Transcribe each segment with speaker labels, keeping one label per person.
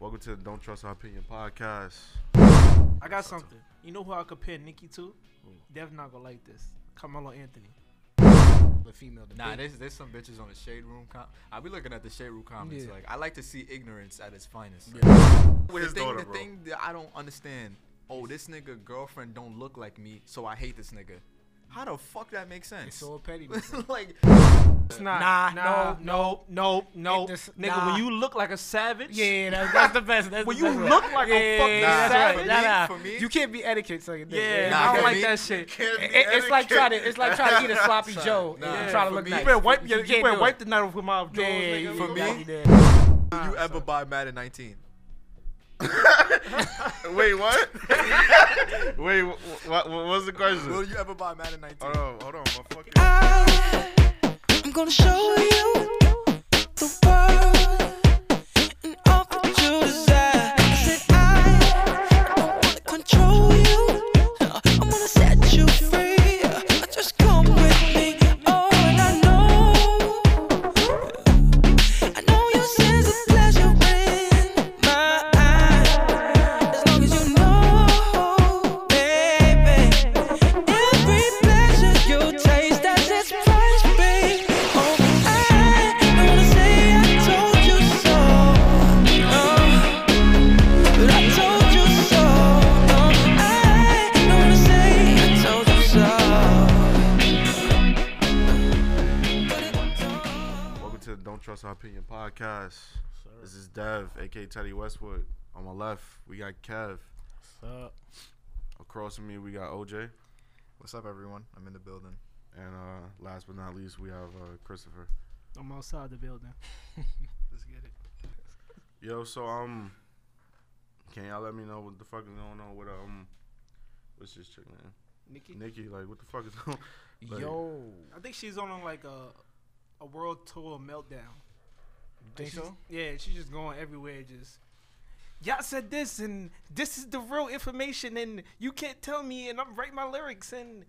Speaker 1: Welcome to the Don't Trust Our Opinion podcast.
Speaker 2: I got something. You know who I compare Nikki to? Dev's not gonna like this. Carmelo Anthony.
Speaker 3: the female. The
Speaker 4: Nah,
Speaker 3: big-
Speaker 4: there's there's some bitches on the shade room. Com- I be looking at the shade room comments.
Speaker 3: Yeah.
Speaker 4: Like I like to see ignorance at its finest.
Speaker 1: With
Speaker 4: The
Speaker 1: his
Speaker 4: thing,
Speaker 1: daughter,
Speaker 4: the
Speaker 1: bro.
Speaker 4: thing that I don't understand. Oh, this nigga girlfriend don't look like me, so I hate this nigga. How the fuck that makes
Speaker 3: It's
Speaker 4: sense?
Speaker 3: so petty.
Speaker 4: like
Speaker 2: It's not.
Speaker 3: Nah,
Speaker 2: nah, no, no, no,
Speaker 3: It just-
Speaker 2: nigga.
Speaker 3: nah.
Speaker 2: When you look like a savage,
Speaker 3: yeah, that's, that's the best. That's
Speaker 2: Well,
Speaker 3: the
Speaker 2: you
Speaker 3: best
Speaker 2: look
Speaker 3: one.
Speaker 2: like a
Speaker 3: Yeah, yeah,
Speaker 2: fucking
Speaker 3: yeah, that's
Speaker 4: savage.
Speaker 3: right. Nah, nah.
Speaker 4: For me-
Speaker 3: You can't be etiquette. So
Speaker 2: yeah.
Speaker 4: Nah,
Speaker 2: I
Speaker 4: for
Speaker 2: don't like
Speaker 4: me-
Speaker 2: that shit.
Speaker 3: It, it- it's like trying to it's like trying to eat a sloppy Joe
Speaker 4: Nah,
Speaker 3: and try to
Speaker 4: for
Speaker 3: look
Speaker 4: me-
Speaker 3: nice.
Speaker 2: You better wipe, your,
Speaker 3: can't
Speaker 2: you better
Speaker 3: do
Speaker 2: wipe the
Speaker 3: it.
Speaker 2: night off with my drawers,
Speaker 3: Yeah,
Speaker 2: nigga.
Speaker 3: you
Speaker 4: For me-
Speaker 3: gotta do that.
Speaker 4: Did you ever buy Madden 19?
Speaker 1: Wait, what? Wait, what, what, what was the question?
Speaker 4: Will you ever buy Madden 19?
Speaker 1: Hold on, hold on, my fucking.
Speaker 5: I'm gonna show you the world and all that you desire. I said I don't wanna control you. I'm gonna set you free. Just come with me. Oh, and I know, I know your sense of pleasure in my eyes. As long as you know, baby, every pleasure you taste has its price, babe. Oh, I don't wanna say I told you so, no, but I told you so. No, I don't wanna say I told you so.
Speaker 1: Welcome to the Don't Trust Our Opinion podcast. This is Dev, aka Teddy Westwood. On my left, we got Kev. Across from me, we got OJ.
Speaker 4: What's up, everyone? I'm in the building.
Speaker 1: And uh, last but not least, we have uh, Christopher.
Speaker 2: I'm outside the building. Let's get it.
Speaker 1: Yo, so um, can y'all let me know what the fuck is going on with um, what's this chick man?
Speaker 2: Nikki.
Speaker 1: Nikki, like what the fuck is going? Like,
Speaker 3: Yo,
Speaker 2: I think she's on like a a world tour meltdown.
Speaker 3: think
Speaker 2: She's-
Speaker 3: so?
Speaker 2: Yeah, she's just going everywhere. Just y'all said this, and this is the real information, and you can't tell me, and I'm write my lyrics, and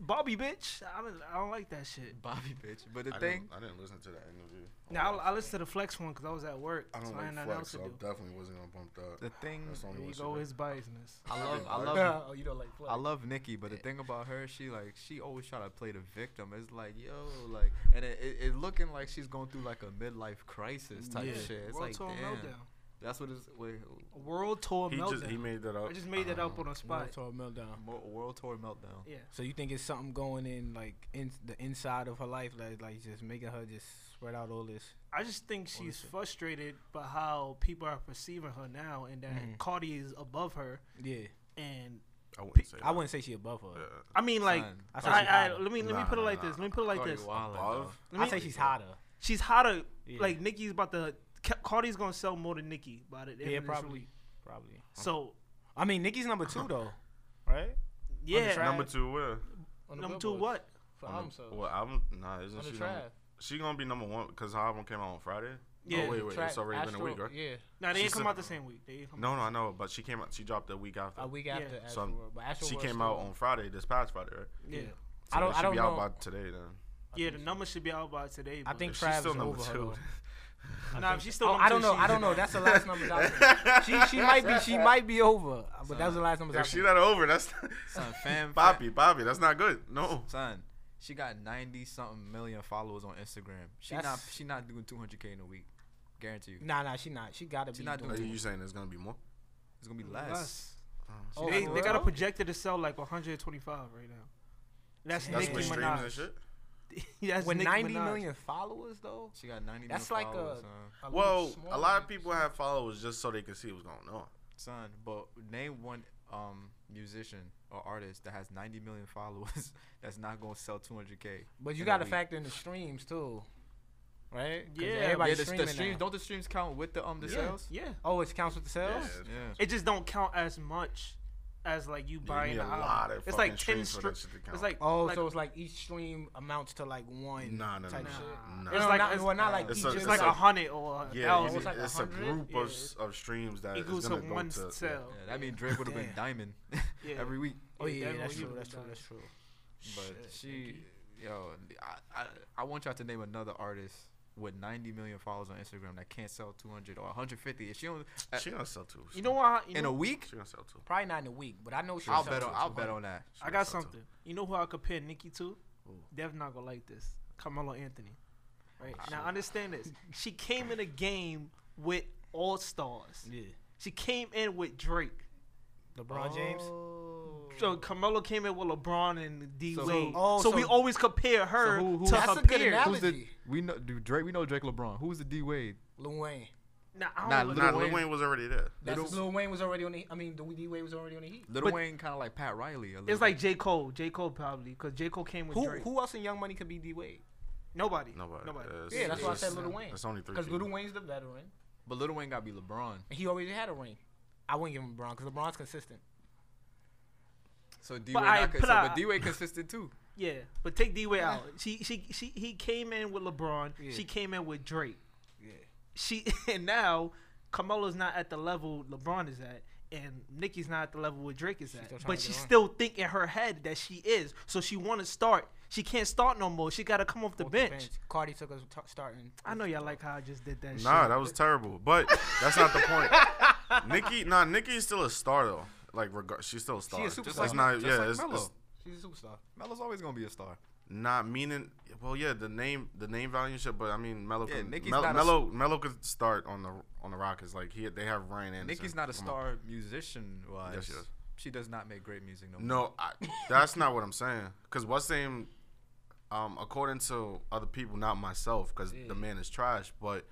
Speaker 2: Bobby bitch, I don't, I don't like that shit.
Speaker 4: Bobby bitch. But the
Speaker 1: I
Speaker 4: thing,
Speaker 1: didn't, I didn't listen to that interview.
Speaker 2: Now I, I listened to the flex one because I was at work,
Speaker 1: I
Speaker 2: so
Speaker 1: don't
Speaker 2: I had
Speaker 1: like
Speaker 2: nothing
Speaker 1: flex,
Speaker 2: else to
Speaker 1: so I
Speaker 2: do.
Speaker 1: definitely wasn't gonna bump that.
Speaker 4: the thing,
Speaker 1: That's the only
Speaker 2: There you
Speaker 1: one
Speaker 2: go,
Speaker 1: shit
Speaker 2: his biasness.
Speaker 4: I love, I
Speaker 1: Bobby.
Speaker 4: love,
Speaker 3: oh, you don't like eh.
Speaker 4: I
Speaker 3: flex.
Speaker 4: love Nikki. But the thing about her, she like, she always try to play the victim. It's like, yo, like, and it, it, it looking like she's going through like a midlife crisis type shit. It's
Speaker 2: world
Speaker 4: like,
Speaker 2: tour
Speaker 4: damn,
Speaker 2: meltdown.
Speaker 4: that's what it's. Wait,
Speaker 2: A world tour
Speaker 1: He
Speaker 2: meltdown.
Speaker 1: just he made that up.
Speaker 2: I just made that up on the spot.
Speaker 3: World tour meltdown.
Speaker 4: mo- world tour meltdown.
Speaker 2: Yeah.
Speaker 3: So you think it's something going in like in the inside of her life, like like just making her just spread out all this.
Speaker 2: I just think she's frustrated by how people are perceiving her now, and that
Speaker 3: Mhm.
Speaker 2: Cardi is above her.
Speaker 3: Yeah,
Speaker 2: And
Speaker 1: I wouldn't say.
Speaker 3: I wouldn't say she above her.
Speaker 1: that. Yeah.
Speaker 2: I mean, like,
Speaker 4: Son.
Speaker 3: I say she's
Speaker 2: I, I,
Speaker 3: hotter.
Speaker 2: let me let me
Speaker 1: Nah,
Speaker 2: put it
Speaker 1: nah,
Speaker 2: like this.
Speaker 1: nah.
Speaker 2: Let me put it like
Speaker 4: Cardi
Speaker 2: this.
Speaker 4: wildin',
Speaker 1: Above?
Speaker 4: though.
Speaker 2: Let
Speaker 3: I
Speaker 2: me,
Speaker 3: say she's hotter.
Speaker 2: she's hotter.
Speaker 3: Yeah.
Speaker 2: Like Nicki's about to. Ca- Cardi's gonna sell more than Nicki by the end
Speaker 3: Yeah,
Speaker 2: of this
Speaker 3: probably,
Speaker 2: week.
Speaker 3: probably.
Speaker 2: So
Speaker 3: I mean, Nikki's number two though, right?
Speaker 2: yeah,
Speaker 3: track?
Speaker 2: number,
Speaker 1: Number two, where?
Speaker 2: two what?
Speaker 3: For
Speaker 1: On the- Well, I'm nah. Isn't she? Number, she gonna be number one because her album came out on Friday.
Speaker 2: Yeah.
Speaker 1: Oh wait, wait. It's already been a week, right?
Speaker 3: Yeah,
Speaker 2: Now they
Speaker 1: She
Speaker 2: ain't come
Speaker 1: said-
Speaker 2: out the same week. They ain't come
Speaker 1: No, no, I know, but she came out. She dropped a week after.
Speaker 3: a week
Speaker 2: Yeah.
Speaker 3: after.
Speaker 1: So,
Speaker 3: Astro World. But Astro
Speaker 1: she
Speaker 3: World's
Speaker 1: came out
Speaker 3: still-
Speaker 1: on Friday, this past Friday, right?
Speaker 2: Yeah.
Speaker 3: Yeah.
Speaker 1: So
Speaker 3: I don't.
Speaker 1: it
Speaker 3: I
Speaker 1: should
Speaker 3: don't
Speaker 1: be
Speaker 3: know.
Speaker 1: out by today then.
Speaker 2: Yeah, the number should be out by today.
Speaker 3: I
Speaker 2: but-
Speaker 3: think
Speaker 1: If
Speaker 3: Travis
Speaker 1: she's still number
Speaker 3: over her,
Speaker 1: two.
Speaker 3: though.
Speaker 2: Nah, if she's still.
Speaker 3: Oh,
Speaker 2: number
Speaker 3: I don't
Speaker 2: two,
Speaker 3: know. I
Speaker 2: she's-
Speaker 3: don't know. That's the last numbers out there. She she might be she might be over, but that was the last numbers
Speaker 1: If
Speaker 3: out
Speaker 1: she
Speaker 3: there.
Speaker 1: not over, that's
Speaker 4: Son, fam,
Speaker 1: Bobby, Bobby, that's not good. No.
Speaker 4: Son, she got ninety something million followers on Instagram. She not
Speaker 3: That's-
Speaker 4: she not doing two hundred k in a week. Guarantee you.
Speaker 3: Nah, nah, she not. She gotta
Speaker 4: She
Speaker 3: be.
Speaker 4: not
Speaker 3: doing-
Speaker 1: Are you saying there's gonna be more?
Speaker 4: It's gonna be
Speaker 2: Less.
Speaker 4: less.
Speaker 3: Oh,
Speaker 2: they
Speaker 3: for
Speaker 2: they got a
Speaker 3: real?
Speaker 2: projected to sell like 125 right now. That's
Speaker 3: That's
Speaker 1: That's
Speaker 2: Nicki
Speaker 1: with streams
Speaker 2: Minaj.
Speaker 1: and shit.
Speaker 2: That's
Speaker 3: with
Speaker 2: Nicki
Speaker 3: 90
Speaker 2: Minaj.
Speaker 3: million followers though.
Speaker 4: She got ninety.
Speaker 3: That's
Speaker 4: million
Speaker 3: like
Speaker 4: followers,
Speaker 3: a-
Speaker 4: son.
Speaker 3: a little
Speaker 1: Well, a
Speaker 3: smaller
Speaker 1: lot of
Speaker 3: than-
Speaker 1: people have followers just so they can see what's going on.
Speaker 4: son. But name one um musician or artist that has ninety million followers that's not gonna sell two hundred k.
Speaker 3: But you
Speaker 4: in a
Speaker 3: gotta
Speaker 4: week.
Speaker 3: factor in the streams too, right? 'Cause
Speaker 2: Yeah.
Speaker 3: everybody's
Speaker 4: Yeah, the,
Speaker 3: streaming
Speaker 4: the streams.
Speaker 3: now.
Speaker 4: Don't the streams count with the um the
Speaker 2: Yeah,
Speaker 4: sales?
Speaker 2: Yeah.
Speaker 3: Oh, it counts with the sales.
Speaker 1: Yeah.
Speaker 4: Yeah.
Speaker 2: It just don't count as much as like you
Speaker 1: You
Speaker 2: buying
Speaker 1: need a
Speaker 2: the album.
Speaker 1: lot of
Speaker 2: it's
Speaker 1: fucking
Speaker 2: like 10
Speaker 1: streams for that
Speaker 2: strips.
Speaker 1: shit to count.
Speaker 2: It's like
Speaker 3: Oh,
Speaker 2: like,
Speaker 3: so it's like each stream amounts to like one.
Speaker 1: nah, no, no,
Speaker 3: type
Speaker 1: no,
Speaker 3: shit.
Speaker 1: no.
Speaker 3: It's
Speaker 2: It's
Speaker 3: like
Speaker 2: like-
Speaker 3: not, well, not like
Speaker 1: it's
Speaker 3: each.
Speaker 1: a-
Speaker 3: is
Speaker 2: it's
Speaker 1: it's
Speaker 2: like
Speaker 1: like-
Speaker 2: a hundred or a
Speaker 1: Yeah,
Speaker 3: Oh,
Speaker 1: it's,
Speaker 2: thousand.
Speaker 3: it's like
Speaker 1: it's a
Speaker 3: 100?
Speaker 1: group
Speaker 2: Yeah,
Speaker 1: of,
Speaker 2: it's-
Speaker 1: s- of streams that
Speaker 2: It
Speaker 1: is
Speaker 2: goes to
Speaker 1: gonna go
Speaker 2: one
Speaker 1: to.
Speaker 2: cell.
Speaker 4: Yeah, that means Drake would have been
Speaker 3: Damn.
Speaker 4: diamond
Speaker 2: Yeah.
Speaker 4: every week.
Speaker 3: oh yeah,
Speaker 2: that
Speaker 3: that's
Speaker 2: was
Speaker 3: true.
Speaker 2: you.
Speaker 3: That's true. That's true.
Speaker 4: But
Speaker 3: Shit,
Speaker 4: she, yo, I, I, I want y'all to name another artist with 90 million followers on Instagram that can't sell 200 or 150. If she don't, uh,
Speaker 1: She gonna sell two.
Speaker 2: You know why? You
Speaker 4: in
Speaker 2: know,
Speaker 4: a week,
Speaker 1: She gonna sell two.
Speaker 3: Probably not in a week, but I know she'll
Speaker 4: I'll
Speaker 3: sell
Speaker 4: bet
Speaker 3: to
Speaker 4: on
Speaker 3: a
Speaker 4: I'll
Speaker 3: two
Speaker 4: bet
Speaker 3: hundred.
Speaker 4: on that.
Speaker 1: She
Speaker 2: I
Speaker 1: gonna
Speaker 2: got
Speaker 1: sell two.
Speaker 2: something. You know who I compare Nikki to?
Speaker 1: Who?
Speaker 2: Dev not gonna like this. Carmelo Anthony. Right now, understand this. She came in a game with all stars.
Speaker 3: Yeah.
Speaker 2: She came in with Drake.
Speaker 3: LeBron James.
Speaker 2: So Carmelo came in with LeBron and D
Speaker 4: So-
Speaker 2: Wade.
Speaker 3: Oh,
Speaker 2: so,
Speaker 3: so-
Speaker 2: we always compare her
Speaker 4: who- who-
Speaker 2: to
Speaker 4: That's
Speaker 2: her
Speaker 3: a good
Speaker 2: peers.
Speaker 3: analogy.
Speaker 4: Who's the
Speaker 3: Allergy.
Speaker 4: we know do Drake? We know Drake LeBron. Who's the D Wade?
Speaker 3: Lil Wayne.
Speaker 2: Nah, I don't
Speaker 4: Nah,
Speaker 2: really-
Speaker 1: Nah,
Speaker 4: Lil
Speaker 1: Lil
Speaker 4: Wayne-
Speaker 1: Wayne was already there.
Speaker 3: That's
Speaker 4: Little-
Speaker 3: Lil Wayne was already on the. I mean, the D Wade was already on the Heat.
Speaker 4: Little
Speaker 2: But-
Speaker 4: Wayne kind of like Pat Riley. A little
Speaker 2: It's like
Speaker 4: bit.
Speaker 2: J Cole. J Cole probably because J Cole came with
Speaker 3: Who
Speaker 2: Drake.
Speaker 3: who else in Young Money could be D Wade?
Speaker 2: Nobody.
Speaker 1: Nobody.
Speaker 2: Nobody.
Speaker 1: Uh, it's-
Speaker 3: Yeah, that's why I
Speaker 1: it's-
Speaker 3: said Lil Wayne.
Speaker 1: It's only three.
Speaker 3: Because Lil
Speaker 1: people.
Speaker 3: Wayne's the veteran,
Speaker 4: but Little Wayne got to be LeBron.
Speaker 3: and he already had a ring. I wouldn't give him LeBron because LeBron's consistent.
Speaker 4: So D Wade,
Speaker 2: But I-
Speaker 4: not,
Speaker 2: but
Speaker 4: con- so, but
Speaker 2: I-
Speaker 4: D Wade consistent too.
Speaker 2: Yeah, but take D Wade out. She, she, she, he came in with LeBron.
Speaker 3: Yeah.
Speaker 2: She came in with Drake.
Speaker 3: Yeah.
Speaker 2: She and now Carmelo's not at the level LeBron is at, and Nikki's not at the level where Drake is
Speaker 3: still
Speaker 2: at.
Speaker 3: trying
Speaker 2: But
Speaker 3: to
Speaker 2: she
Speaker 3: get on.
Speaker 2: still think in her head that she is. So she want to start. She can't start no more. She got to come off the,
Speaker 3: Off
Speaker 2: bench.
Speaker 3: Cardi took us t- starting.
Speaker 2: I know y'all like how I just did that.
Speaker 1: Nah,
Speaker 2: shit.
Speaker 1: that was terrible. But that's not the point. Nikki, nah, Nikki's still a star though. Like, regard, she's still a star.
Speaker 3: superstar.
Speaker 1: It's
Speaker 4: Just
Speaker 1: not,
Speaker 4: like- just
Speaker 1: yeah,
Speaker 4: like
Speaker 1: it's,
Speaker 4: Melo.
Speaker 1: it's
Speaker 3: She's a superstar.
Speaker 4: Melo's always gonna be a star.
Speaker 1: not meaning. Well, yeah, the name, the name value and shit. But I mean, Melo,
Speaker 4: Yeah,
Speaker 1: can,
Speaker 4: Nicki's
Speaker 1: Melo,
Speaker 4: not a-
Speaker 1: Melo, Melo could start on the on the Rockets. Like he, they have Ryan Anderson.
Speaker 4: Nikki's not a
Speaker 1: Come on.
Speaker 4: star musician wise.
Speaker 1: Yes, she is.
Speaker 4: She does not make great music no more.
Speaker 1: No, I, that's not what I'm saying. Because what's saying, um, according to other people, not myself, because the man is trash. But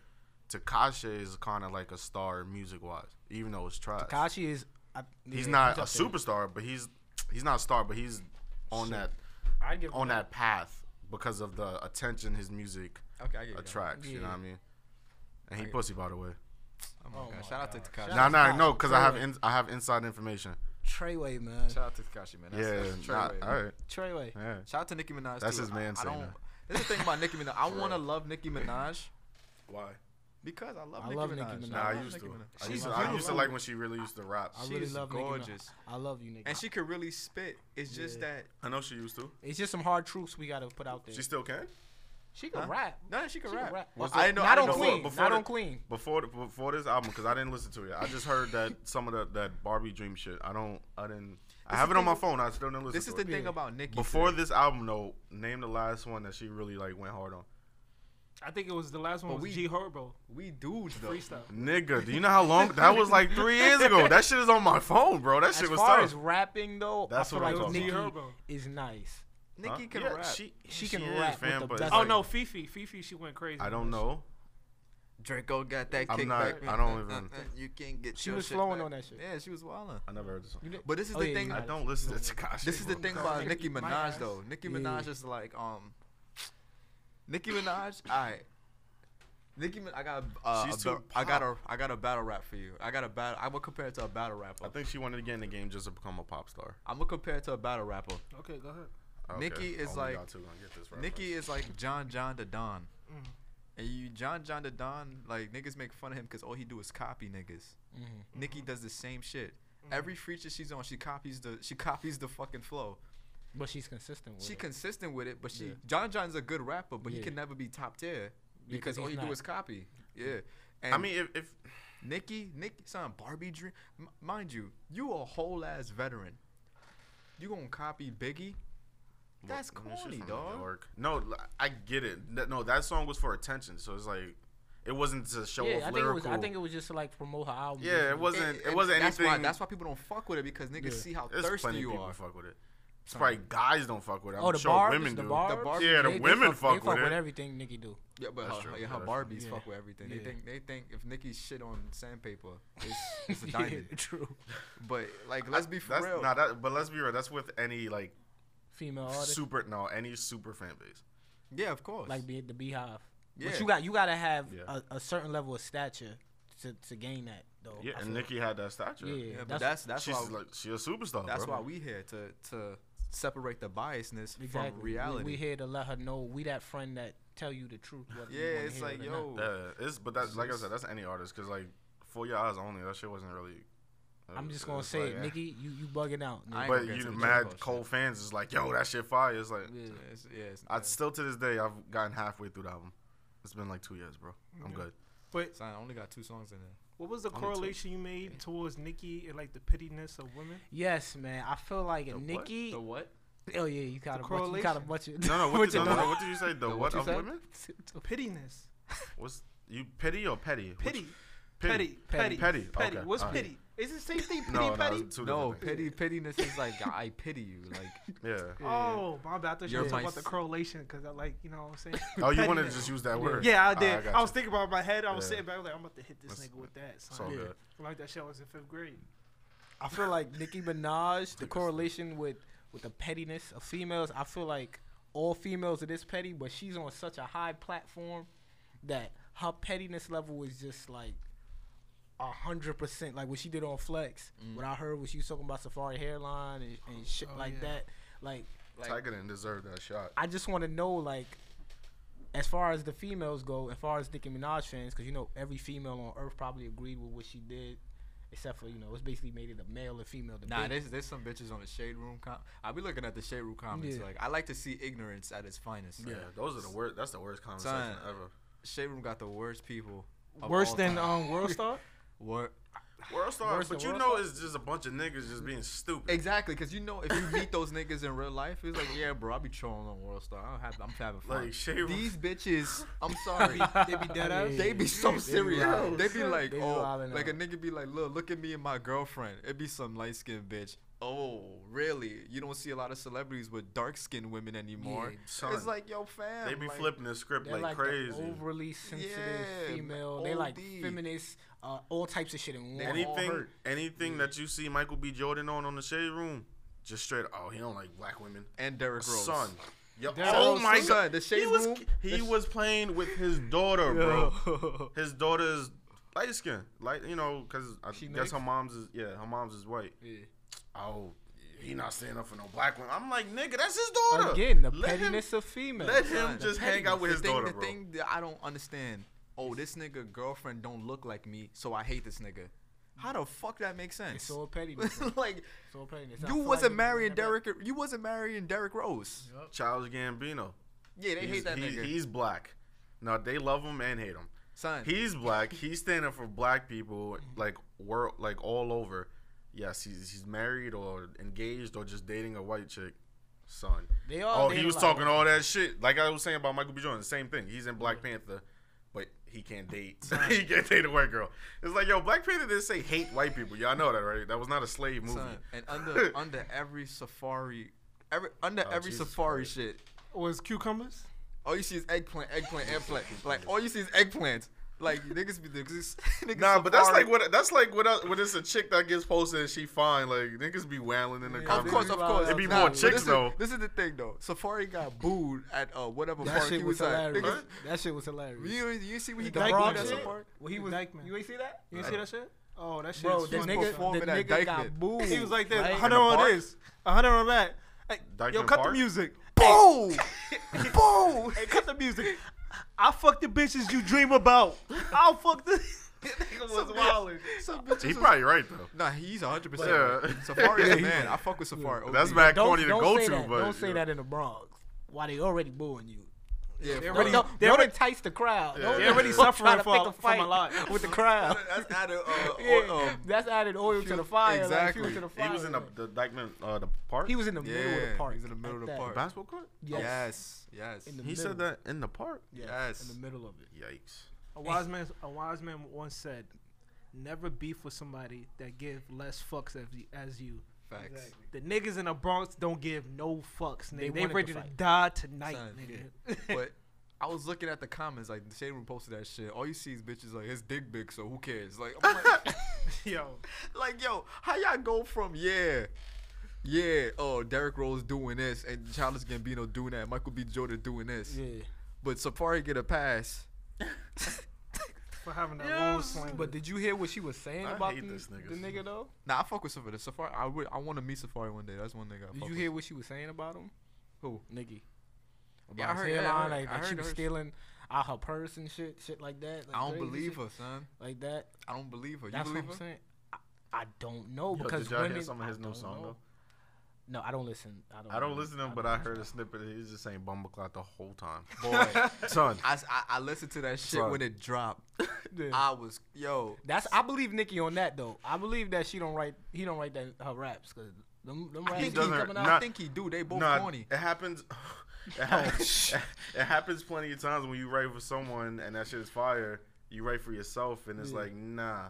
Speaker 1: Takashi is kind of like a star music wise, even though it's trash.
Speaker 3: Kashi is. I,
Speaker 1: he's
Speaker 3: yeah,
Speaker 1: not a
Speaker 3: up there.
Speaker 1: superstar, but he's he's not a star, but he's on that
Speaker 3: I'd give him
Speaker 1: on that path because of the attention his music
Speaker 4: Okay, I get you.
Speaker 1: attracts. You know what I
Speaker 3: Yeah.
Speaker 1: mean? And he
Speaker 4: I-
Speaker 1: pussy by the way.
Speaker 4: Oh my
Speaker 3: Oh
Speaker 4: god!
Speaker 3: my
Speaker 4: Shout out to
Speaker 3: God.
Speaker 4: Takashi.
Speaker 3: Shout
Speaker 1: Nah,
Speaker 3: out
Speaker 1: nah,
Speaker 3: to
Speaker 1: no,
Speaker 3: Takashi.
Speaker 1: because I have
Speaker 3: Trayway.
Speaker 1: in, I have inside information.
Speaker 3: Treyway, man.
Speaker 4: Shout out to Takashi, man. That's,
Speaker 1: yeah,
Speaker 4: that's Trey
Speaker 1: nah,
Speaker 4: Wade.
Speaker 1: all right,
Speaker 3: Treyway.
Speaker 1: yeah.
Speaker 4: Shout out to Nicki Minaj.
Speaker 1: That's
Speaker 4: too.
Speaker 1: his man
Speaker 4: I, I
Speaker 1: saying
Speaker 4: don't.
Speaker 1: that.
Speaker 4: This is the thing about Nicki Minaj. I want to love Nicki Minaj
Speaker 1: Why?
Speaker 4: because I love
Speaker 3: I
Speaker 4: Nicki
Speaker 3: love Nicki
Speaker 4: Minaj.
Speaker 3: Minaj.
Speaker 1: Nah,
Speaker 3: I
Speaker 1: I,
Speaker 3: love
Speaker 1: used to. I
Speaker 4: She's
Speaker 1: used to, I used to
Speaker 4: beautiful.
Speaker 1: like when she really used to rap.
Speaker 3: I
Speaker 4: She's
Speaker 3: really love Nicki Minaj.
Speaker 4: gorgeous,
Speaker 3: I love you, nigga.
Speaker 4: and she could really spit. It's just that
Speaker 1: I know she used to.
Speaker 3: it's just some hard truths we gotta put out there.
Speaker 1: She still can.
Speaker 3: she can
Speaker 4: Huh?
Speaker 3: rap.
Speaker 4: no, she could
Speaker 3: She
Speaker 4: rap.
Speaker 3: can rap.
Speaker 1: Was
Speaker 3: I
Speaker 1: it-
Speaker 3: didn't know.
Speaker 1: I
Speaker 3: Not
Speaker 1: didn't
Speaker 3: on
Speaker 1: know-
Speaker 3: Queen.
Speaker 1: before
Speaker 3: Not
Speaker 1: the-
Speaker 3: on Queen.
Speaker 1: Before the, before this album, because I didn't listen to it. I just heard that some of the, that Barbie Dream shit. I don't. I didn't. I
Speaker 4: This
Speaker 1: have
Speaker 4: is
Speaker 1: it on
Speaker 4: the-
Speaker 1: my phone. I still didn't listen.
Speaker 4: This
Speaker 1: to
Speaker 4: is the
Speaker 1: it.
Speaker 4: thing about Nicki.
Speaker 1: Before
Speaker 4: today.
Speaker 1: this album, though, name the last one that she really like went hard on.
Speaker 2: I think it was the last one was
Speaker 4: But we-
Speaker 2: G Herbo
Speaker 4: we dudes though.
Speaker 2: freestyle.
Speaker 1: Nigga, do you know how long that was? Like three years ago. That shit is on my phone, bro. That
Speaker 3: As
Speaker 1: shit was
Speaker 3: far
Speaker 1: tough.
Speaker 3: as rapping though,
Speaker 1: That's
Speaker 3: I feel
Speaker 1: what I'm
Speaker 3: like
Speaker 1: talking
Speaker 3: Nicki
Speaker 2: about. Herbo.
Speaker 3: is nice.
Speaker 1: Huh?
Speaker 4: Nicki can
Speaker 1: Yeah,
Speaker 4: rap.
Speaker 1: She,
Speaker 3: She can rap with the
Speaker 1: but it's
Speaker 3: best-
Speaker 2: Oh
Speaker 1: like,
Speaker 2: no, Fifi, Fifi, she went crazy.
Speaker 1: I don't know.
Speaker 4: Draco got that
Speaker 1: I'm
Speaker 4: kickback.
Speaker 1: not- I don't even-
Speaker 4: you can get.
Speaker 3: She
Speaker 4: your
Speaker 3: was
Speaker 4: shit
Speaker 3: flowing
Speaker 4: back.
Speaker 3: on that shit.
Speaker 4: Yeah, she was wilding.
Speaker 1: I never heard this song.
Speaker 3: You didn't-
Speaker 4: But this is
Speaker 3: Oh,
Speaker 4: the
Speaker 3: yeah,
Speaker 4: thing.
Speaker 3: you
Speaker 1: I
Speaker 3: got it.
Speaker 1: don't listen to Takashi.
Speaker 4: This is the thing about Nicki
Speaker 2: My
Speaker 4: Minaj
Speaker 2: ass.
Speaker 4: though. Nicki
Speaker 3: Yeah.
Speaker 4: Minaj is like um. Nicki Minaj, I. Nicki, Min- I got a, uh,
Speaker 1: She's
Speaker 4: a,
Speaker 1: too
Speaker 4: ba- I got a I got a battle rap for you. I got a battle. I'm gonna compare it to a battle rapper.
Speaker 1: I think she wanted to get in the game just to become a pop star.
Speaker 4: I'm gonna compare it to a battle rapper.
Speaker 2: Okay, go ahead.
Speaker 4: Nicki is
Speaker 1: Only y'all
Speaker 4: like-
Speaker 1: two gonna get this reference.
Speaker 4: Nicki is like John John the Don, and you John John the Don like niggas make fun of him because all he do is copy niggas.
Speaker 3: Mm-hmm.
Speaker 4: Nicki does the same shit. Every feature she's on, she copies the she copies the fucking flow.
Speaker 3: But she's consistent with
Speaker 4: She
Speaker 3: it.
Speaker 4: consistent with it, but she
Speaker 3: Yeah.
Speaker 4: John John's a good rapper, but he
Speaker 3: Yeah.
Speaker 4: can never be top tier
Speaker 3: Yeah,
Speaker 4: because
Speaker 3: 'cause
Speaker 4: all
Speaker 3: he's
Speaker 4: he do
Speaker 3: not.
Speaker 4: is copy. Yeah. And
Speaker 1: I mean, if, if
Speaker 4: Nikki, Nikki, son, Barbie Dream, M- mind you, you a whole ass veteran. You gonna copy Biggie? That's
Speaker 1: I mean, she's
Speaker 4: corny,
Speaker 1: from New
Speaker 4: dog.
Speaker 1: York. No, l- I get it. Th- No, that song was for attention, so it's like it wasn't to show
Speaker 3: yeah,
Speaker 1: off
Speaker 3: I think it was.
Speaker 1: lyrical.
Speaker 3: I think it was just to, like promote her album.
Speaker 1: yeah, it wasn't. It,
Speaker 4: and
Speaker 1: wasn't
Speaker 4: that's
Speaker 1: anything.
Speaker 4: Why, that's why people don't fuck with it because niggas
Speaker 3: Yeah.
Speaker 4: see how
Speaker 1: There's
Speaker 4: thirsty
Speaker 1: plenty
Speaker 4: you
Speaker 1: people
Speaker 4: are.
Speaker 1: fuck with it. It's probably guys don't fuck with it. I'm
Speaker 3: Oh, the
Speaker 1: sure
Speaker 3: barbs,
Speaker 1: women
Speaker 3: the
Speaker 1: do.
Speaker 3: barbs.
Speaker 4: barbs,
Speaker 1: yeah, the
Speaker 3: They- they
Speaker 1: women fuck,
Speaker 3: they fuck
Speaker 1: with
Speaker 3: with
Speaker 1: it.
Speaker 3: everything Nicki do.
Speaker 4: Yeah, but
Speaker 1: That's
Speaker 4: her,
Speaker 1: true,
Speaker 4: yeah, her
Speaker 1: that's true.
Speaker 4: Barbies
Speaker 3: Yeah.
Speaker 4: fuck with everything. They
Speaker 3: Yeah.
Speaker 4: think they think if Nikki shit on sandpaper, it's, it's a diamond.
Speaker 3: Yeah, true.
Speaker 4: But like, let's be for
Speaker 1: that's,
Speaker 4: real.
Speaker 1: Nah, that, but let's be real. That's with any like
Speaker 3: Female artist,
Speaker 1: super no any super fan base.
Speaker 4: yeah, of course.
Speaker 3: like be the Beehive.
Speaker 4: Yeah.
Speaker 3: But you got you gotta have
Speaker 1: Yeah.
Speaker 3: a, a certain level of stature to, to gain that though.
Speaker 1: Yeah,
Speaker 3: I
Speaker 1: and
Speaker 3: feel.
Speaker 1: Nicki had that stature.
Speaker 3: Yeah,
Speaker 4: yeah, but
Speaker 3: that's,
Speaker 4: that's that's
Speaker 1: she's
Speaker 4: why
Speaker 1: like she a superstar.
Speaker 4: That's
Speaker 1: bro.
Speaker 4: why we here to to separate the biasness
Speaker 3: exactly.
Speaker 4: from
Speaker 3: We-
Speaker 4: reality.
Speaker 3: We, here to let her know we that friend that tell you the truth. whether you
Speaker 4: yeah,
Speaker 3: wanna
Speaker 4: it's
Speaker 3: hear
Speaker 4: like
Speaker 3: it or not.
Speaker 4: yo,
Speaker 1: Yeah, it's but that's like I said, that's any artist because like for your eyes only, that shit wasn't really.
Speaker 3: I'm just
Speaker 1: it's
Speaker 3: gonna say it,
Speaker 1: like, eh.
Speaker 3: Nikki. You you bugging out.
Speaker 4: I
Speaker 3: nigga.
Speaker 4: ain't
Speaker 1: But
Speaker 4: gonna get
Speaker 1: you
Speaker 4: into the
Speaker 1: mad
Speaker 4: J. Cole
Speaker 1: Cole
Speaker 4: shit.
Speaker 1: fans is like, yo, that shit fire. It's like
Speaker 3: Yeah.
Speaker 4: It's- yeah, it's-
Speaker 1: I still to this day I've gotten halfway through the album. It's been like two years, bro. I'm
Speaker 2: Yeah.
Speaker 1: good.
Speaker 2: But
Speaker 4: Son, I only got two songs in there.
Speaker 2: what was the
Speaker 1: Only two.
Speaker 2: correlation you made towards Nikki and like the pittiness of women?
Speaker 3: Yes, man. I feel like
Speaker 1: The what?
Speaker 3: Nikki.
Speaker 6: The what?
Speaker 3: Oh yeah, you got a bunch. You got a
Speaker 2: correlation.
Speaker 3: bunch of.
Speaker 1: No, no, what
Speaker 3: bunch
Speaker 1: did, no,
Speaker 3: of
Speaker 1: no, no. What did you say? The,
Speaker 6: The
Speaker 1: what
Speaker 6: what you
Speaker 1: of
Speaker 6: said?
Speaker 1: women?
Speaker 2: Pittiness,
Speaker 1: What's you pity or petty? Which-
Speaker 2: pity, petty, petty,
Speaker 3: Petty.
Speaker 1: Petty,
Speaker 2: petty. Uh,
Speaker 1: okay,
Speaker 2: What's
Speaker 1: alright.
Speaker 2: pity? Is it the same thing? Pity,
Speaker 1: No, no,
Speaker 2: petty.
Speaker 1: it's two
Speaker 6: No,
Speaker 1: different things.
Speaker 6: pity pittiness is like I pity you. Like
Speaker 1: Yeah.
Speaker 2: Oh, my bad. I thought you
Speaker 6: You're
Speaker 2: were talking
Speaker 6: my
Speaker 2: about the
Speaker 6: s-
Speaker 2: correlation because I like, you know what I'm saying?
Speaker 1: Oh, you wanted to
Speaker 2: Pettiness.
Speaker 1: just use that word?
Speaker 2: Yeah, Ah, I
Speaker 1: Alright,
Speaker 2: did. I,
Speaker 1: got
Speaker 2: was
Speaker 1: you.
Speaker 2: thinking about it in my head. I was
Speaker 1: Yeah.
Speaker 2: sitting back like, I'm about to hit this
Speaker 1: That's-
Speaker 2: nigga with that.
Speaker 1: It's all
Speaker 2: Son.
Speaker 3: Yeah.
Speaker 1: good.
Speaker 2: Like that shit was in fifth grade.
Speaker 3: I feel like Nicki Minaj. The correlation with with the pettiness of females. I feel like all females are this petty, but she's on such a high platform that her pettiness level is just like a hundred percent. Like what she did on Flex. What I heard was she was talking about Safari hairline and, and shit
Speaker 2: Oh,
Speaker 3: like
Speaker 2: yeah.
Speaker 3: that. Like
Speaker 1: Tiger didn't deserve that shot.
Speaker 3: I just want to know, like, as far as the females go, as far as Nicki Minaj fans, because you know every female on earth probably agreed with what she did, except for you know it's basically made it a male and female debate.
Speaker 4: Nah, there's there's some bitches on the shade room. Com- I be looking at the shade room comments.
Speaker 3: Yeah.
Speaker 4: Like I like to see ignorance at its finest.
Speaker 1: Yeah,
Speaker 4: Like,
Speaker 1: those are the worst. That's the worst conversation
Speaker 4: Son.
Speaker 1: ever.
Speaker 4: shade room got the worst people. of
Speaker 3: worse
Speaker 4: all
Speaker 3: than
Speaker 4: time.
Speaker 3: um, World Star.
Speaker 4: Wor-
Speaker 1: World stars,
Speaker 3: Worst
Speaker 1: but
Speaker 3: of
Speaker 1: you
Speaker 3: world
Speaker 1: know, it's just a bunch of niggas just being stupid.
Speaker 4: Exactly, because you know if you meet those niggas in real life, it's like, yeah, bro, I be trolling on World Star. I don't have, I'm having fun.
Speaker 1: Like shade room-
Speaker 4: These bitches, I'm sorry,
Speaker 3: they be dead ass.
Speaker 4: they be so serious.
Speaker 3: wildin'.
Speaker 4: They be like,
Speaker 3: They be
Speaker 4: oh,
Speaker 3: wildin'
Speaker 4: like a
Speaker 3: out.
Speaker 4: nigga be like, look, look at me and my girlfriend. It be some light skinned bitch. Oh, really? You don't see a lot of celebrities with dark skinned women anymore.
Speaker 3: Yeah.
Speaker 1: Son,
Speaker 4: It's like, yo, fam.
Speaker 1: they be
Speaker 4: like-
Speaker 1: flipping the script
Speaker 3: They're
Speaker 1: like,
Speaker 3: like, the
Speaker 1: crazy.
Speaker 3: overly sensitive
Speaker 4: Yeah,
Speaker 3: female. They like
Speaker 4: OD.
Speaker 3: feminists, uh, all types of shit in one.
Speaker 4: Any- all
Speaker 1: anything,
Speaker 4: hurt.
Speaker 1: anything that you see Michael B. Jordan on on the shade room, just straight. Oh, he don't like black women.
Speaker 4: And Derrick Rose.
Speaker 1: Son, yo,
Speaker 4: Derrick
Speaker 1: oh
Speaker 4: Rose,
Speaker 1: my
Speaker 4: son,
Speaker 1: god,
Speaker 4: the shade
Speaker 1: he was
Speaker 4: room,
Speaker 1: he
Speaker 4: the sh-
Speaker 1: was playing with his daughter, bro. His daughter's light skin, like you know, because I
Speaker 3: She
Speaker 1: guess
Speaker 3: mixed?
Speaker 1: her mom's is yeah, her mom's is white. Oh, he not standing up for no black women. I'm like, nigga, that's his daughter.
Speaker 3: Again, the
Speaker 1: Let him-
Speaker 3: pettiness of females.
Speaker 1: let him
Speaker 4: Son,
Speaker 1: just
Speaker 4: the
Speaker 1: hang out with his
Speaker 4: pettiness. the thing,
Speaker 1: daughter,
Speaker 4: The
Speaker 1: bro.
Speaker 4: thing that I don't understand. Oh, this nigga girlfriend don't look like me, so I hate this nigga. How the fuck that makes sense?
Speaker 3: It's all pettiness. man.
Speaker 4: like
Speaker 3: It's all pettiness. I
Speaker 4: you
Speaker 3: feel like
Speaker 4: wasn't
Speaker 3: they be
Speaker 4: marrying
Speaker 3: bringing that back.
Speaker 4: Derrick. You wasn't marrying Derrick Rose.
Speaker 1: Charles Gambino.
Speaker 4: Yeah, they
Speaker 1: He's-
Speaker 4: hate that
Speaker 1: he-
Speaker 4: nigga.
Speaker 1: He's black. No, they love him and hate him.
Speaker 4: Son,
Speaker 1: He's black. He's standing for black people, like world, like all over. Yes, he's he's married or engaged or just dating a white chick. Son.
Speaker 3: They all
Speaker 1: Oh, he
Speaker 3: dating
Speaker 1: was
Speaker 3: like-
Speaker 1: talking all that shit. Like I was saying about Michael B. Jordan, the same thing. He's in Black Panther, but he can't date. he can't date a white girl. It's like yo, Black Panther didn't say hate white people. Y'all know that, right? That was not a slave movie.
Speaker 4: son, and under under every safari, every under
Speaker 1: Oh,
Speaker 4: every
Speaker 1: Jesus
Speaker 4: safari
Speaker 1: Christ.
Speaker 4: shit,
Speaker 2: Was cucumbers?
Speaker 4: all you see is eggplant, eggplant, eggplant. Like all you see is eggplants. Like niggas be niggas. niggas
Speaker 1: Nah, but that's
Speaker 4: safari-
Speaker 1: like what that's like what I- when it's a chick that gets posted and she fine. Like niggas be wailing in the
Speaker 4: Of
Speaker 1: comments.
Speaker 4: course, of course.
Speaker 1: It'd be
Speaker 4: Nah,
Speaker 1: more
Speaker 4: but
Speaker 1: chicks,
Speaker 4: this is-
Speaker 1: though.
Speaker 4: This is the thing though. Safari got booed at uh whatever
Speaker 3: That
Speaker 4: park
Speaker 3: shit
Speaker 4: he
Speaker 3: was
Speaker 4: was at.
Speaker 3: hilarious.
Speaker 4: Niggas,
Speaker 3: That shit was hilarious.
Speaker 4: you, you see what he
Speaker 3: The
Speaker 4: got
Speaker 3: Bronx
Speaker 4: booed at
Speaker 3: shit?
Speaker 4: Safari?
Speaker 3: Well, he
Speaker 2: The
Speaker 3: was.
Speaker 2: Dykeman.
Speaker 3: You ain't see that?
Speaker 2: You ain't see that shit? Oh, that shit.
Speaker 3: Bro,
Speaker 2: Bro,
Speaker 3: the
Speaker 4: was
Speaker 3: nigga,
Speaker 4: performing
Speaker 3: the
Speaker 4: at
Speaker 3: nigga got
Speaker 4: Dykeman.
Speaker 3: booed.
Speaker 2: He was like this.
Speaker 3: right?
Speaker 2: A hundred
Speaker 4: the
Speaker 2: on
Speaker 4: park?
Speaker 2: this. a hundred on that. Hey, yo,
Speaker 1: Dykeman
Speaker 2: cut
Speaker 1: Park?
Speaker 2: the music.
Speaker 4: Boo!
Speaker 2: Boom. Hey, cut the music. I fuck the bitches you dream about. I'll fuck the. nigga was wildin'.
Speaker 4: Some bitches
Speaker 1: He
Speaker 4: was-
Speaker 1: probably right though.
Speaker 4: Nah, he's 100. percent
Speaker 1: Yeah.
Speaker 4: right. Safari is a
Speaker 1: Yeah,
Speaker 4: man. I fuck with Safari.
Speaker 1: That's
Speaker 4: OD.
Speaker 1: mad
Speaker 3: Don't,
Speaker 1: corny to
Speaker 3: don't
Speaker 1: go
Speaker 3: say
Speaker 1: to,
Speaker 3: that.
Speaker 1: but
Speaker 3: don't say
Speaker 1: you know.
Speaker 3: that in the Bronx. Why they already booing you?
Speaker 4: Yeah,
Speaker 2: They're
Speaker 4: fuck
Speaker 2: already-
Speaker 3: Don't, don't,
Speaker 2: they're already-
Speaker 3: entice the crowd.
Speaker 1: Yeah.
Speaker 3: Don't
Speaker 1: They're already
Speaker 3: don't try
Speaker 2: suffering
Speaker 3: to
Speaker 2: for-
Speaker 3: pick a
Speaker 2: from a
Speaker 3: fight
Speaker 2: lot.
Speaker 3: with the crowd.
Speaker 4: That's out of uh,
Speaker 3: Yeah,
Speaker 4: or, um,
Speaker 3: that's added oil to
Speaker 4: fuel-
Speaker 3: the fire. like,
Speaker 4: exactly.
Speaker 3: fuel to the fire.
Speaker 1: He was in the the Dykeman uh, the park.
Speaker 3: He was in the middle of
Speaker 4: Yeah,
Speaker 3: the park.
Speaker 4: he was in the middle
Speaker 3: like
Speaker 4: of the
Speaker 3: that.
Speaker 4: park.
Speaker 1: basketball court.
Speaker 3: Yes.
Speaker 4: yes, yes.
Speaker 3: In the
Speaker 1: He said
Speaker 3: middle.
Speaker 1: that in the park.
Speaker 4: Yes.
Speaker 3: In the middle of it.
Speaker 1: Yikes.
Speaker 2: A wise man, a wise man once said, "Never beef with somebody that give less fucks as you." As you.
Speaker 4: Facts.
Speaker 2: The niggas in the Bronx don't give no fucks,
Speaker 3: They
Speaker 2: nigga. They,
Speaker 3: wanted to
Speaker 2: ready to,
Speaker 3: fight.
Speaker 2: die tonight,
Speaker 4: Son,
Speaker 2: nigga.
Speaker 4: But I was looking at the comments, like the shade room posted that shit. All you see is bitches like it's dick big, so who cares? Like, I'm like,
Speaker 2: Yo,
Speaker 4: like, yo, how y'all go from yeah, yeah, oh Derrick Rose doing this and Charles Gambino doing that, Michael B. Jordan doing this,
Speaker 3: Yeah.
Speaker 4: but Safari get a pass.
Speaker 2: for having that long sling.
Speaker 3: But did you hear what she was saying
Speaker 1: I
Speaker 3: about
Speaker 1: hate
Speaker 3: the,
Speaker 1: this nigga
Speaker 3: the
Speaker 1: so
Speaker 3: nigga though?
Speaker 4: Nah, I fuck with Safari. Safari, I would, I want to meet Safari one day. That's one nigga. I
Speaker 3: Did
Speaker 4: fuck
Speaker 3: you
Speaker 4: with.
Speaker 3: hear what she was saying about him?
Speaker 4: Who?
Speaker 3: Nigga. About
Speaker 4: Yeah, I
Speaker 3: his
Speaker 4: heard- yeah, I
Speaker 3: hairline,
Speaker 4: heard-
Speaker 3: like,
Speaker 4: I
Speaker 3: like she
Speaker 4: heard
Speaker 3: was
Speaker 4: her-
Speaker 3: stealing out her purse and shit, shit like that. like
Speaker 4: I don't
Speaker 3: crazy
Speaker 4: believe
Speaker 3: shit
Speaker 4: her, son.
Speaker 3: Like that.
Speaker 4: I don't believe her. You
Speaker 3: That's what
Speaker 4: believe
Speaker 3: I'm
Speaker 4: her?
Speaker 3: saying. I, I don't know
Speaker 1: Yo,
Speaker 3: because
Speaker 1: did y'all
Speaker 3: women.
Speaker 1: hear some of his
Speaker 3: I
Speaker 1: new
Speaker 3: don't
Speaker 1: song
Speaker 3: know.
Speaker 1: though?
Speaker 3: No, I don't listen. I don't.
Speaker 1: I don't listen to him, but I heard a snippet. and He's just saying Bumbleclot the whole time.
Speaker 4: Boy,
Speaker 1: Son,
Speaker 4: I, s- I- I listened to that shit
Speaker 1: Son.
Speaker 4: when it dropped.
Speaker 3: Yeah.
Speaker 4: I was yo.
Speaker 3: That's I believe Nicki on that though. I believe that she don't write. He don't write that her raps because them, them raps.
Speaker 4: I think he,
Speaker 1: doesn't-
Speaker 4: coming out. I
Speaker 1: not-
Speaker 4: think he do. They both
Speaker 1: nah,
Speaker 4: corny.
Speaker 1: it happens.
Speaker 3: Oh,
Speaker 1: It, happens it happens plenty of times when you write for someone and that shit is fire. You write for yourself and it's like nah.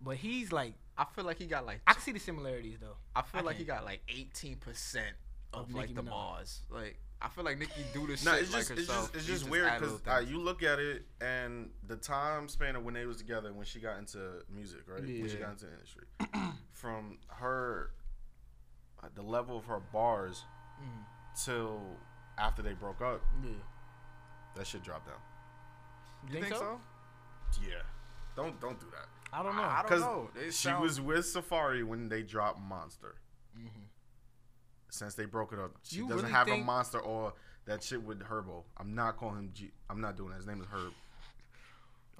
Speaker 3: But he's like,
Speaker 4: I feel like he got like.
Speaker 3: I can see the similarities though.
Speaker 4: I feel like he got like 18 percent of,
Speaker 3: Of Nicki
Speaker 4: like the
Speaker 3: Minaj.
Speaker 4: bars. Like I feel like Nicki do this
Speaker 1: No,
Speaker 4: shit
Speaker 1: it's just,
Speaker 4: like
Speaker 1: it's
Speaker 4: herself.
Speaker 1: just it's
Speaker 4: She
Speaker 1: just weird
Speaker 4: add
Speaker 1: because
Speaker 4: little
Speaker 1: uh,
Speaker 4: things.
Speaker 1: you look at it and the time span of when they was together and when she got into music, right? When she
Speaker 4: Yeah.
Speaker 1: got into the industry, from her uh, the level of her bars
Speaker 4: Mm.
Speaker 1: till after they broke up,
Speaker 3: Yeah.
Speaker 1: that shit dropped down.
Speaker 3: You think, so?
Speaker 1: Yeah, don't don't do that.
Speaker 3: I don't know.
Speaker 4: I, I don't
Speaker 1: Because
Speaker 4: know. They
Speaker 1: she
Speaker 4: sound- Mm-hmm.
Speaker 1: was with Safari when they dropped Monster. Since they broke it up, she
Speaker 3: You
Speaker 1: doesn't
Speaker 3: really
Speaker 1: have a
Speaker 3: think-
Speaker 1: Monster or that shit with Herbo. I'm not calling him G. I'm not doing that. His name is Herb.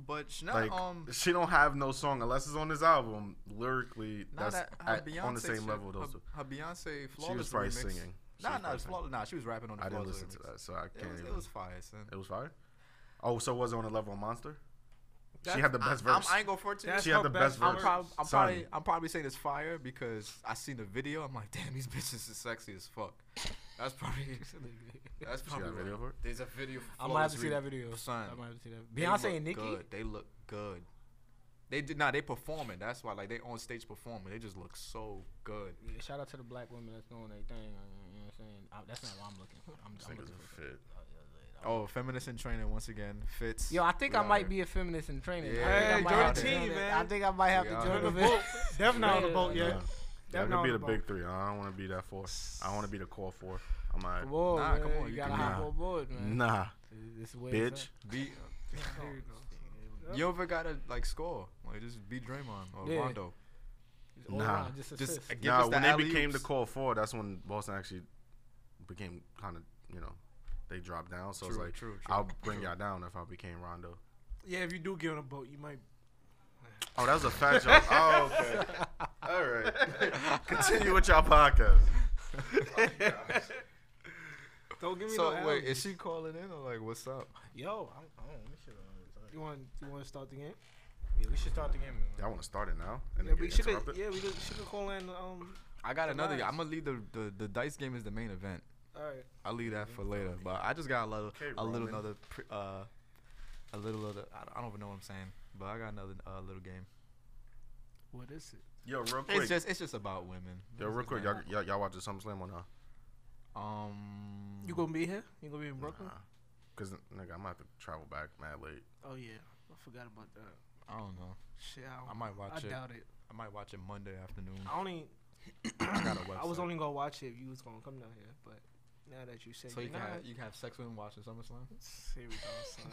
Speaker 4: But sh- not
Speaker 1: Like
Speaker 4: um.
Speaker 1: she don't have no song unless it's on this album. Lyrically,
Speaker 4: Not
Speaker 1: that's
Speaker 4: that, her
Speaker 1: at-
Speaker 4: Beyonce
Speaker 1: on the same
Speaker 4: shit,
Speaker 1: level. Those
Speaker 4: her,
Speaker 1: two.
Speaker 4: her Beyonce flawless
Speaker 1: She was probably
Speaker 4: remix.
Speaker 1: singing. She was
Speaker 4: Nah, nah,
Speaker 1: probably
Speaker 4: it's flawless. Nah, she was rapping on the
Speaker 1: I didn't
Speaker 4: flawless
Speaker 1: listen to
Speaker 4: remix.
Speaker 1: that, so I
Speaker 4: It
Speaker 1: can't.
Speaker 4: was, it
Speaker 1: even-
Speaker 4: was fire, son.
Speaker 1: it was fire. Oh, so was it on the level of Monster? she
Speaker 4: That's-
Speaker 1: had the best
Speaker 4: I, I'm-
Speaker 1: verse.
Speaker 4: I ain't go for it to you.
Speaker 2: That's
Speaker 1: she had
Speaker 2: her
Speaker 1: the best,
Speaker 2: best
Speaker 4: I'm,
Speaker 1: verse.
Speaker 4: prob- I'm
Speaker 1: Son.
Speaker 4: probably I'm probably saying it's fire because I seen the video. I'm like, damn, these bitches is sexy as fuck. That's probably that's
Speaker 1: She
Speaker 4: probably
Speaker 1: got a video
Speaker 4: right.
Speaker 1: for it.
Speaker 4: There's a video. for
Speaker 3: I might have
Speaker 4: Flawless
Speaker 3: to see
Speaker 4: Re-
Speaker 3: that video.
Speaker 4: Son,
Speaker 3: I might have to see that.
Speaker 4: they
Speaker 3: Beyonce
Speaker 4: look
Speaker 3: and Nicki.
Speaker 4: Good. They look good. They did not. Nah, they performing. That's why, like, they on stage performing. They just look so good.
Speaker 3: Yeah, shout out to the black women that's doing their thing. You know what I'm saying? I, that's not what I'm looking for. I'm, I'm
Speaker 1: Niggas
Speaker 3: looking
Speaker 1: are
Speaker 3: for.
Speaker 1: fit.
Speaker 4: Oh, feminist in training once again fits.
Speaker 3: Yo, I think
Speaker 4: We
Speaker 3: I
Speaker 4: out
Speaker 3: might
Speaker 4: here.
Speaker 3: be a feminist in training. I
Speaker 4: Yeah.
Speaker 3: think I
Speaker 4: Hey,
Speaker 3: might
Speaker 4: join
Speaker 3: have
Speaker 4: the
Speaker 3: to
Speaker 2: team,
Speaker 3: join the-
Speaker 2: man.
Speaker 3: I think I might have
Speaker 4: We
Speaker 3: to
Speaker 4: out
Speaker 3: join
Speaker 4: here.
Speaker 3: the
Speaker 2: The boat.
Speaker 3: vote.
Speaker 2: Definitely not on the
Speaker 3: Yeah.
Speaker 2: boat yet.
Speaker 1: Nah. That could
Speaker 2: not
Speaker 1: be
Speaker 2: on
Speaker 1: the
Speaker 2: the
Speaker 1: big three. I don't want to be that four. I want to be the core four. I'm like,
Speaker 3: Whoa,
Speaker 4: Nah,
Speaker 3: man,
Speaker 4: come on,
Speaker 3: you,
Speaker 4: you
Speaker 3: gotta
Speaker 4: can-
Speaker 3: hop
Speaker 1: Nah.
Speaker 3: on board, man.
Speaker 1: nah,
Speaker 3: This is where it's
Speaker 1: bitch.
Speaker 4: Be, you ever gotta like score? Like just be Draymond or
Speaker 3: Yeah.
Speaker 4: Rondo.
Speaker 3: at. All
Speaker 1: Nah.
Speaker 3: around, just
Speaker 4: Just
Speaker 3: assist.
Speaker 4: give
Speaker 1: nah,
Speaker 4: us the
Speaker 1: when they became the
Speaker 4: alley-oops.
Speaker 1: core four, that's when Boston actually became kind of, you know, they dropped down. So it's
Speaker 4: True,
Speaker 1: like,
Speaker 4: true, true,
Speaker 1: I'll bring
Speaker 4: true.
Speaker 1: y'all down if I became Rondo.
Speaker 2: Yeah, if you do get on a boat, you might.
Speaker 1: Oh, that was a fat joke. Oh, okay. All right. Continue with y'all podcast.
Speaker 2: Don't give me
Speaker 4: So
Speaker 2: no. alley.
Speaker 4: wait, is she calling in or like what's up?
Speaker 3: Yo, I'm, I don't, we should, uh,
Speaker 2: you want you want to start the game?
Speaker 3: yeah, we should start the game. Man.
Speaker 1: Y'all want to start it now? And
Speaker 2: Yeah,
Speaker 1: then
Speaker 2: we
Speaker 1: get
Speaker 2: should.
Speaker 1: interrupted?
Speaker 2: Yeah, we could, she could call in. Um,
Speaker 4: I got another.
Speaker 2: Nice.
Speaker 4: I'm gonna leave the, the the dice game is the main event.
Speaker 2: all right.
Speaker 4: I'll leave that for later. But I just got a little
Speaker 1: Okay,
Speaker 4: a little
Speaker 1: Roman.
Speaker 4: another pre, uh a little other. I don't- I don't even know what I'm saying, but I got another uh, little game.
Speaker 2: What is it?
Speaker 1: Yo, real
Speaker 4: It's
Speaker 1: quick.
Speaker 4: just it's just about women.
Speaker 1: Yo, real quick. Y'all, y'all, y'all watching SummerSlam or not?
Speaker 4: Um,
Speaker 2: You gonna be here? You gonna be in Brooklyn?
Speaker 1: Because, nigga, I'm going to have to travel back mad late.
Speaker 2: Oh yeah, I forgot about that.
Speaker 4: I don't know.
Speaker 2: Shit, I,
Speaker 4: I
Speaker 2: don't-
Speaker 4: might
Speaker 2: I
Speaker 4: watch it.
Speaker 2: doubt it.
Speaker 4: I might watch it Monday afternoon.
Speaker 2: I only.
Speaker 4: I got a website.
Speaker 2: I was only gonna watch it if you was gonna come down here, but now that you said
Speaker 4: so you
Speaker 2: you're
Speaker 4: can
Speaker 2: not,
Speaker 4: have, you can have sex with him watching SummerSlam.
Speaker 2: here we go, son.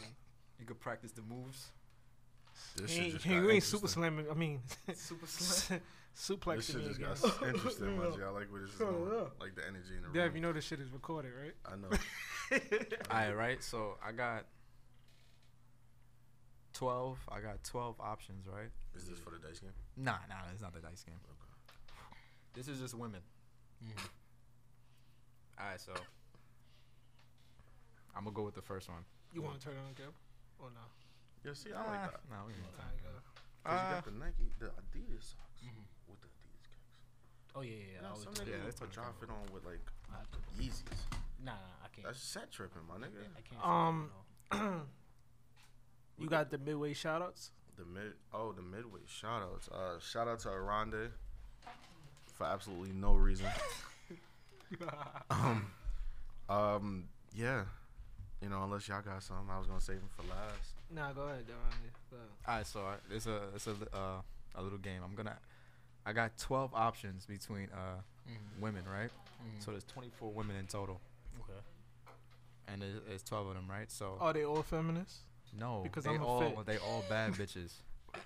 Speaker 4: You could practice the moves.
Speaker 1: This
Speaker 2: Hey,
Speaker 1: shit just
Speaker 2: hey,
Speaker 1: got
Speaker 2: you ain't
Speaker 1: interesting.
Speaker 2: super slamming. I mean,
Speaker 4: Super
Speaker 2: suplex.
Speaker 1: This shit
Speaker 2: me
Speaker 1: just
Speaker 2: again.
Speaker 1: got interesting, man. I like where this is
Speaker 2: Oh,
Speaker 1: going.
Speaker 2: yeah.
Speaker 1: Like the energy in the
Speaker 2: Dev, you
Speaker 1: room.
Speaker 2: know this shit is recorded, right?
Speaker 1: I know.
Speaker 4: All right, right. So I got twelve. I got twelve options, right?
Speaker 1: Is this for the dice game?
Speaker 4: Nah, nah, it's not the dice game. Mm-hmm. This is just women. All right, so I'm gonna go with the first one.
Speaker 2: You want to turn it on, Kev? Or no?
Speaker 1: Yeah, see, I like that. Ah.
Speaker 4: Ah, Nah, we ain't gonna
Speaker 2: Alright, go.
Speaker 1: Cause Ah, you
Speaker 4: Uh,
Speaker 1: got the Nike, the Adidas socks
Speaker 4: Mm-hmm.
Speaker 1: with the Adidas kicks.
Speaker 3: Oh yeah, yeah, yeah.
Speaker 1: You know,
Speaker 3: I would
Speaker 1: some
Speaker 3: do-
Speaker 1: niggas
Speaker 4: yeah,
Speaker 1: will
Speaker 4: that's
Speaker 1: put
Speaker 4: what I'm
Speaker 1: y'all fit on with like
Speaker 3: I have to-
Speaker 1: Yeezys.
Speaker 3: Nah, nah, I can't.
Speaker 1: That's set tripping, my nigga.
Speaker 3: I can't.
Speaker 2: Um,
Speaker 1: Uh,
Speaker 2: you got the midway shoutouts.
Speaker 1: The mid, oh, the midway shoutouts. Uh, shout out to Aronde for absolutely no reason. um, um, yeah, you know, unless y'all got something, I was gonna save them for last.
Speaker 2: Nah, go ahead, Devon. Go ahead.
Speaker 4: All right, so I, it's a it's a li- uh, a little game. I'm gonna. I got 12 options between uh, women, right? So there's 24 women in total,
Speaker 3: Okay.
Speaker 4: and there's, there's 12 of them, right? So
Speaker 2: Are they all feminists?
Speaker 4: no,
Speaker 2: because
Speaker 4: they
Speaker 2: I'm a
Speaker 4: all
Speaker 2: fit.
Speaker 4: they all bad bitches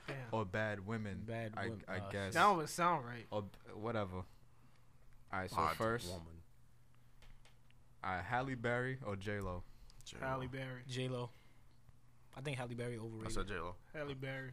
Speaker 2: Damn.
Speaker 4: or bad women.
Speaker 3: Bad
Speaker 4: I,
Speaker 3: wom-
Speaker 4: I
Speaker 3: uh,
Speaker 4: guess.
Speaker 2: That would sound right.
Speaker 4: or b- whatever. All right, so
Speaker 1: Odd
Speaker 4: first, all
Speaker 1: woman,
Speaker 4: right, Halle Berry or J Lo.
Speaker 1: J-Lo.
Speaker 2: Halle Berry.
Speaker 3: J Lo. I think Halle Berry overrated.
Speaker 1: I said J Lo.
Speaker 2: Halle Berry.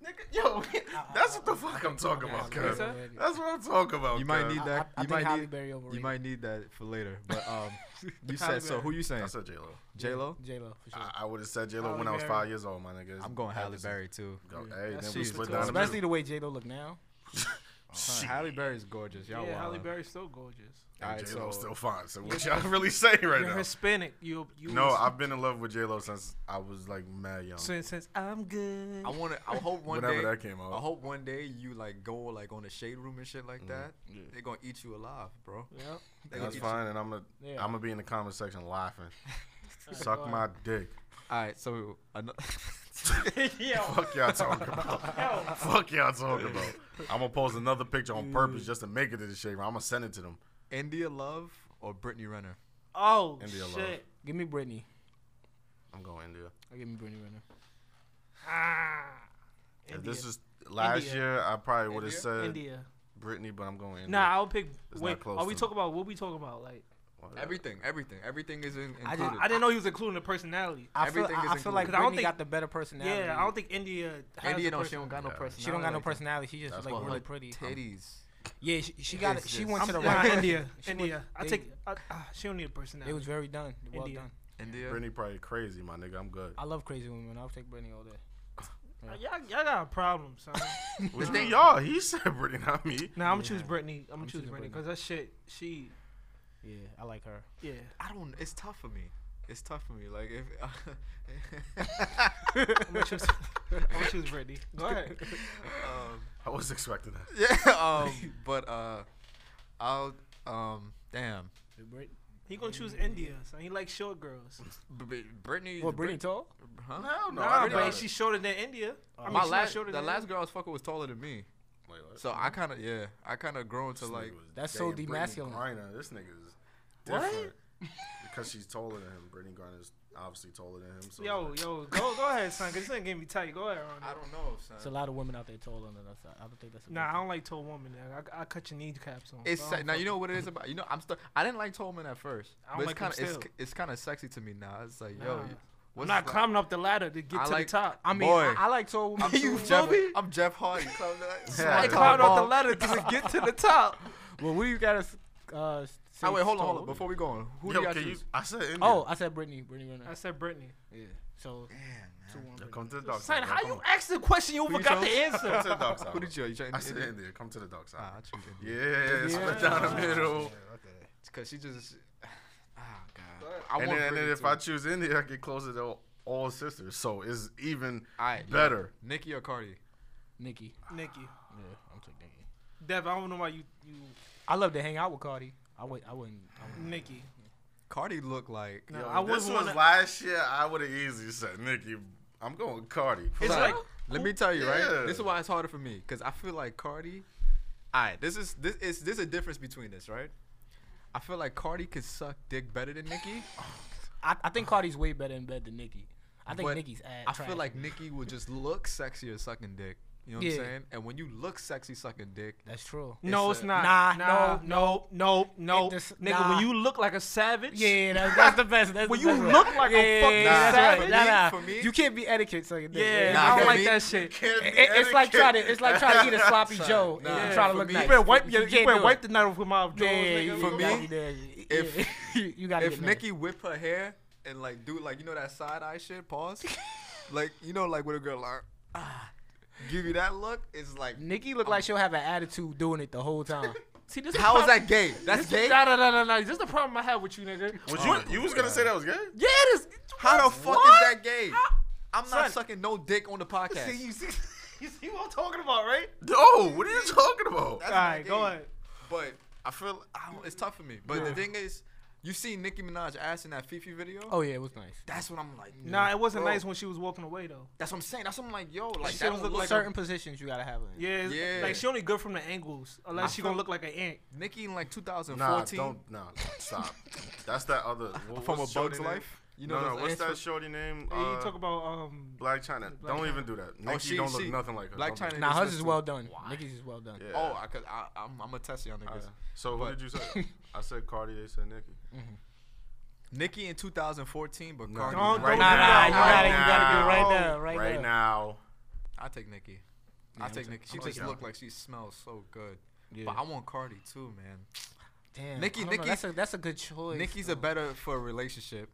Speaker 2: Nigga, yo,
Speaker 1: That's what the fuck I'm talking about,
Speaker 2: Yes,
Speaker 1: cuz.
Speaker 2: sir.
Speaker 1: That's what I'm talking about.
Speaker 4: You might
Speaker 1: cuz.
Speaker 4: need
Speaker 3: I-
Speaker 4: that.
Speaker 3: I- I
Speaker 4: you
Speaker 3: think
Speaker 4: might
Speaker 3: Halle
Speaker 4: need.
Speaker 3: Berry
Speaker 4: You
Speaker 3: overrated.
Speaker 4: might need that for later. But um, you said so. Who you saying?
Speaker 1: I said J Lo.
Speaker 4: J Lo.
Speaker 3: J Lo for sure.
Speaker 1: I, I would have said J Lo when I was
Speaker 2: Halle Berry.
Speaker 1: five years old, my nigga.
Speaker 4: I'm going Halle Berry too.
Speaker 1: Go, hey, then we
Speaker 4: she's
Speaker 1: split
Speaker 4: the
Speaker 1: down the middle.
Speaker 3: Especially the way J Lo look now.
Speaker 4: Son, Halle Berry's gorgeous. Y'all
Speaker 2: yeah,
Speaker 4: wild.
Speaker 2: Halle Berry's so gorgeous.
Speaker 4: All
Speaker 1: And
Speaker 4: right,
Speaker 1: J Lo's
Speaker 4: so-
Speaker 1: still fine. So what y'all really saying right
Speaker 2: You're
Speaker 1: now?
Speaker 2: Hispanic. You you
Speaker 1: No, I've been in love with J Lo since I was like mad young.
Speaker 2: since since I'm good.
Speaker 4: I want to. I hope one
Speaker 1: Whenever
Speaker 4: day.
Speaker 1: that came out.
Speaker 4: I hope one day you like go like on a shade room and shit like that. They're gonna eat you alive, bro.
Speaker 3: Yep.
Speaker 4: They gonna
Speaker 1: Mm. That's
Speaker 4: eat you-
Speaker 1: fine, and I'm gonna
Speaker 3: Yeah.
Speaker 1: I'm gonna be in the comment section laughing. Suck my dick.
Speaker 4: All right, so ano-
Speaker 1: Fuck y'all talking about. Fuck y'all talking about. I'm gonna post another picture on purpose just to make it to the shade room. I'm gonna send it to them.
Speaker 4: India Love or Britney Renner?
Speaker 2: oh
Speaker 1: India Love.
Speaker 2: shit!
Speaker 3: Give me Britney.
Speaker 1: I'm going India.
Speaker 3: I give me Britney Renner.
Speaker 2: Ah,
Speaker 1: If this is last
Speaker 2: India.
Speaker 1: year, I probably would have
Speaker 4: India?
Speaker 1: said
Speaker 2: India.
Speaker 1: Britney, but I'm going India.
Speaker 2: Nah, I'll pick.
Speaker 1: Uh, It's
Speaker 2: wait,
Speaker 1: not close
Speaker 2: are we
Speaker 1: to-
Speaker 2: talking about what we talking about? Like,
Speaker 1: Whatever.
Speaker 4: Everything, everything, everything is in, included.
Speaker 3: I
Speaker 4: I,
Speaker 3: just-
Speaker 2: I didn't know he was including the personality.
Speaker 3: I feel,
Speaker 4: Everything
Speaker 3: I,
Speaker 4: is
Speaker 3: I feel like Britney
Speaker 2: included. 'Cause I don't think-
Speaker 3: got the better personality.
Speaker 2: Yeah, I don't think India. Has
Speaker 4: India
Speaker 2: a
Speaker 4: don't. She
Speaker 2: person-
Speaker 4: don't got no personality.
Speaker 3: she don't got no
Speaker 4: like that.
Speaker 3: personality. She just
Speaker 1: That's
Speaker 3: like
Speaker 1: why her
Speaker 3: really pretty.
Speaker 4: Titties.
Speaker 3: Yeah, she, she got.
Speaker 4: is
Speaker 3: it. She
Speaker 4: this.
Speaker 3: went to the
Speaker 2: I'm
Speaker 3: right.
Speaker 2: nah, India.
Speaker 3: She went-
Speaker 2: India. I
Speaker 3: they-
Speaker 2: take. I, ah, she don't need a personality.
Speaker 3: It was very done. Well
Speaker 2: India.
Speaker 3: done.
Speaker 4: India.
Speaker 1: Britney probably crazy, my nigga. I'm good.
Speaker 3: I love crazy women. I'll take Britney all day.
Speaker 2: Y'all, y'all got a problem, son.
Speaker 1: Which then y'all, he said Britney, not me.
Speaker 2: nah, I'm gonna choose Brittany. I'm gonna choose
Speaker 3: choosing
Speaker 2: Brittany
Speaker 3: Britney.
Speaker 2: because that shit. She.
Speaker 3: Yeah, I like her.
Speaker 2: Yeah.
Speaker 4: I don't. It's tough for me. It's tough for me. Like if.
Speaker 2: I'm gonna choose. I'm gonna choose Brittany. Go ahead.
Speaker 4: um,
Speaker 1: I was expecting that.
Speaker 4: yeah. Um. But uh, I'll. Um. Damn.
Speaker 3: Brit-
Speaker 2: He gonna choose India, son. He likes short girls.
Speaker 4: Br- Br- Britney.
Speaker 3: What Britney tall?
Speaker 4: Br- huh?
Speaker 1: Hell no,
Speaker 2: Nah,
Speaker 1: I
Speaker 2: but
Speaker 1: doubt
Speaker 2: she's
Speaker 1: it.
Speaker 2: shorter than India. I mean,
Speaker 4: My
Speaker 2: she's not
Speaker 4: last,
Speaker 2: shorter
Speaker 4: the
Speaker 2: than
Speaker 4: last
Speaker 2: India.
Speaker 4: girl I was fucking was taller than me,
Speaker 1: Wait, what?
Speaker 4: so I kind of yeah, I kind of grown to
Speaker 1: This
Speaker 4: like
Speaker 1: nigga was
Speaker 3: That's so
Speaker 1: dating Brittany
Speaker 3: demasculine.
Speaker 1: Griner. This nigga is different because she's taller than him. Brittany Griner's obviously taller than him. So
Speaker 2: Yo, yo, go, go ahead, son. Cause this ain't getting me tight. Go ahead, Ron.
Speaker 4: I don't know,
Speaker 3: It's a
Speaker 4: son.
Speaker 3: lot of women out there taller than us. I I don't think that's. A
Speaker 2: Nah, I
Speaker 3: good
Speaker 2: don't like tall women. nigga. I, I cut your kneecaps on.
Speaker 4: It's
Speaker 2: so I
Speaker 4: se-
Speaker 2: don't
Speaker 4: now you
Speaker 2: fuck-
Speaker 4: know what it is about. You know I'm still I didn't like Tolman at first,
Speaker 2: I don't
Speaker 4: but it's
Speaker 2: like him
Speaker 4: kind of it's,
Speaker 2: still.
Speaker 4: it's kind of sexy to me now. It's like
Speaker 2: Nah.
Speaker 4: yo,
Speaker 2: I'm
Speaker 4: what's
Speaker 2: I'm not
Speaker 4: like-
Speaker 2: climbing up the ladder to get
Speaker 4: I
Speaker 2: to
Speaker 4: like-
Speaker 2: the top.
Speaker 3: I mean,
Speaker 4: Boy.
Speaker 3: I, I like tall women.
Speaker 4: I'm
Speaker 3: too.
Speaker 4: Jeff, I'm Jeff Hardy. Climbing that-
Speaker 1: Yeah.
Speaker 2: I
Speaker 1: Like,
Speaker 2: climbed up the
Speaker 4: ball.
Speaker 2: ladder to get to the top.
Speaker 3: Well, what do you got us? Uh, s- say
Speaker 4: Oh wait, hold on,
Speaker 3: tall
Speaker 4: hold on.
Speaker 3: women?
Speaker 4: Before we go on, who
Speaker 1: Yo,
Speaker 4: do y'all
Speaker 1: can you?
Speaker 4: choose?
Speaker 1: I said India.
Speaker 3: Oh, I said Britney. Britney
Speaker 2: I
Speaker 3: Renner.
Speaker 2: said Brittany.
Speaker 3: Yeah. So two women.
Speaker 1: Yo, come to the dark
Speaker 2: Son,
Speaker 1: side. bro.
Speaker 2: how
Speaker 1: Come
Speaker 2: you
Speaker 1: on.
Speaker 2: ask the question you forgot
Speaker 1: Come
Speaker 2: the
Speaker 1: to
Speaker 2: answer?
Speaker 1: the dark side.
Speaker 4: Who
Speaker 1: bro.
Speaker 4: did you? You trying
Speaker 1: I said
Speaker 4: to?
Speaker 1: India. Come to the dark side.
Speaker 4: Ah, I choose India.
Speaker 1: Yeah, split down the middle.
Speaker 4: Cause she just. Ah, God.
Speaker 2: ahead.
Speaker 4: I
Speaker 1: And
Speaker 4: want
Speaker 1: then, and then
Speaker 4: Britney
Speaker 1: if
Speaker 4: too.
Speaker 1: I choose India, I get closer to all- all sisters. So it's even
Speaker 4: Alright, yeah.
Speaker 1: better.
Speaker 4: Nicki or Cardi.
Speaker 3: Nikki.
Speaker 2: Nikki,
Speaker 3: Yeah, I'm taking Nikki.
Speaker 2: Dev, I don't know why you you
Speaker 3: I love to hang out with Cardi. I would. I wouldn't. I wouldn't.
Speaker 2: Nikki.
Speaker 4: Cardi look like.
Speaker 2: No,
Speaker 1: Yo,
Speaker 2: I
Speaker 1: if this
Speaker 2: wouldn't
Speaker 1: was
Speaker 2: want to.
Speaker 1: last year. I would have easily said Nikki. I'm going with Cardi.
Speaker 2: It's
Speaker 4: Son,
Speaker 2: like
Speaker 4: let me tell you,
Speaker 1: Yeah.
Speaker 4: right? This is why it's harder for me, cause I feel like Cardi. Alright, this is this is this is a difference between this, right? I feel like Cardi could suck dick better than Nicki.
Speaker 3: I, I think Cardi's way better in bed than Nikki. I think
Speaker 4: But
Speaker 3: Nikki's ass.
Speaker 4: I
Speaker 3: trash.
Speaker 4: feel like Nicki would just look sexier sucking dick. You know what
Speaker 3: Yeah.
Speaker 4: I'm saying? And when you look sexy sucking dick,
Speaker 3: that's true.
Speaker 2: no,
Speaker 4: it's
Speaker 2: it's
Speaker 4: a-
Speaker 2: not.
Speaker 3: Nah,
Speaker 2: nah, no, no, no,
Speaker 3: It just-
Speaker 2: nigga.
Speaker 3: nah.
Speaker 2: When you look like a savage,
Speaker 3: Yeah, that's, that's the best. That's
Speaker 2: Well,
Speaker 3: the best
Speaker 2: you
Speaker 3: way.
Speaker 2: look like a fucking
Speaker 3: that's
Speaker 4: savage.
Speaker 3: right. Nah, nah.
Speaker 4: For me-
Speaker 3: you can't be etiquette. So
Speaker 2: yeah. I
Speaker 4: Nah, for
Speaker 2: don't like
Speaker 4: me-
Speaker 2: that shit.
Speaker 3: It, it's like trying to. It's like trying to eat a sloppy Joe
Speaker 4: nah.
Speaker 3: and try to
Speaker 4: For
Speaker 3: look
Speaker 4: me-
Speaker 3: nice.
Speaker 2: You better wipe your, you
Speaker 3: can't
Speaker 2: better
Speaker 3: do
Speaker 2: wipe
Speaker 3: it.
Speaker 2: the night off with my jaws,
Speaker 3: Yeah,
Speaker 2: nigga.
Speaker 3: you
Speaker 4: For me,
Speaker 3: gotta do that.
Speaker 4: if-
Speaker 3: Yeah. you got
Speaker 4: if Nikki whip her hair and like do like you know that side eye shit, pause, like you know like with a girl like ah, give you that look, it's like
Speaker 3: Nikki look like she'll have an attitude doing it the whole time.
Speaker 2: See, this
Speaker 4: how
Speaker 2: the
Speaker 4: is
Speaker 2: problem-
Speaker 4: that gay? That's gay.
Speaker 2: Nah, nah, nah, nah, nah. This is the problem I have with you, nigga.
Speaker 1: Was you, you was gonna say that was gay?
Speaker 2: Yeah, this.
Speaker 4: How the fuck is
Speaker 2: What?
Speaker 4: that gay? I'm not
Speaker 2: Son.
Speaker 4: sucking no dick on the podcast.
Speaker 2: See, you see, you see what I'm talking about, right?
Speaker 1: No. What are you talking about?
Speaker 4: That's
Speaker 2: All
Speaker 4: not
Speaker 2: right,
Speaker 4: gay.
Speaker 2: go ahead.
Speaker 4: But I feel I don't, it's tough for me. But the thing is, you see Nicki Minaj ass in that Fifi video.
Speaker 3: Oh yeah, it was nice.
Speaker 4: That's what I'm like.
Speaker 2: Nah, it wasn't
Speaker 4: bro.
Speaker 2: nice when she was walking away though.
Speaker 4: That's what I'm saying. That's what I'm like, yo, like
Speaker 2: She
Speaker 4: that
Speaker 2: don't
Speaker 4: don't
Speaker 2: look
Speaker 4: look
Speaker 3: Certain positions you gotta have. It.
Speaker 2: Yeah, it's-
Speaker 4: Yeah.
Speaker 2: like she only good from the angles, unless she gonna look like an ant.
Speaker 4: Nicki in like
Speaker 1: Nah,
Speaker 4: 2014
Speaker 1: don't. Nah, stop. That's that other. What,
Speaker 4: from a
Speaker 1: what's
Speaker 4: Bug's
Speaker 1: shorty name?
Speaker 4: Life. You know,
Speaker 1: no,
Speaker 4: those
Speaker 1: no. What's
Speaker 4: ass
Speaker 1: that
Speaker 4: fo-
Speaker 1: shorty name?
Speaker 2: Yeah,
Speaker 1: Uh,
Speaker 2: you talk about um.
Speaker 1: Black China.
Speaker 2: Black
Speaker 1: don't
Speaker 2: China.
Speaker 1: even do that. Nikki
Speaker 4: Oh, she-
Speaker 1: don't look
Speaker 4: she-
Speaker 1: nothing like her.
Speaker 4: Black
Speaker 1: Don't do
Speaker 4: China.
Speaker 3: Nah,
Speaker 4: Niggas
Speaker 3: hers is
Speaker 4: listen.
Speaker 3: well done. Nikki's is well done.
Speaker 1: that. Yeah.
Speaker 4: Oh, I could, I, I'm, I'm gonna test y'all
Speaker 3: Oh,
Speaker 4: niggas.
Speaker 1: Alright. So who
Speaker 4: But-
Speaker 1: did you say? I said Cardi. They said Nicki.
Speaker 4: Nicki in 2014, but Cardi.
Speaker 2: Don't- don't
Speaker 4: right now.
Speaker 2: do that.
Speaker 3: Nah, nah, you gotta- you gotta
Speaker 1: now.
Speaker 3: be right there, right
Speaker 1: Right
Speaker 3: there.
Speaker 1: now.
Speaker 4: I take Nicki. I
Speaker 3: I'm
Speaker 4: take
Speaker 3: ta-
Speaker 4: Nikki. She
Speaker 1: I'm
Speaker 4: just
Speaker 1: taking
Speaker 4: look
Speaker 1: her.
Speaker 4: like she smells so good.
Speaker 3: Yeah.
Speaker 4: But I want Cardi too, man.
Speaker 3: Damn,
Speaker 4: Nicki-
Speaker 3: I don't know,
Speaker 4: Nicki's-
Speaker 3: that's a that's a good choice.
Speaker 4: Nikki's
Speaker 3: though.
Speaker 4: a better for a relationship.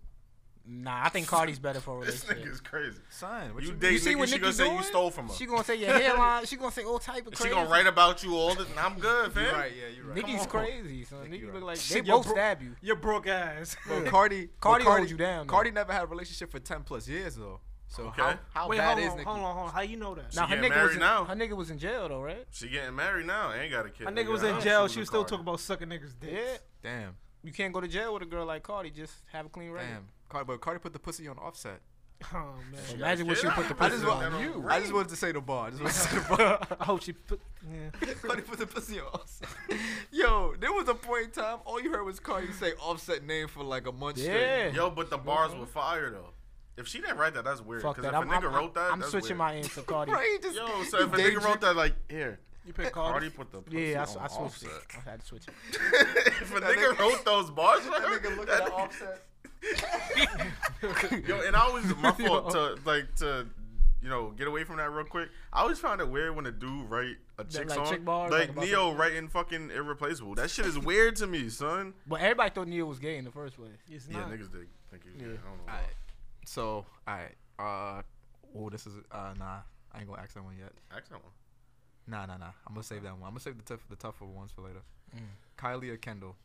Speaker 3: Nah, I think Cardi's better for a
Speaker 1: This
Speaker 3: relationship.
Speaker 1: nigga's crazy.
Speaker 4: Son, what
Speaker 1: You
Speaker 4: you,
Speaker 1: date
Speaker 3: see
Speaker 1: Nikki,
Speaker 3: what
Speaker 1: she gonna
Speaker 3: Nikki
Speaker 1: say you
Speaker 3: doing?
Speaker 1: stole from her.
Speaker 3: She gonna say your hairline. she gonna say all type of
Speaker 1: She
Speaker 3: crazy.
Speaker 1: gonna write about you all the. I'm good,
Speaker 4: you
Speaker 1: fam.
Speaker 4: right, yeah, you're right.
Speaker 3: Nikki's
Speaker 1: on.
Speaker 3: crazy. Son.
Speaker 4: Nicki
Speaker 3: Nikki
Speaker 4: right.
Speaker 3: look like
Speaker 2: She
Speaker 3: they
Speaker 2: your
Speaker 3: both
Speaker 2: bro-
Speaker 3: stab you.
Speaker 2: You're broke ass.
Speaker 4: But Cardi, but
Speaker 3: Cardi
Speaker 4: Cardi
Speaker 3: holds you down, though.
Speaker 4: Cardi never had a relationship for ten plus years though. So
Speaker 1: Okay.
Speaker 4: how how
Speaker 2: Wait,
Speaker 4: bad
Speaker 2: hold
Speaker 4: is
Speaker 2: on,
Speaker 4: Nikki?
Speaker 2: hold on, hold on. How you know that?
Speaker 3: Nah, her
Speaker 1: getting
Speaker 3: nigga, was
Speaker 1: married
Speaker 3: in,
Speaker 1: now.
Speaker 3: her nigga was in jail though, right?
Speaker 1: She getting married now. Ain't got a kid.
Speaker 2: My nigga was
Speaker 1: I
Speaker 2: in
Speaker 1: don't
Speaker 2: jail.
Speaker 1: shoot
Speaker 2: She
Speaker 1: with
Speaker 2: was still
Speaker 1: Cardi.
Speaker 2: talking about sucking niggas' dicks.
Speaker 3: Yeah.
Speaker 4: Damn,
Speaker 3: You can't go to jail with a girl like Cardi. Just have a clean record.
Speaker 4: damn. Cardi, but Cardi put the pussy on offset.
Speaker 2: Oh
Speaker 3: So
Speaker 2: man.
Speaker 3: Imagine what she put the
Speaker 1: I
Speaker 4: just
Speaker 3: pussy
Speaker 4: want-
Speaker 3: on.
Speaker 1: I
Speaker 3: You.
Speaker 4: I just wanted to say the bar. I just wanted to say the bar.
Speaker 2: I hope she put. Yeah.
Speaker 4: Cardi put the pussy on offset. Yo, there was a point in time all you heard was Cardi say offset name for like a month
Speaker 3: Yeah.
Speaker 4: straight.
Speaker 1: Yo, but the bars were fire though. If she didn't write that, that's weird.
Speaker 3: Fuck
Speaker 1: Because if
Speaker 3: that.
Speaker 1: a
Speaker 3: I'm,
Speaker 1: nigga
Speaker 3: I'm,
Speaker 1: wrote that,
Speaker 3: I'm
Speaker 1: that's
Speaker 3: switching
Speaker 1: weird.
Speaker 3: my answer, Cardi.
Speaker 4: Right? Just,
Speaker 1: Yo, so if a
Speaker 4: Danger.
Speaker 1: nigga wrote that, like here,
Speaker 2: You pick
Speaker 1: Cardi
Speaker 2: Cardi.
Speaker 1: put the pussy
Speaker 3: Yeah, I,
Speaker 1: on
Speaker 3: I switched it.
Speaker 1: offset.
Speaker 3: I had to switch it.
Speaker 1: if a nigga wrote those bars, that
Speaker 4: nigga looked at offset.
Speaker 1: Yo, and I always my fault to like to you know get away from that real quick. I always found it weird when a dude write a chick
Speaker 3: like,
Speaker 1: song,
Speaker 3: chick bars, like,
Speaker 1: like
Speaker 3: about
Speaker 1: Neo writing fucking irreplaceable. That shit is weird to me, son.
Speaker 3: But everybody thought Neil was gay in the first place.
Speaker 2: It's
Speaker 1: Yeah,
Speaker 2: not.
Speaker 1: niggas did think he was gay. I don't know. why.
Speaker 4: Alright. So, alright. Uh, oh, this is uh nah. I ain't gonna ask that one yet.
Speaker 1: Actually, I don't know.
Speaker 4: Nah, nah, nah. I'm gonna save that one. I'm gonna save the tough, the tougher ones for later.
Speaker 3: Mm.
Speaker 4: Kylie or Kendall?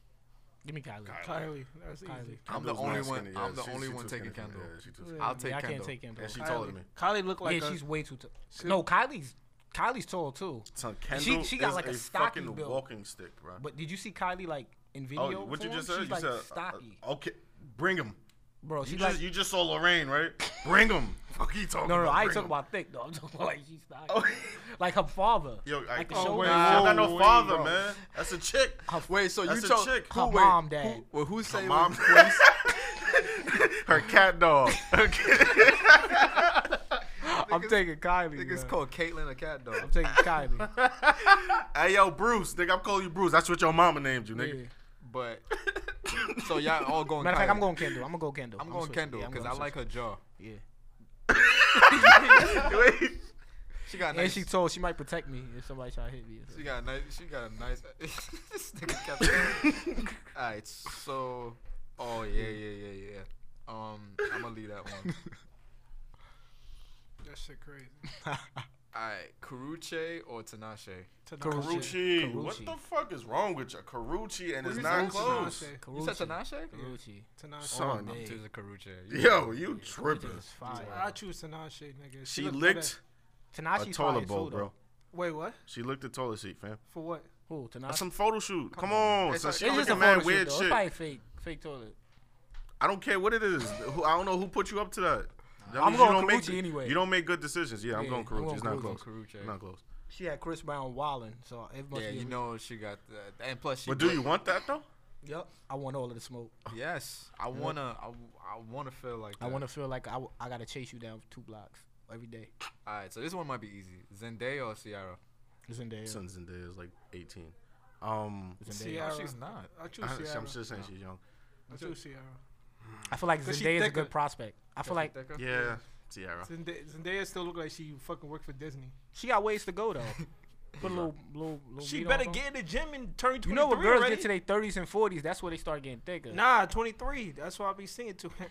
Speaker 3: Give me Kylie.
Speaker 2: Kylie. That's easy.
Speaker 3: Kylie.
Speaker 4: I'm the
Speaker 1: Kendall's
Speaker 4: only
Speaker 1: not
Speaker 4: one.
Speaker 1: skinny. Yeah,
Speaker 4: I'm the
Speaker 1: she-
Speaker 4: only
Speaker 1: she
Speaker 4: one
Speaker 1: too
Speaker 4: taking
Speaker 1: skinny for me.
Speaker 4: Kendall.
Speaker 1: Yeah, she too
Speaker 2: Yeah.
Speaker 1: skinny.
Speaker 4: I'll
Speaker 3: Yeah,
Speaker 4: take
Speaker 3: I
Speaker 4: Kendall.
Speaker 3: can't take Kendall.
Speaker 1: And she taller than me.
Speaker 2: Kylie look like
Speaker 3: yeah,
Speaker 2: a,
Speaker 3: she's way too tall. No, Kylie's Kylie's tall too.
Speaker 1: So Kendall
Speaker 3: she got,
Speaker 1: is
Speaker 3: like, a
Speaker 1: a
Speaker 3: stocky
Speaker 1: fucking
Speaker 3: build.
Speaker 1: walking stick, bro.
Speaker 3: But did you see Kylie like in
Speaker 1: Oh,
Speaker 3: video?
Speaker 1: what you
Speaker 3: form?
Speaker 1: just said?
Speaker 3: She's
Speaker 1: You
Speaker 3: like
Speaker 1: said uh,
Speaker 3: stocky,
Speaker 1: uh, okay, bring him.
Speaker 3: bro.
Speaker 1: You
Speaker 3: She's
Speaker 1: just
Speaker 3: like
Speaker 1: you just saw Lorraine, right? Bring him. Fuck you talking
Speaker 3: no, no.
Speaker 1: about.
Speaker 3: I ain't
Speaker 1: Bring
Speaker 3: talking
Speaker 1: 'em.
Speaker 3: about thick though. I'm talking about like she's stocky,
Speaker 1: Oh,
Speaker 3: like her father.
Speaker 1: Yo, I,
Speaker 3: Like the
Speaker 1: oh,
Speaker 3: show
Speaker 1: wait,
Speaker 3: now.
Speaker 1: she don't got no
Speaker 4: Wait,
Speaker 1: father,
Speaker 4: bro.
Speaker 1: man. That's a chick.
Speaker 4: Wait, so
Speaker 1: That's
Speaker 4: you
Speaker 1: a
Speaker 4: chose
Speaker 1: chick.
Speaker 4: Who,
Speaker 3: Her
Speaker 4: wait,
Speaker 3: mom, dad.
Speaker 4: Who, well, who's
Speaker 1: Her
Speaker 4: saying?
Speaker 1: mom, her cat dog. Her cat-
Speaker 3: I'm taking Kylie.
Speaker 4: I think it's
Speaker 3: bro.
Speaker 4: called Caitlyn a cat dog.
Speaker 3: I'm taking Kylie.
Speaker 1: hey, yo, Bruce, nigga, I'm calling you Bruce. That's what your mama named you, nigga.
Speaker 3: Yeah.
Speaker 4: But so y'all all going.
Speaker 3: Matter of fact,
Speaker 4: Kylie.
Speaker 3: I'm going Kendall. I'm gonna go Kendall.
Speaker 4: I'm, going
Speaker 3: switching.
Speaker 4: Kendall
Speaker 3: Yeah, I'm
Speaker 4: because
Speaker 3: going
Speaker 4: I like
Speaker 3: switching.
Speaker 4: her jaw.
Speaker 1: Wait.
Speaker 4: She got
Speaker 3: And
Speaker 4: nice.
Speaker 3: she told she might protect me if somebody try to hit me.
Speaker 4: she got a nice. She got a nice. this nigga kept. all right, so oh yeah, yeah, yeah, yeah. Um, I'm gonna leave that one.
Speaker 2: that shit crazy.
Speaker 4: All right, Karuche or Tanache?
Speaker 3: Karuchi.
Speaker 1: Karuchi. What
Speaker 3: Karuchi.
Speaker 1: the fuck is wrong with you? Karuchi and it's
Speaker 2: you
Speaker 1: not
Speaker 2: saying,
Speaker 1: close.
Speaker 2: Tinashe?
Speaker 4: You said Tanache?
Speaker 3: Karuchi.
Speaker 2: Tinashe.
Speaker 1: Son.
Speaker 3: All day.
Speaker 4: Choose a Karuche. You-
Speaker 1: Yo, you tripping.
Speaker 3: Just fire.
Speaker 2: I choose Tinashe, nigga.
Speaker 1: She
Speaker 2: look
Speaker 1: licked a
Speaker 3: Tanashi's fire
Speaker 1: toilet bowl, bro.
Speaker 3: too, though.
Speaker 2: better. Wait, what?
Speaker 1: She licked the toilet seat, fam.
Speaker 2: For what?
Speaker 3: Who? Tanashi.
Speaker 1: That's some photo shoot. Come on.
Speaker 4: It's
Speaker 1: So
Speaker 4: like-
Speaker 1: she
Speaker 3: It's just a
Speaker 1: looking
Speaker 3: photo
Speaker 1: mad
Speaker 3: shoot,
Speaker 1: weird
Speaker 3: though.
Speaker 1: shit.
Speaker 3: It's probably fake, fake toilet.
Speaker 1: I don't care what it is. Who I don't know who put you up to that. That
Speaker 3: I'm
Speaker 1: means
Speaker 3: going
Speaker 1: you don't make
Speaker 3: Karuchi anyway.
Speaker 1: You don't make good decisions. Yeah, I'm
Speaker 3: Yeah,
Speaker 1: going
Speaker 3: I'm
Speaker 1: Karuchi.
Speaker 3: going
Speaker 1: It's not
Speaker 3: Karuchi.
Speaker 1: close.
Speaker 4: Karuchi.
Speaker 1: Not close.
Speaker 3: She had Chris Brown wilding, so it must
Speaker 4: Yeah,
Speaker 3: be.
Speaker 4: you
Speaker 3: a-
Speaker 4: know she got that, and plus she.
Speaker 1: But do
Speaker 4: bl-
Speaker 1: you want that though?
Speaker 3: Yep. I want all of the smoke.
Speaker 4: Yes, I wanna. I, w- I wanna feel like.
Speaker 3: I want to feel like I, w- I gotta chase you down two blocks every day.
Speaker 4: All right, so this one might be easy. Zendaya or Ciara?
Speaker 3: It's in there.
Speaker 1: Sons and is like 18. Um,
Speaker 3: It's in there.
Speaker 2: Ciara.
Speaker 4: No, she's not.
Speaker 2: I choose
Speaker 1: I,
Speaker 2: Ciara.
Speaker 1: am just saying she's young.
Speaker 2: I choose Ciara.
Speaker 3: I feel like
Speaker 2: Cause she
Speaker 3: Zendaya is a
Speaker 2: thicker.
Speaker 3: good prospect. I feel like
Speaker 4: Decker?
Speaker 1: Yeah, Sierra.
Speaker 2: Zendaya, Zendaya still look like she fucking worked for Disney.
Speaker 3: she got ways to go though. Put a little, little, little
Speaker 2: She
Speaker 3: meat on
Speaker 2: better
Speaker 3: her.
Speaker 2: get in the gym and turn 23
Speaker 3: You know what girls
Speaker 2: already?
Speaker 3: get to their thirties and forties? That's where they start getting thicker.
Speaker 2: Nah, 23. That's why I be singing to him.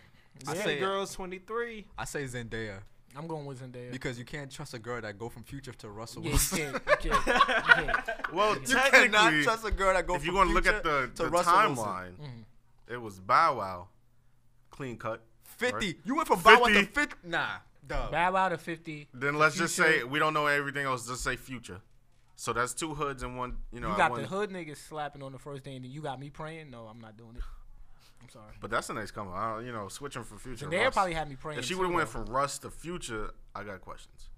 Speaker 4: I
Speaker 2: Skinny
Speaker 4: say-
Speaker 2: girls, 23.
Speaker 4: I say Zendaya
Speaker 3: I'm going with Zendaya.
Speaker 4: because you can't trust a girl that go from Future to Russell.
Speaker 3: yeah, you
Speaker 4: Wilson.
Speaker 3: can't, you can't, you can't.
Speaker 1: Well,
Speaker 4: you cannot
Speaker 1: technically,
Speaker 4: trust a girl that go.
Speaker 1: if
Speaker 4: from
Speaker 1: you're gonna look at
Speaker 4: Future
Speaker 1: the, the
Speaker 4: to Russell Wilson.
Speaker 1: timeline,
Speaker 3: Mm-hmm.
Speaker 1: it was Bow Wow, clean cut.
Speaker 4: fifty,
Speaker 1: Right.
Speaker 4: you went from Bow Wow to
Speaker 1: 50.
Speaker 4: fifty. Nah, duh.
Speaker 3: Bow Wow to fifty.
Speaker 1: Then let's just
Speaker 3: Future.
Speaker 1: say we don't know everything else. Just say Future. So that's two hoods and one. You know,
Speaker 3: You
Speaker 1: at
Speaker 3: got
Speaker 1: one,
Speaker 3: the hood niggas slapping on the first day, and then you got me praying. No, I'm not doing it. I'm sorry.
Speaker 1: But that's the next come. I don't- You know, switching from Future. to
Speaker 3: Zendaya
Speaker 1: Russ.
Speaker 3: probably had me praying.
Speaker 1: If she
Speaker 3: too,
Speaker 1: would have went
Speaker 3: though.
Speaker 1: from Russ to Future, I got questions.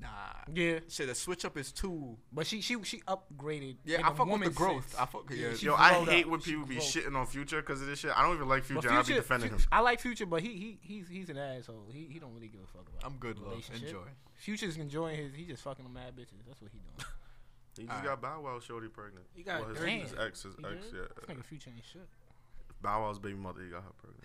Speaker 4: Nah,
Speaker 3: yeah,
Speaker 4: shit. The switch up is too.
Speaker 3: but she she she upgraded.
Speaker 4: Yeah,
Speaker 3: in
Speaker 4: I
Speaker 3: a
Speaker 4: fuck with the
Speaker 3: woman's
Speaker 4: growth.
Speaker 3: sense.
Speaker 4: I fuck. Yeah,
Speaker 3: she
Speaker 1: Yo, I
Speaker 3: glowed
Speaker 1: hate
Speaker 3: up.
Speaker 1: when
Speaker 3: She
Speaker 1: people be
Speaker 3: glowed.
Speaker 1: shitting on Future because of this shit. I don't even like Future.
Speaker 3: But
Speaker 1: and I be
Speaker 3: Future-
Speaker 1: defending him.
Speaker 3: Fu- I like Future, but he he he's he's an asshole. He he don't really give a fuck about.
Speaker 4: I'm good, love.
Speaker 3: relationship.
Speaker 4: Enjoy.
Speaker 3: Future's enjoying his. He just fucking the mad bitches. That's what he doing.
Speaker 1: He just got Bow Wow Shorty pregnant.
Speaker 2: You got
Speaker 1: well, his,
Speaker 3: Damn.
Speaker 1: his ex, his
Speaker 3: He
Speaker 1: ex,
Speaker 3: good?
Speaker 1: yeah.
Speaker 3: This nigga Future ain't shit.
Speaker 1: Bow Wow's baby mother, he got her pregnant.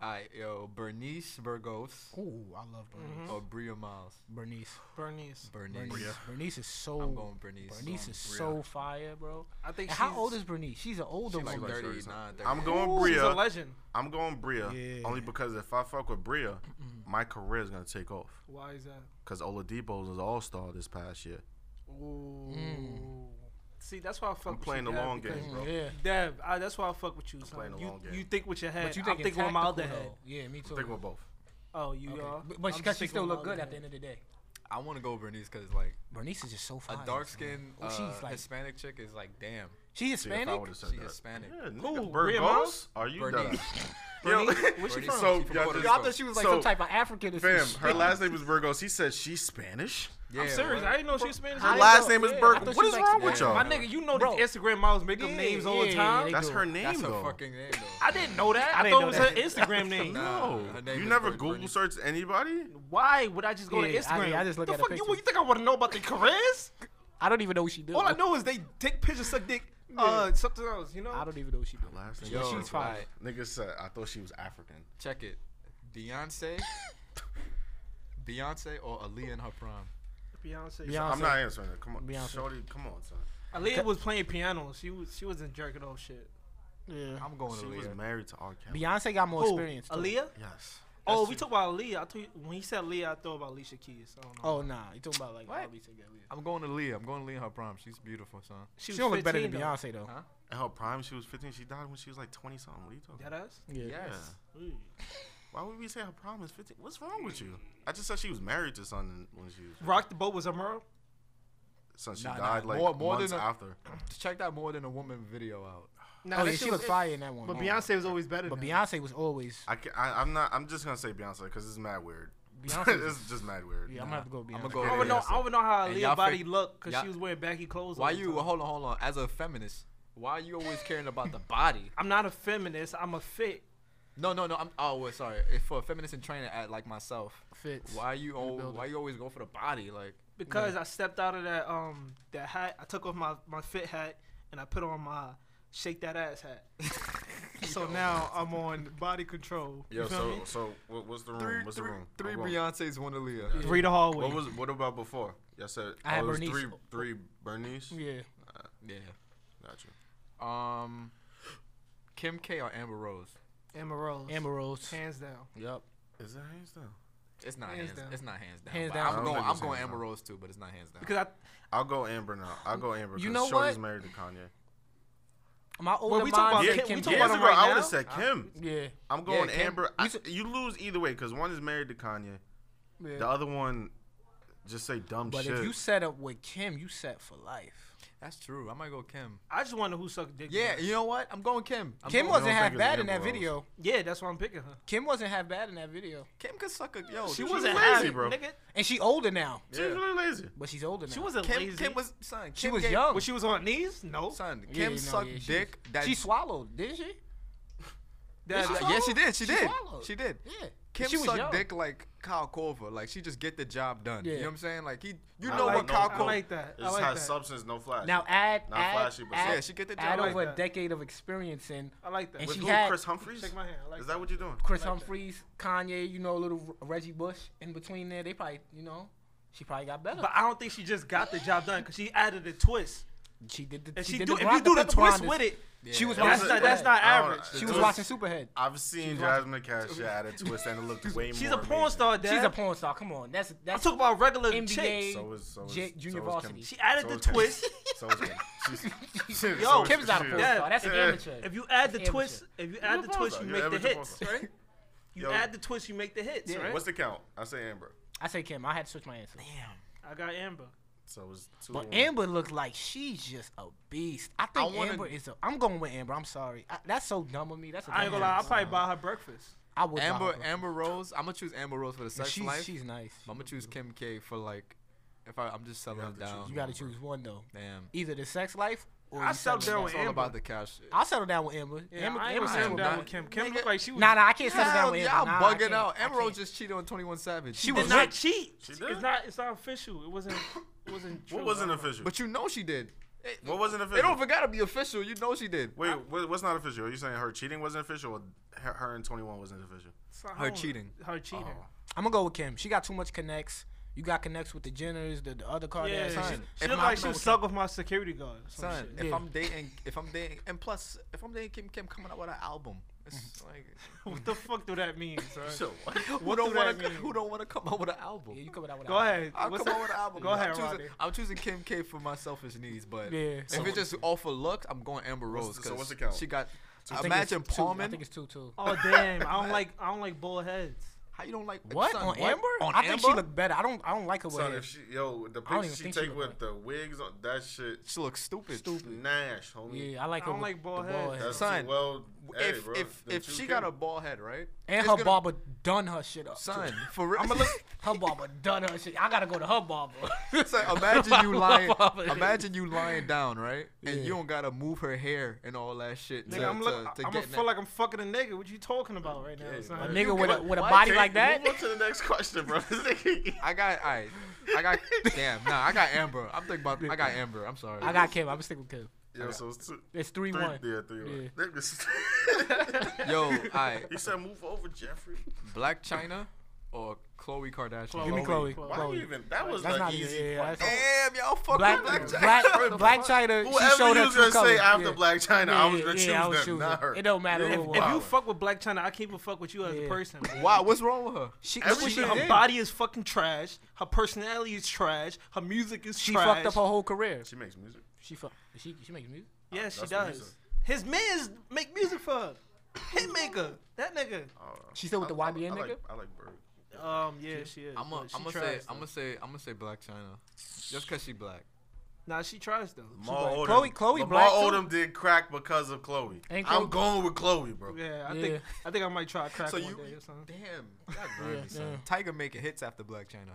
Speaker 4: All right, yo, Bernice Burgos
Speaker 3: Ooh, I love Bernice.
Speaker 4: or Bria Miles.
Speaker 3: Bernice.
Speaker 2: Bernice.
Speaker 4: Bernice.
Speaker 3: Bernice. Bernice is so.
Speaker 4: I'm going Bernice. Um,
Speaker 3: Bernice
Speaker 4: I'm
Speaker 3: is
Speaker 1: Bria.
Speaker 3: so fire, bro.
Speaker 2: I think
Speaker 3: And how
Speaker 2: she's-
Speaker 3: old is Bernice? She's an older
Speaker 4: She's like
Speaker 3: one.
Speaker 1: Like
Speaker 4: 39,
Speaker 1: 30.
Speaker 4: 30.
Speaker 1: I'm
Speaker 2: Ooh,
Speaker 1: going
Speaker 2: She's a
Speaker 1: Bria.
Speaker 2: legend.
Speaker 1: I'm going Bria.
Speaker 3: Yeah.
Speaker 1: Only because if I fuck with Bria, my career is gonna take off.
Speaker 2: Why is that?
Speaker 1: Cause Oladipo was an All Star this past year.
Speaker 2: Ooh. Mm. See, that's why I fuck
Speaker 1: I'm
Speaker 2: with
Speaker 1: playing
Speaker 2: you,
Speaker 1: the
Speaker 2: Dev,
Speaker 1: long
Speaker 2: because-
Speaker 1: game, bro.
Speaker 3: Yeah.
Speaker 2: Dev, I, that's why I fuck with you. Son.
Speaker 1: playing the
Speaker 2: you,
Speaker 1: long game.
Speaker 2: you think with your head.
Speaker 3: But you
Speaker 2: I'm
Speaker 3: thinking
Speaker 2: thinking with my other
Speaker 3: tactical,
Speaker 2: head.
Speaker 3: though. Yeah, me too.
Speaker 1: I'm thinking with both.
Speaker 2: Oh, you
Speaker 3: Okay.
Speaker 2: are.
Speaker 3: But- But she,
Speaker 2: I'm
Speaker 3: 'cause
Speaker 2: just
Speaker 3: she
Speaker 2: thinking
Speaker 3: still
Speaker 2: with my
Speaker 3: look good
Speaker 2: other
Speaker 3: at the
Speaker 2: head.
Speaker 3: end of the day.
Speaker 4: I want to go Bernice because like
Speaker 3: Bernice is just so fire.
Speaker 4: a dark skinned
Speaker 3: Oh,
Speaker 4: uh,
Speaker 3: she's like-
Speaker 4: Hispanic chick is like damn.
Speaker 3: She
Speaker 1: See, if I
Speaker 3: Hispanic?
Speaker 1: would've said
Speaker 4: She
Speaker 1: that.
Speaker 4: Hispanic.
Speaker 1: Yeah,
Speaker 2: Who,
Speaker 1: nigga,
Speaker 2: Bria
Speaker 1: Burgos? Are you done?
Speaker 4: Bernice.
Speaker 1: Yo,
Speaker 2: Where's she
Speaker 4: Bernice.
Speaker 1: so
Speaker 2: from?
Speaker 4: She from
Speaker 1: y'all
Speaker 4: Puerto
Speaker 1: just,
Speaker 3: Yo, I
Speaker 4: So-
Speaker 3: thought she was like
Speaker 1: so,
Speaker 3: some type of African or
Speaker 1: Fam,
Speaker 3: some
Speaker 1: her
Speaker 3: shit.
Speaker 1: last name is Burgos. He said she's Spanish.
Speaker 4: Yeah,
Speaker 2: I'm serious.
Speaker 4: what?
Speaker 2: I didn't know she was Spanish.
Speaker 3: I
Speaker 1: Her
Speaker 3: didn't
Speaker 1: last
Speaker 3: know.
Speaker 1: name is
Speaker 3: Yeah, I
Speaker 1: Burgos.
Speaker 3: thought
Speaker 1: What
Speaker 3: she
Speaker 1: is
Speaker 3: was
Speaker 1: wrong
Speaker 3: like
Speaker 1: with y'all?
Speaker 2: My nigga, you know the
Speaker 3: Bro.
Speaker 2: Instagram models make them
Speaker 3: Yeah,
Speaker 2: names all the
Speaker 3: yeah,
Speaker 2: time.
Speaker 3: they
Speaker 1: That's
Speaker 3: do.
Speaker 1: her name
Speaker 4: That's
Speaker 1: though.
Speaker 4: her fucking name though.
Speaker 2: I didn't know that. I,
Speaker 3: I didn't
Speaker 2: thought it
Speaker 3: know
Speaker 2: was her
Speaker 3: that.
Speaker 2: Instagram name.
Speaker 1: No,
Speaker 4: Nah, her name
Speaker 1: you
Speaker 4: is
Speaker 1: never
Speaker 4: Bur-
Speaker 1: Google
Speaker 4: Bernice.
Speaker 1: search anybody.
Speaker 2: Why would I just go to
Speaker 3: Yeah,
Speaker 2: Instagram?
Speaker 3: I- I just look
Speaker 2: the
Speaker 3: at the
Speaker 2: fuck, you,
Speaker 3: pictures.
Speaker 2: you think I want to know about their careers?
Speaker 3: I don't even know what she does.
Speaker 2: All I know is they take pictures, suck dick, uh, something else. You know.
Speaker 3: I don't even know what she does.
Speaker 1: Last name
Speaker 4: Yo,
Speaker 1: is
Speaker 3: she's
Speaker 1: Burgos.
Speaker 3: fine.
Speaker 1: Nigga said I thought she was African.
Speaker 4: Check it. Beyonce. Beyonce or Aaliyah in her prime.
Speaker 2: Beyonce.
Speaker 3: Beyonce.
Speaker 1: I'm not answering that. Come on,
Speaker 3: Beyonce.
Speaker 1: Shorty. Come on, son.
Speaker 2: Aaliyah was playing piano. She was she wasn't jerking off shit.
Speaker 3: Yeah.
Speaker 4: I'm going
Speaker 1: She
Speaker 4: Aaliyah.
Speaker 1: was married to R. Kelly.
Speaker 3: Beyonce got more
Speaker 2: Who?
Speaker 3: experience. Too.
Speaker 2: Aaliyah.
Speaker 1: Yes.
Speaker 2: oh, we talk about Aaliyah. I thought you- when he said Aaliyah, I thought about Alicia Keys. I don't know.
Speaker 3: Oh nah, you talking about like
Speaker 4: What?
Speaker 3: how we together.
Speaker 4: I'm going to Leah. I'm going to Leah in her prom. She's beautiful, son.
Speaker 2: she
Speaker 3: She,
Speaker 2: was
Speaker 3: don't look better than
Speaker 2: 15 though.
Speaker 3: Beyonce though.
Speaker 4: Huh?
Speaker 1: In her prime, she was 15. She died when she was like 20 something. What are you talking? about?
Speaker 2: That ass.
Speaker 3: Yeah.
Speaker 1: Yes.
Speaker 3: Mm.
Speaker 2: Ooh.
Speaker 1: Why would we say her prime is 15? What's wrong with you? I just said she was married to someone when she was.
Speaker 2: Rock the boat was a murder.
Speaker 1: So she
Speaker 4: Nah, nah,
Speaker 1: died like
Speaker 4: more- more
Speaker 1: months
Speaker 4: than a-
Speaker 1: after.
Speaker 4: Check that more than a woman video out.
Speaker 2: Nah,
Speaker 3: Oh
Speaker 2: that
Speaker 3: yeah,
Speaker 2: shit
Speaker 3: she
Speaker 2: was
Speaker 3: looked
Speaker 2: it.
Speaker 3: fire in that one.
Speaker 2: But
Speaker 3: Oh.
Speaker 2: Beyonce was always better.
Speaker 3: But
Speaker 2: than
Speaker 3: Beyonce was always.
Speaker 1: I can, I, I'm not. I'm just gonna say Beyonce because it's mad weird.
Speaker 3: Beyonce
Speaker 1: it's just mad weird.
Speaker 3: Yeah, I'm gonna have to go with Beyonce.
Speaker 4: I'ma go
Speaker 2: I don't
Speaker 4: with
Speaker 2: know.
Speaker 4: Beyonce.
Speaker 2: I don't know how
Speaker 4: And
Speaker 2: Aaliyah
Speaker 4: y'all
Speaker 2: body
Speaker 4: fig-
Speaker 2: looked because
Speaker 4: y'all-
Speaker 2: she was wearing baggy clothes. all
Speaker 4: Why
Speaker 2: the
Speaker 4: you
Speaker 2: time.
Speaker 4: hold on, hold on? As a feminist, why are you always caring about the body?
Speaker 2: I'm not a feminist. I'm a fit.
Speaker 4: No, no, no. I'm oh, well, sorry. If for a feminist in training, at like myself,
Speaker 3: Fits.
Speaker 4: why you al
Speaker 3: building.
Speaker 4: why you always go for the body? Like
Speaker 2: because I stepped out of that um that hat. I took off my my fit hat and I put on my shake that ass hat. so now I'm on body control. You
Speaker 1: Yo,
Speaker 2: feel
Speaker 1: so
Speaker 2: me?
Speaker 1: so what, what's the room?
Speaker 4: three,
Speaker 1: what's
Speaker 4: three,
Speaker 1: the room?
Speaker 4: three
Speaker 1: I'm going-
Speaker 4: Beyonces, one Aaliyah.
Speaker 2: three the hallway.
Speaker 1: What was what about before? Y'all said
Speaker 3: I had
Speaker 1: oh, it was
Speaker 3: Bernice.
Speaker 1: three three Bernice.
Speaker 3: Yeah.
Speaker 4: Yeah.
Speaker 1: Got you.
Speaker 4: Um, Kim K or Amber Rose?
Speaker 2: Amber Rose?
Speaker 3: Amber Rose.
Speaker 2: hands down.
Speaker 3: Yep.
Speaker 1: Is that hands down?
Speaker 4: It's not
Speaker 2: Hands
Speaker 4: hands.
Speaker 2: down.
Speaker 4: It's not hands down.
Speaker 3: Hands
Speaker 4: but
Speaker 3: down. I
Speaker 4: I'm
Speaker 1: don't
Speaker 4: going.
Speaker 1: think it's
Speaker 4: I'm going
Speaker 1: hands
Speaker 4: Amber
Speaker 1: down.
Speaker 4: Rose too, but it's not hands down.
Speaker 2: Because I
Speaker 1: I'll go Amber now. I'll go Amber.
Speaker 3: You
Speaker 1: 'cause
Speaker 3: know
Speaker 1: Shorty's
Speaker 3: what?
Speaker 1: married to Kanye.
Speaker 3: My older
Speaker 2: we
Speaker 3: we
Speaker 2: talk about
Speaker 3: mom said
Speaker 2: Kim- we
Speaker 3: Kim
Speaker 2: talk
Speaker 3: K.
Speaker 1: years
Speaker 2: about
Speaker 1: ago,
Speaker 2: him right
Speaker 1: I would
Speaker 2: now?
Speaker 1: have said Kim.
Speaker 3: Yeah.
Speaker 1: I'm going
Speaker 4: Kim.
Speaker 1: Amber. I, you lose either way because one is married to Kanye.
Speaker 3: Yeah.
Speaker 1: The other one, just say dumb
Speaker 3: But
Speaker 1: shit.
Speaker 3: if you set up with Kim, you set for life.
Speaker 4: That's true. I might go Kim.
Speaker 2: I just wonder who sucked dick.
Speaker 4: Yeah,
Speaker 2: more.
Speaker 4: you know what? I'm going Kim. I'm
Speaker 3: Kim
Speaker 4: going-
Speaker 1: was-
Speaker 3: wasn't
Speaker 1: think
Speaker 3: half
Speaker 1: it's
Speaker 3: bad in that
Speaker 1: Amber Rose.
Speaker 3: video.
Speaker 2: yeah, that's why I'm picking her.
Speaker 3: Kim wasn't half bad in that video,
Speaker 4: Kim could suck a yo.
Speaker 2: She
Speaker 4: dude.
Speaker 2: wasn't
Speaker 1: lazy,
Speaker 2: lazy,
Speaker 1: bro.
Speaker 2: Nigga.
Speaker 3: and she older now.
Speaker 1: She's really lazy.
Speaker 3: But she's older now.
Speaker 2: She wasn't
Speaker 4: Kim,
Speaker 2: lazy.
Speaker 4: Kim was son. Kim
Speaker 3: She was
Speaker 4: gave-
Speaker 3: young.
Speaker 2: when she was on her knees. No.
Speaker 4: Son,
Speaker 3: Yeah,
Speaker 4: Kim
Speaker 3: no,
Speaker 4: sucked
Speaker 3: yeah, she
Speaker 4: dick. that
Speaker 3: she swallowed, didn't she?
Speaker 4: Yeah,
Speaker 2: That-
Speaker 4: yeah, she did. She,
Speaker 3: She
Speaker 4: did.
Speaker 3: swallowed.
Speaker 4: She did.
Speaker 3: Yeah.
Speaker 4: Kim
Speaker 3: she was
Speaker 4: sucked
Speaker 3: young.
Speaker 4: dick like Kyle Korver. Like she just get the job done. You
Speaker 3: Yeah.
Speaker 4: know what I'm saying? Like he, you
Speaker 1: I
Speaker 4: know
Speaker 1: like
Speaker 4: what
Speaker 1: that.
Speaker 4: Kyle
Speaker 2: I
Speaker 4: Korver.
Speaker 2: like that.
Speaker 1: It
Speaker 2: I
Speaker 1: just
Speaker 2: like
Speaker 1: has
Speaker 2: that.
Speaker 1: substance, no flash.
Speaker 3: Now add
Speaker 1: Not
Speaker 3: add,
Speaker 1: flashy, but
Speaker 3: add,
Speaker 4: yeah, she get the
Speaker 3: add
Speaker 4: job.
Speaker 3: over
Speaker 4: Like,
Speaker 2: that.
Speaker 3: a decade of experience in
Speaker 2: I like that.
Speaker 3: And
Speaker 1: with
Speaker 3: she
Speaker 1: who?
Speaker 3: had-
Speaker 1: Chris Humphries.
Speaker 2: Shake my hand. I like
Speaker 1: Is that what you're doing?
Speaker 3: Chris
Speaker 2: like that.
Speaker 3: Humphries, Kanye, you know, little R- Reggie Bush in between there. They probably, you know, she probably got better.
Speaker 2: But I don't think she just got the job done because she added a twist.
Speaker 3: she did the.
Speaker 2: And
Speaker 3: she
Speaker 2: she,
Speaker 3: did
Speaker 2: do
Speaker 3: the
Speaker 2: if you do the
Speaker 3: Pocahontas.
Speaker 2: twist with it,
Speaker 3: she was
Speaker 1: That
Speaker 2: that's
Speaker 3: watching.
Speaker 1: was
Speaker 2: not
Speaker 1: a-
Speaker 2: that's not
Speaker 1: I don't-
Speaker 2: average.
Speaker 1: it
Speaker 3: she
Speaker 1: was-
Speaker 3: was watching Superhead.
Speaker 1: I've seen Jasmine Cash add a twist and it looked way more.
Speaker 2: She's a porn
Speaker 1: amazing.
Speaker 2: star, Dad.
Speaker 3: She's a porn star. Come on, that's
Speaker 2: I'm
Speaker 3: that's.
Speaker 2: talking about regular
Speaker 3: NBA.
Speaker 2: chicks.
Speaker 1: So is so is,
Speaker 3: J- junior
Speaker 1: so is
Speaker 3: varsity.
Speaker 1: Kim.
Speaker 2: She added
Speaker 1: So
Speaker 2: the
Speaker 1: is Kim.
Speaker 2: twist.
Speaker 1: So is Kim. She's- so
Speaker 2: Yo,
Speaker 1: is-
Speaker 3: Kim's not a
Speaker 1: she is.
Speaker 3: porn
Speaker 2: Yeah.
Speaker 3: star. That's an
Speaker 1: Yeah.
Speaker 3: amateur.
Speaker 2: If you add the
Speaker 3: Amateur.
Speaker 2: twist, if you add the
Speaker 1: porn
Speaker 2: twist,
Speaker 1: star.
Speaker 2: you
Speaker 1: You're
Speaker 2: make the
Speaker 1: amateur porn
Speaker 2: hits.
Speaker 1: star.
Speaker 2: Right? You
Speaker 1: Yo.
Speaker 2: add the twist, you make the hits, right?
Speaker 1: What's the count? I say Amber.
Speaker 3: I say Kim. I had to switch my answer.
Speaker 2: I got Amber.
Speaker 1: So it's two.
Speaker 3: But
Speaker 1: to one.
Speaker 3: Amber looked like she's just a beast. I think
Speaker 4: I wanna-
Speaker 3: Amber is. A, I'm going with Amber. I'm sorry. I, that's so dumb of me. That's. A dumb
Speaker 2: I ain't gonna lie, I'll
Speaker 3: answer.
Speaker 2: probably buy her breakfast.
Speaker 3: I would. buy her
Speaker 4: Amber,
Speaker 3: book.
Speaker 4: Amber Rose. I'm gonna choose Amber Rose for the sex
Speaker 3: she's,
Speaker 4: life.
Speaker 3: she's nice.
Speaker 4: I'm gonna choose Kim K for like, if I, I'm just settling
Speaker 1: have to
Speaker 4: down.
Speaker 3: You gotta choose one though.
Speaker 4: Damn.
Speaker 3: Either the sex life or
Speaker 2: I
Speaker 3: you
Speaker 2: settle down
Speaker 4: It's
Speaker 2: with
Speaker 4: all
Speaker 2: Amber.
Speaker 4: about the cash.
Speaker 3: I'll settle down with Amber.
Speaker 2: Yeah,
Speaker 3: Amber,
Speaker 2: I ain't
Speaker 3: Amber
Speaker 2: gonna settle
Speaker 4: Amber
Speaker 2: down
Speaker 4: not-
Speaker 2: with Kim. Kim
Speaker 4: Nigga,
Speaker 2: looked like she was.
Speaker 3: Nah, nah, I can't settle down
Speaker 4: Hell,
Speaker 3: with
Speaker 4: y'all
Speaker 3: Amber. Nah, I
Speaker 4: bugging
Speaker 3: can't.
Speaker 4: out.
Speaker 3: I
Speaker 4: Amber Rose
Speaker 3: can't.
Speaker 4: just cheated on 21 Savage.
Speaker 3: She
Speaker 2: did
Speaker 3: was
Speaker 2: not
Speaker 3: not.
Speaker 2: cheat.
Speaker 1: She
Speaker 2: It's
Speaker 1: did.
Speaker 2: not. It's not official. It wasn't. It wasn't. True.
Speaker 1: What wasn't official?
Speaker 4: But you know she did. It-
Speaker 1: What wasn't
Speaker 4: It
Speaker 1: official?
Speaker 4: don't forgot to be official. You know she did.
Speaker 1: Wait, what, what's not official? Are you saying her cheating wasn't official, or her, her and Twenty One wasn't official?
Speaker 2: So I
Speaker 4: Her
Speaker 2: don't-
Speaker 4: cheating.
Speaker 2: Her cheating.
Speaker 3: I'm gonna go with Kim. She got too much connects. You got connects with the Jenners, the, the other
Speaker 2: Yeah,
Speaker 3: Kardashians.
Speaker 2: she,
Speaker 4: son,
Speaker 2: she
Speaker 4: if
Speaker 2: looked
Speaker 4: my-
Speaker 2: like she was stuck with my security guard. or some
Speaker 4: Son,
Speaker 2: shit.
Speaker 4: if
Speaker 3: Yeah.
Speaker 4: I'm dating, if I'm dating, and plus, if I'm dating Kim Kim coming out with an album, it's like
Speaker 2: what the fuck do that mean, son?
Speaker 1: So what?
Speaker 4: who
Speaker 2: do
Speaker 4: don't
Speaker 2: that
Speaker 4: want to
Speaker 2: mean?
Speaker 4: who don't want to come out with an album.
Speaker 3: Yeah, you covered that with
Speaker 2: Go ahead.
Speaker 4: I'll
Speaker 2: What's
Speaker 4: come
Speaker 2: up?
Speaker 4: out with an album.
Speaker 2: Go
Speaker 4: I'm
Speaker 2: ahead,
Speaker 4: choosing,
Speaker 2: Rodney.
Speaker 4: I'm choosing Kim K for my selfish needs, but
Speaker 3: Yeah.
Speaker 4: if it's just all for looks, I'm going Amber Rose.
Speaker 1: the- so
Speaker 4: 'cause
Speaker 1: what's the count?
Speaker 4: She got.
Speaker 3: I think it's
Speaker 4: imagine
Speaker 3: two. I
Speaker 4: Palmer.
Speaker 3: think it's two two.
Speaker 2: Oh damn! I don't like I don't like bald heads.
Speaker 4: How you don't like
Speaker 3: What
Speaker 4: son,
Speaker 3: on Amber?
Speaker 4: On
Speaker 3: I
Speaker 4: Amber?
Speaker 3: think she looked better. I don't. I don't like her with
Speaker 1: Son,
Speaker 3: hair.
Speaker 1: if she yo the
Speaker 3: don't even
Speaker 1: pictures she
Speaker 3: think she
Speaker 1: take
Speaker 3: look
Speaker 1: with
Speaker 3: like-
Speaker 1: the wigs on that shit,
Speaker 4: She looks stupid.
Speaker 3: Stupid.
Speaker 1: Nash, homie.
Speaker 3: Yeah, I like
Speaker 2: I
Speaker 3: her.
Speaker 2: don't
Speaker 3: with
Speaker 2: like bald
Speaker 3: the bald
Speaker 2: head.
Speaker 3: head.
Speaker 1: That's
Speaker 4: Son,
Speaker 1: too well. hey,
Speaker 4: If
Speaker 1: bro,
Speaker 4: if
Speaker 1: the
Speaker 4: if she
Speaker 1: 2K
Speaker 4: got a bald head, right?
Speaker 3: And
Speaker 4: it's
Speaker 3: her
Speaker 4: gonna-
Speaker 3: barber done her shit up.
Speaker 4: Son, for real.
Speaker 3: I'm gonna look. Her barber done her shit. I gotta go to her barber.
Speaker 4: Son, imagine you lying.
Speaker 3: barber.
Speaker 4: Imagine you lying down, right? And
Speaker 3: Yeah.
Speaker 4: you don't gotta move her hair and all that shit.
Speaker 2: Nigga,
Speaker 4: to,
Speaker 2: I'm
Speaker 4: to,
Speaker 2: look.
Speaker 4: to
Speaker 2: I'm gonna
Speaker 4: get
Speaker 2: feel
Speaker 4: that.
Speaker 2: like I'm fucking a nigga. What you talking about right now?
Speaker 1: Yeah,
Speaker 2: son?
Speaker 1: man.
Speaker 3: a nigga with a, with a
Speaker 4: why
Speaker 3: body
Speaker 1: Hey,
Speaker 3: like that.
Speaker 1: Move on to the next question, bro. This nigga-
Speaker 4: I got. I. I got. damn. Nah. I got Amber. I'm thinking about. I got Amber. I'm sorry.
Speaker 3: I got Kim. I'm gonna stick with Kim.
Speaker 1: yo, so it's two,
Speaker 3: It's three,
Speaker 1: three,
Speaker 3: one.
Speaker 1: yeah, three, one. Niggas-
Speaker 4: Yo. I.
Speaker 1: He said, "Move over, Jeffrey."
Speaker 4: Black China or Khloe Kardashian.
Speaker 3: Give me Chloe.
Speaker 1: Why
Speaker 3: Chloe.
Speaker 1: you even? That was
Speaker 3: That's
Speaker 1: an
Speaker 3: not
Speaker 1: easy.
Speaker 3: easy. Yeah,
Speaker 1: point.
Speaker 3: that's-
Speaker 4: Damn, y'all fuck
Speaker 3: Black
Speaker 4: Black,
Speaker 3: Black,
Speaker 4: China.
Speaker 3: China. Black China. she showed
Speaker 1: Whoever you
Speaker 3: her
Speaker 1: was
Speaker 3: true
Speaker 1: gonna
Speaker 3: colors.
Speaker 1: say after
Speaker 3: yeah.
Speaker 1: Black China, I was gonna choose
Speaker 3: I was
Speaker 1: them,
Speaker 3: choosing.
Speaker 1: not her.
Speaker 3: It don't matter who it
Speaker 1: If-
Speaker 3: was.
Speaker 2: If you
Speaker 1: Wow.
Speaker 2: fuck with Black China, I can't even fuck with you as
Speaker 3: Yeah.
Speaker 2: a person. bro.
Speaker 4: Why? What's wrong with her?
Speaker 3: She,
Speaker 1: Every
Speaker 3: she,
Speaker 1: shit
Speaker 2: her
Speaker 1: did.
Speaker 2: body is fucking trash. Her personality is trash. Her music is
Speaker 3: she
Speaker 2: trash.
Speaker 3: fucked up her whole career.
Speaker 1: She makes music.
Speaker 3: She fuck. She she makes music.
Speaker 2: Yeah,
Speaker 1: That's
Speaker 2: she
Speaker 1: what he
Speaker 2: does.
Speaker 1: said.
Speaker 2: His mans make music for her. Hitmaker. That nigga.
Speaker 3: She still with the YBN
Speaker 1: Uh, I
Speaker 3: nigga.
Speaker 1: Like, I like Bird.
Speaker 2: Um, yeah, she is.
Speaker 4: I'm gonna
Speaker 2: but she
Speaker 4: say.
Speaker 2: tries, though.
Speaker 4: I'm gonna say. I'm gonna say Black China, just cause she black.
Speaker 2: Nah, she tries though.
Speaker 1: Lamar Odom.
Speaker 3: Chloe- Chloe
Speaker 1: Lamar
Speaker 3: black, too?
Speaker 1: Odom did crack because of Chloe.
Speaker 3: Ain't Chloe-
Speaker 1: I'm going with Chloe, bro.
Speaker 2: Yeah, I think
Speaker 3: Yeah.
Speaker 2: I think I might try a crack
Speaker 4: So
Speaker 2: one
Speaker 4: you-
Speaker 2: day or something.
Speaker 4: Damn. God burn
Speaker 3: Yeah,
Speaker 4: me, son.
Speaker 3: yeah.
Speaker 4: Tiger making hits after Black China.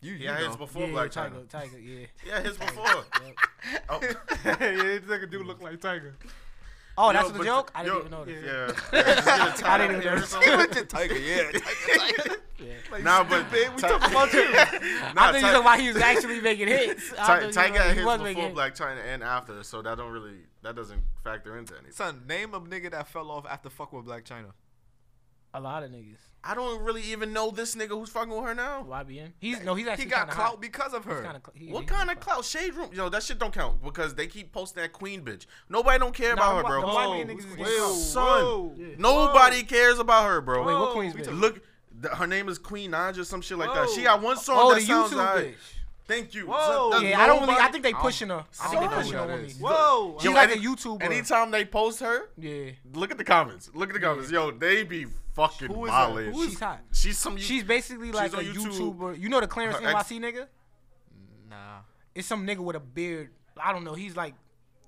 Speaker 4: You, you
Speaker 1: Yeah,
Speaker 4: know.
Speaker 1: his before
Speaker 3: yeah,
Speaker 1: Black China.
Speaker 3: Tiger, Tiger, yeah.
Speaker 1: Yeah, his before. oh.
Speaker 2: yeah, this nigga do look like Tiger.
Speaker 3: Oh,
Speaker 1: Yo,
Speaker 3: that's the
Speaker 1: but
Speaker 3: joke.
Speaker 1: the-
Speaker 3: I didn't
Speaker 1: yo,
Speaker 3: even know this.
Speaker 1: Yeah. yeah.
Speaker 3: I didn't even notice.
Speaker 4: Tiger, yeah. Tiger, Tiger.
Speaker 1: Nah, but
Speaker 4: we talking about you.
Speaker 1: nah,
Speaker 3: I think you
Speaker 1: Ti-
Speaker 3: talking about he was actually making hits. I thought you
Speaker 1: Ti-
Speaker 3: was
Speaker 1: Tiger
Speaker 3: like-
Speaker 1: had
Speaker 3: he
Speaker 1: hits
Speaker 3: was
Speaker 1: before
Speaker 3: making hits.
Speaker 1: Black China and after, so that don't really that doesn't factor into anything.
Speaker 4: Son, name a nigga that fell off after fuck with Black China.
Speaker 3: A lot of niggas.
Speaker 1: I don't really even know this nigga who's fucking with her now.
Speaker 3: YBN. He's no. He's actually
Speaker 4: He got
Speaker 3: kinda
Speaker 4: clout
Speaker 3: hot.
Speaker 4: because of
Speaker 3: He's
Speaker 4: her.
Speaker 3: kinda cl- he-
Speaker 1: What
Speaker 3: he-
Speaker 1: kind of clout shade room? Yo, that shit don't count because they keep posting that queen bitch. Nobody don't care
Speaker 3: Nah,
Speaker 1: about her,
Speaker 3: the
Speaker 1: bro.
Speaker 3: YBN niggas is getting
Speaker 1: Whoa,
Speaker 3: clout.
Speaker 1: son.
Speaker 2: Whoa.
Speaker 1: Nobody cares about her, bro.
Speaker 3: Wait, what queen's bitch?
Speaker 1: Look, th- her name is Queen Nige or some shit like that. She
Speaker 2: Whoa.
Speaker 1: got one song
Speaker 3: Oh,
Speaker 1: that
Speaker 3: the
Speaker 1: sounds
Speaker 3: YouTube
Speaker 1: alright.
Speaker 3: bitch.
Speaker 1: Thank you. So,
Speaker 2: Whoa.
Speaker 1: does
Speaker 3: Yeah, I don't really. I
Speaker 1: nobody-
Speaker 3: think they pushing her. I think they
Speaker 4: Son.
Speaker 3: pushing her on me.
Speaker 2: Whoa.
Speaker 3: She's
Speaker 1: Yo,
Speaker 3: like a
Speaker 1: any-
Speaker 3: YouTuber.
Speaker 1: Anytime they post her,
Speaker 3: yeah.
Speaker 1: look at the comments. Look at the comments. Yo, they be fucking
Speaker 4: Who is that?
Speaker 1: violent.
Speaker 4: Who is-
Speaker 3: She's hot.
Speaker 1: She's some.
Speaker 3: She's basically like
Speaker 1: on
Speaker 3: a
Speaker 1: YouTube.
Speaker 3: YouTuber. You know the Clarence
Speaker 1: Her ex-
Speaker 3: NYC nigga?
Speaker 4: Nah.
Speaker 3: It's some nigga with a beard. I don't know. He's like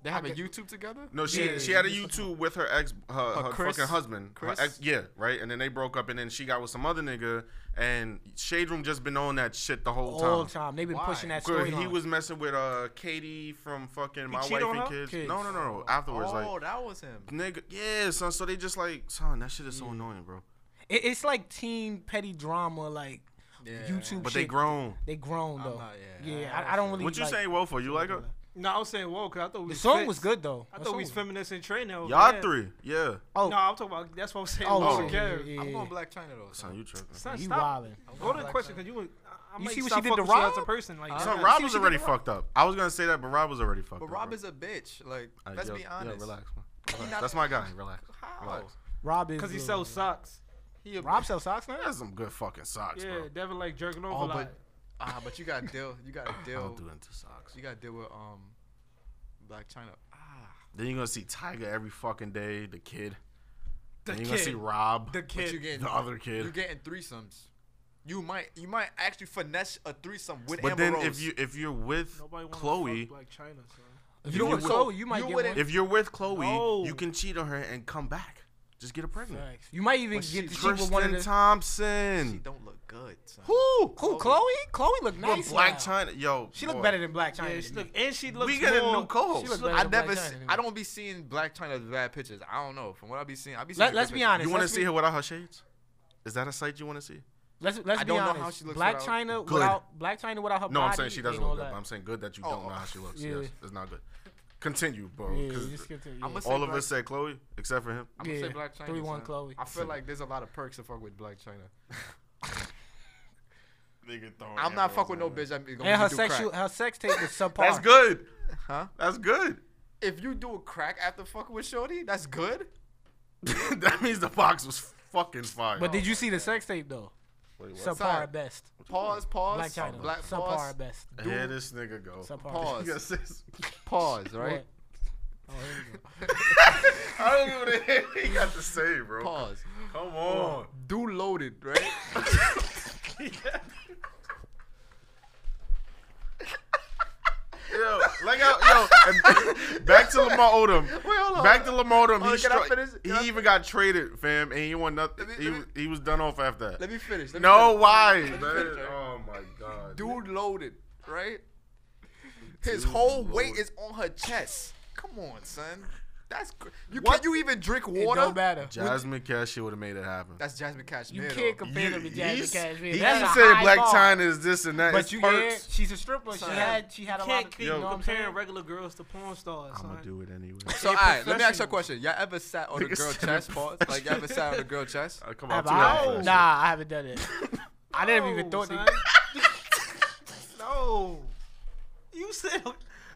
Speaker 4: They have a YouTube together?
Speaker 1: No, she
Speaker 3: Yeah.
Speaker 1: she had a YouTube with her ex, her, her,
Speaker 4: Chris?
Speaker 1: fucking husband. Her
Speaker 4: Chris?
Speaker 1: ex- yeah, right. And then they broke up, and then she got with some other nigga. And Shade Room just been on that shit the whole
Speaker 3: all
Speaker 1: time.
Speaker 3: time. They've been
Speaker 4: Why?
Speaker 3: pushing that
Speaker 1: Girl,
Speaker 3: story.
Speaker 1: he was messing with uh Katie from fucking my
Speaker 2: cheat
Speaker 1: wife
Speaker 2: on
Speaker 1: and
Speaker 2: her?
Speaker 1: kids.
Speaker 3: Kids.
Speaker 1: No, no, no, no. Afterwards,
Speaker 4: Oh,
Speaker 1: like
Speaker 4: that was him.
Speaker 1: nigga, yeah, son. So they just like, son, that shit is so annoying, bro.
Speaker 3: It, it's like teen petty drama, like
Speaker 4: Yeah.
Speaker 3: YouTube.
Speaker 1: But
Speaker 3: shit.
Speaker 1: they grown.
Speaker 3: They grown though.
Speaker 4: not- yeah,
Speaker 3: yeah,
Speaker 4: I-
Speaker 3: I, I don't really.
Speaker 1: What you
Speaker 3: like-
Speaker 1: saying, Woe for? You like her?
Speaker 2: No, I was saying whoa, cause I thought we
Speaker 3: The
Speaker 2: was
Speaker 3: song
Speaker 2: fit.
Speaker 3: was good though.
Speaker 2: I thought
Speaker 3: That song
Speaker 2: we was feminist and training. over
Speaker 1: Y'all
Speaker 2: there.
Speaker 1: three, yeah.
Speaker 3: Oh,
Speaker 2: No, I'm talking about. That's what I'm saying.
Speaker 3: oh,
Speaker 2: Oh,
Speaker 1: yeah,
Speaker 3: yeah, yeah,
Speaker 4: I'm
Speaker 3: yeah.
Speaker 4: going Black China though.
Speaker 1: Son, you tripping?
Speaker 2: Son,
Speaker 3: You
Speaker 2: stop.
Speaker 3: wildin'.
Speaker 2: Go to the question because you. would- I, I
Speaker 3: You
Speaker 2: might
Speaker 3: see what
Speaker 2: stop
Speaker 3: she did to
Speaker 2: fucking with you as a
Speaker 3: Rob?
Speaker 2: person. Like,
Speaker 1: Son,
Speaker 2: yeah.
Speaker 1: Rob
Speaker 4: See
Speaker 1: was
Speaker 4: what she
Speaker 1: already
Speaker 4: did to Rob?
Speaker 1: fucked up. I was gonna say that, but Rob was already fucked
Speaker 4: But
Speaker 1: up.
Speaker 4: Rob
Speaker 1: bro.
Speaker 4: is a bitch. Like,
Speaker 1: All right,
Speaker 4: let's
Speaker 1: yo-
Speaker 4: be honest.
Speaker 1: Yo, relax, man. Relax.
Speaker 4: not-
Speaker 1: That's my guy. Relax.
Speaker 4: How?
Speaker 1: Relax.
Speaker 3: Rob is
Speaker 2: Because he
Speaker 3: uh,
Speaker 2: sells socks.
Speaker 4: He a
Speaker 3: Rob sells socks now.
Speaker 1: That's some good fucking socks,
Speaker 2: Yeah,
Speaker 1: bro.
Speaker 2: Devin like jerking off a
Speaker 4: Oh,
Speaker 2: lot.
Speaker 4: but ah, but you got to deal. You got to
Speaker 1: I
Speaker 4: deal.
Speaker 1: don't do into socks.
Speaker 4: You got to deal with um, Black China. Ah,
Speaker 1: Then you're gonna see Tiger every fucking day. The kid.
Speaker 2: The
Speaker 1: then you're gonna see
Speaker 2: kid.
Speaker 1: Rob.
Speaker 2: The
Speaker 4: but you
Speaker 2: kid.
Speaker 4: getting
Speaker 1: The other
Speaker 4: You
Speaker 1: kid.
Speaker 4: getting threesomes. You might you might actually finesse a threesome with
Speaker 1: But
Speaker 4: Amber
Speaker 1: then
Speaker 4: Rose.
Speaker 1: if you if you're with
Speaker 2: Nobody wanna
Speaker 1: Chloe,
Speaker 2: fuck Black China, son.
Speaker 3: If
Speaker 4: you know
Speaker 3: get
Speaker 4: what, so
Speaker 3: Chloe, you might
Speaker 4: you
Speaker 3: get
Speaker 4: wouldn't-
Speaker 3: one.
Speaker 1: if you're with Chloe,
Speaker 2: No.
Speaker 1: you can cheat on her and come back. Just get her pregnant.
Speaker 3: Facts. You might even
Speaker 4: But
Speaker 3: get to
Speaker 4: she
Speaker 3: cheat with one of
Speaker 1: Tristan
Speaker 3: the.
Speaker 4: she
Speaker 1: Thompson.
Speaker 4: don't look good. Son.
Speaker 3: Who? Who?
Speaker 4: Chloe.
Speaker 3: Chloe? Chloe look
Speaker 1: Bro,
Speaker 3: nice.
Speaker 1: Black
Speaker 3: now.
Speaker 1: China. Yo,
Speaker 3: She look
Speaker 1: boy.
Speaker 3: better than Black China.
Speaker 2: Yeah,
Speaker 3: to
Speaker 2: she
Speaker 3: me.
Speaker 2: look, and she looks
Speaker 1: We got a
Speaker 2: more-
Speaker 1: new co-host.
Speaker 3: she look better
Speaker 4: I
Speaker 3: than
Speaker 4: never.
Speaker 3: Black
Speaker 4: See,
Speaker 3: China to
Speaker 4: I
Speaker 3: me.
Speaker 4: don't be seeing Black China's bad pictures. I don't know. From what I be seeing, I be. Seeing
Speaker 3: Let,
Speaker 4: good
Speaker 3: let's be
Speaker 4: pictures.
Speaker 3: honest.
Speaker 1: You want to
Speaker 3: let's
Speaker 1: see
Speaker 3: be-
Speaker 1: her without her shades? Is that a sight you want to see?
Speaker 3: Let's let's
Speaker 7: I
Speaker 3: be
Speaker 7: don't know
Speaker 3: honest.
Speaker 7: how she looks
Speaker 3: Black
Speaker 7: without-
Speaker 3: China
Speaker 1: Good.
Speaker 3: without Black China without her
Speaker 1: No,
Speaker 3: body.
Speaker 1: I'm saying she doesn't
Speaker 3: ain't all
Speaker 1: look good.
Speaker 3: that.
Speaker 1: but I'm saying good that you
Speaker 7: Oh,
Speaker 1: don't
Speaker 7: oh.
Speaker 1: know how she looks.
Speaker 3: Yeah.
Speaker 1: Yes, it's not good. Continue, bro.
Speaker 3: Yeah,
Speaker 1: 'cause
Speaker 3: just get to, yeah.
Speaker 7: I'm gonna say
Speaker 1: all of
Speaker 7: Black-
Speaker 1: us said Chloe except for him.
Speaker 4: I'm gonna
Speaker 3: Yeah,
Speaker 4: say Black China.
Speaker 3: 3-1
Speaker 4: son.
Speaker 3: Chloe.
Speaker 4: I feel like there's a lot of perks to fuck with Black China. I'm not fuck with no bitch. I'm gonna
Speaker 3: and her
Speaker 4: do
Speaker 3: sexual
Speaker 4: crack.
Speaker 3: her sex tape is subpar.
Speaker 1: That's good.
Speaker 7: Huh?
Speaker 1: That's good.
Speaker 4: If you do a crack after fucking with Shorty, that's good.
Speaker 1: that means the box was fucking fire.
Speaker 3: But did you see the sex tape though?
Speaker 1: Wait, what?
Speaker 3: Subpar at best.
Speaker 4: Pause. Pause.
Speaker 3: Black China.
Speaker 4: Black
Speaker 3: subpar
Speaker 4: pause.
Speaker 3: at best.
Speaker 1: Here this nigga go.
Speaker 3: Subpar.
Speaker 4: Pause.
Speaker 1: You got six.
Speaker 4: Pause. Right.
Speaker 3: What? Oh, here we go.
Speaker 1: I don't even know what he got to say, bro.
Speaker 4: Pause.
Speaker 1: Come on.
Speaker 4: Do loaded. Right.
Speaker 1: Yo, like I, yo, and back to Lamar Odom.
Speaker 4: hold on.
Speaker 1: Back to Lamar Odom.
Speaker 4: Hold
Speaker 1: he
Speaker 4: on, can I
Speaker 1: stri-
Speaker 4: finish? Can I
Speaker 1: he even got traded, fam, and he won nothing.
Speaker 4: Let me-
Speaker 1: He,
Speaker 4: let
Speaker 1: he was done off after that.
Speaker 4: Let me finish. Let me
Speaker 1: no,
Speaker 4: finish.
Speaker 1: why? man?
Speaker 4: finish, right?
Speaker 1: oh my god.
Speaker 4: Dude loaded. Right. His
Speaker 1: Dude
Speaker 4: whole
Speaker 1: loaded.
Speaker 4: weight is on her chest. Come on, son. That's cr- you.
Speaker 1: What?
Speaker 4: Can you even drink
Speaker 3: It
Speaker 4: water?
Speaker 3: don't matter.
Speaker 1: Jasmine Cashier would have made it happen.
Speaker 4: That's Jasmine Cashmere.
Speaker 3: You
Speaker 4: though.
Speaker 3: can't compare them to
Speaker 1: You-
Speaker 3: Jasmine
Speaker 1: he's-
Speaker 3: Cashmere.
Speaker 1: He
Speaker 3: That's
Speaker 1: keeps
Speaker 3: a
Speaker 1: saying
Speaker 3: high
Speaker 1: Black
Speaker 3: bar.
Speaker 1: China is this and that.
Speaker 3: But you yeah,
Speaker 1: perks.
Speaker 3: she's a stripper. She
Speaker 4: Son.
Speaker 3: had she had a lot
Speaker 2: Can't
Speaker 3: of
Speaker 2: keep
Speaker 3: you know what I'm saying?
Speaker 2: comparing regular girls to porn stars.
Speaker 1: I'm
Speaker 2: son.
Speaker 1: gonna do it anyway. Uh,
Speaker 4: So, all
Speaker 3: They're
Speaker 4: right, let me ask you a
Speaker 3: professionals.
Speaker 4: question. Y'all ever sat on a
Speaker 1: Nigga
Speaker 4: girl
Speaker 1: said
Speaker 4: chest?
Speaker 1: it
Speaker 4: Pause. Like, y'all ever sat on a girl chest?
Speaker 1: Uh, come on,
Speaker 3: Have
Speaker 1: too bad for
Speaker 3: I?
Speaker 1: that shit.
Speaker 3: Nah, I haven't done it. I didn't even
Speaker 2: No,
Speaker 3: thought that.
Speaker 2: son. no. You said,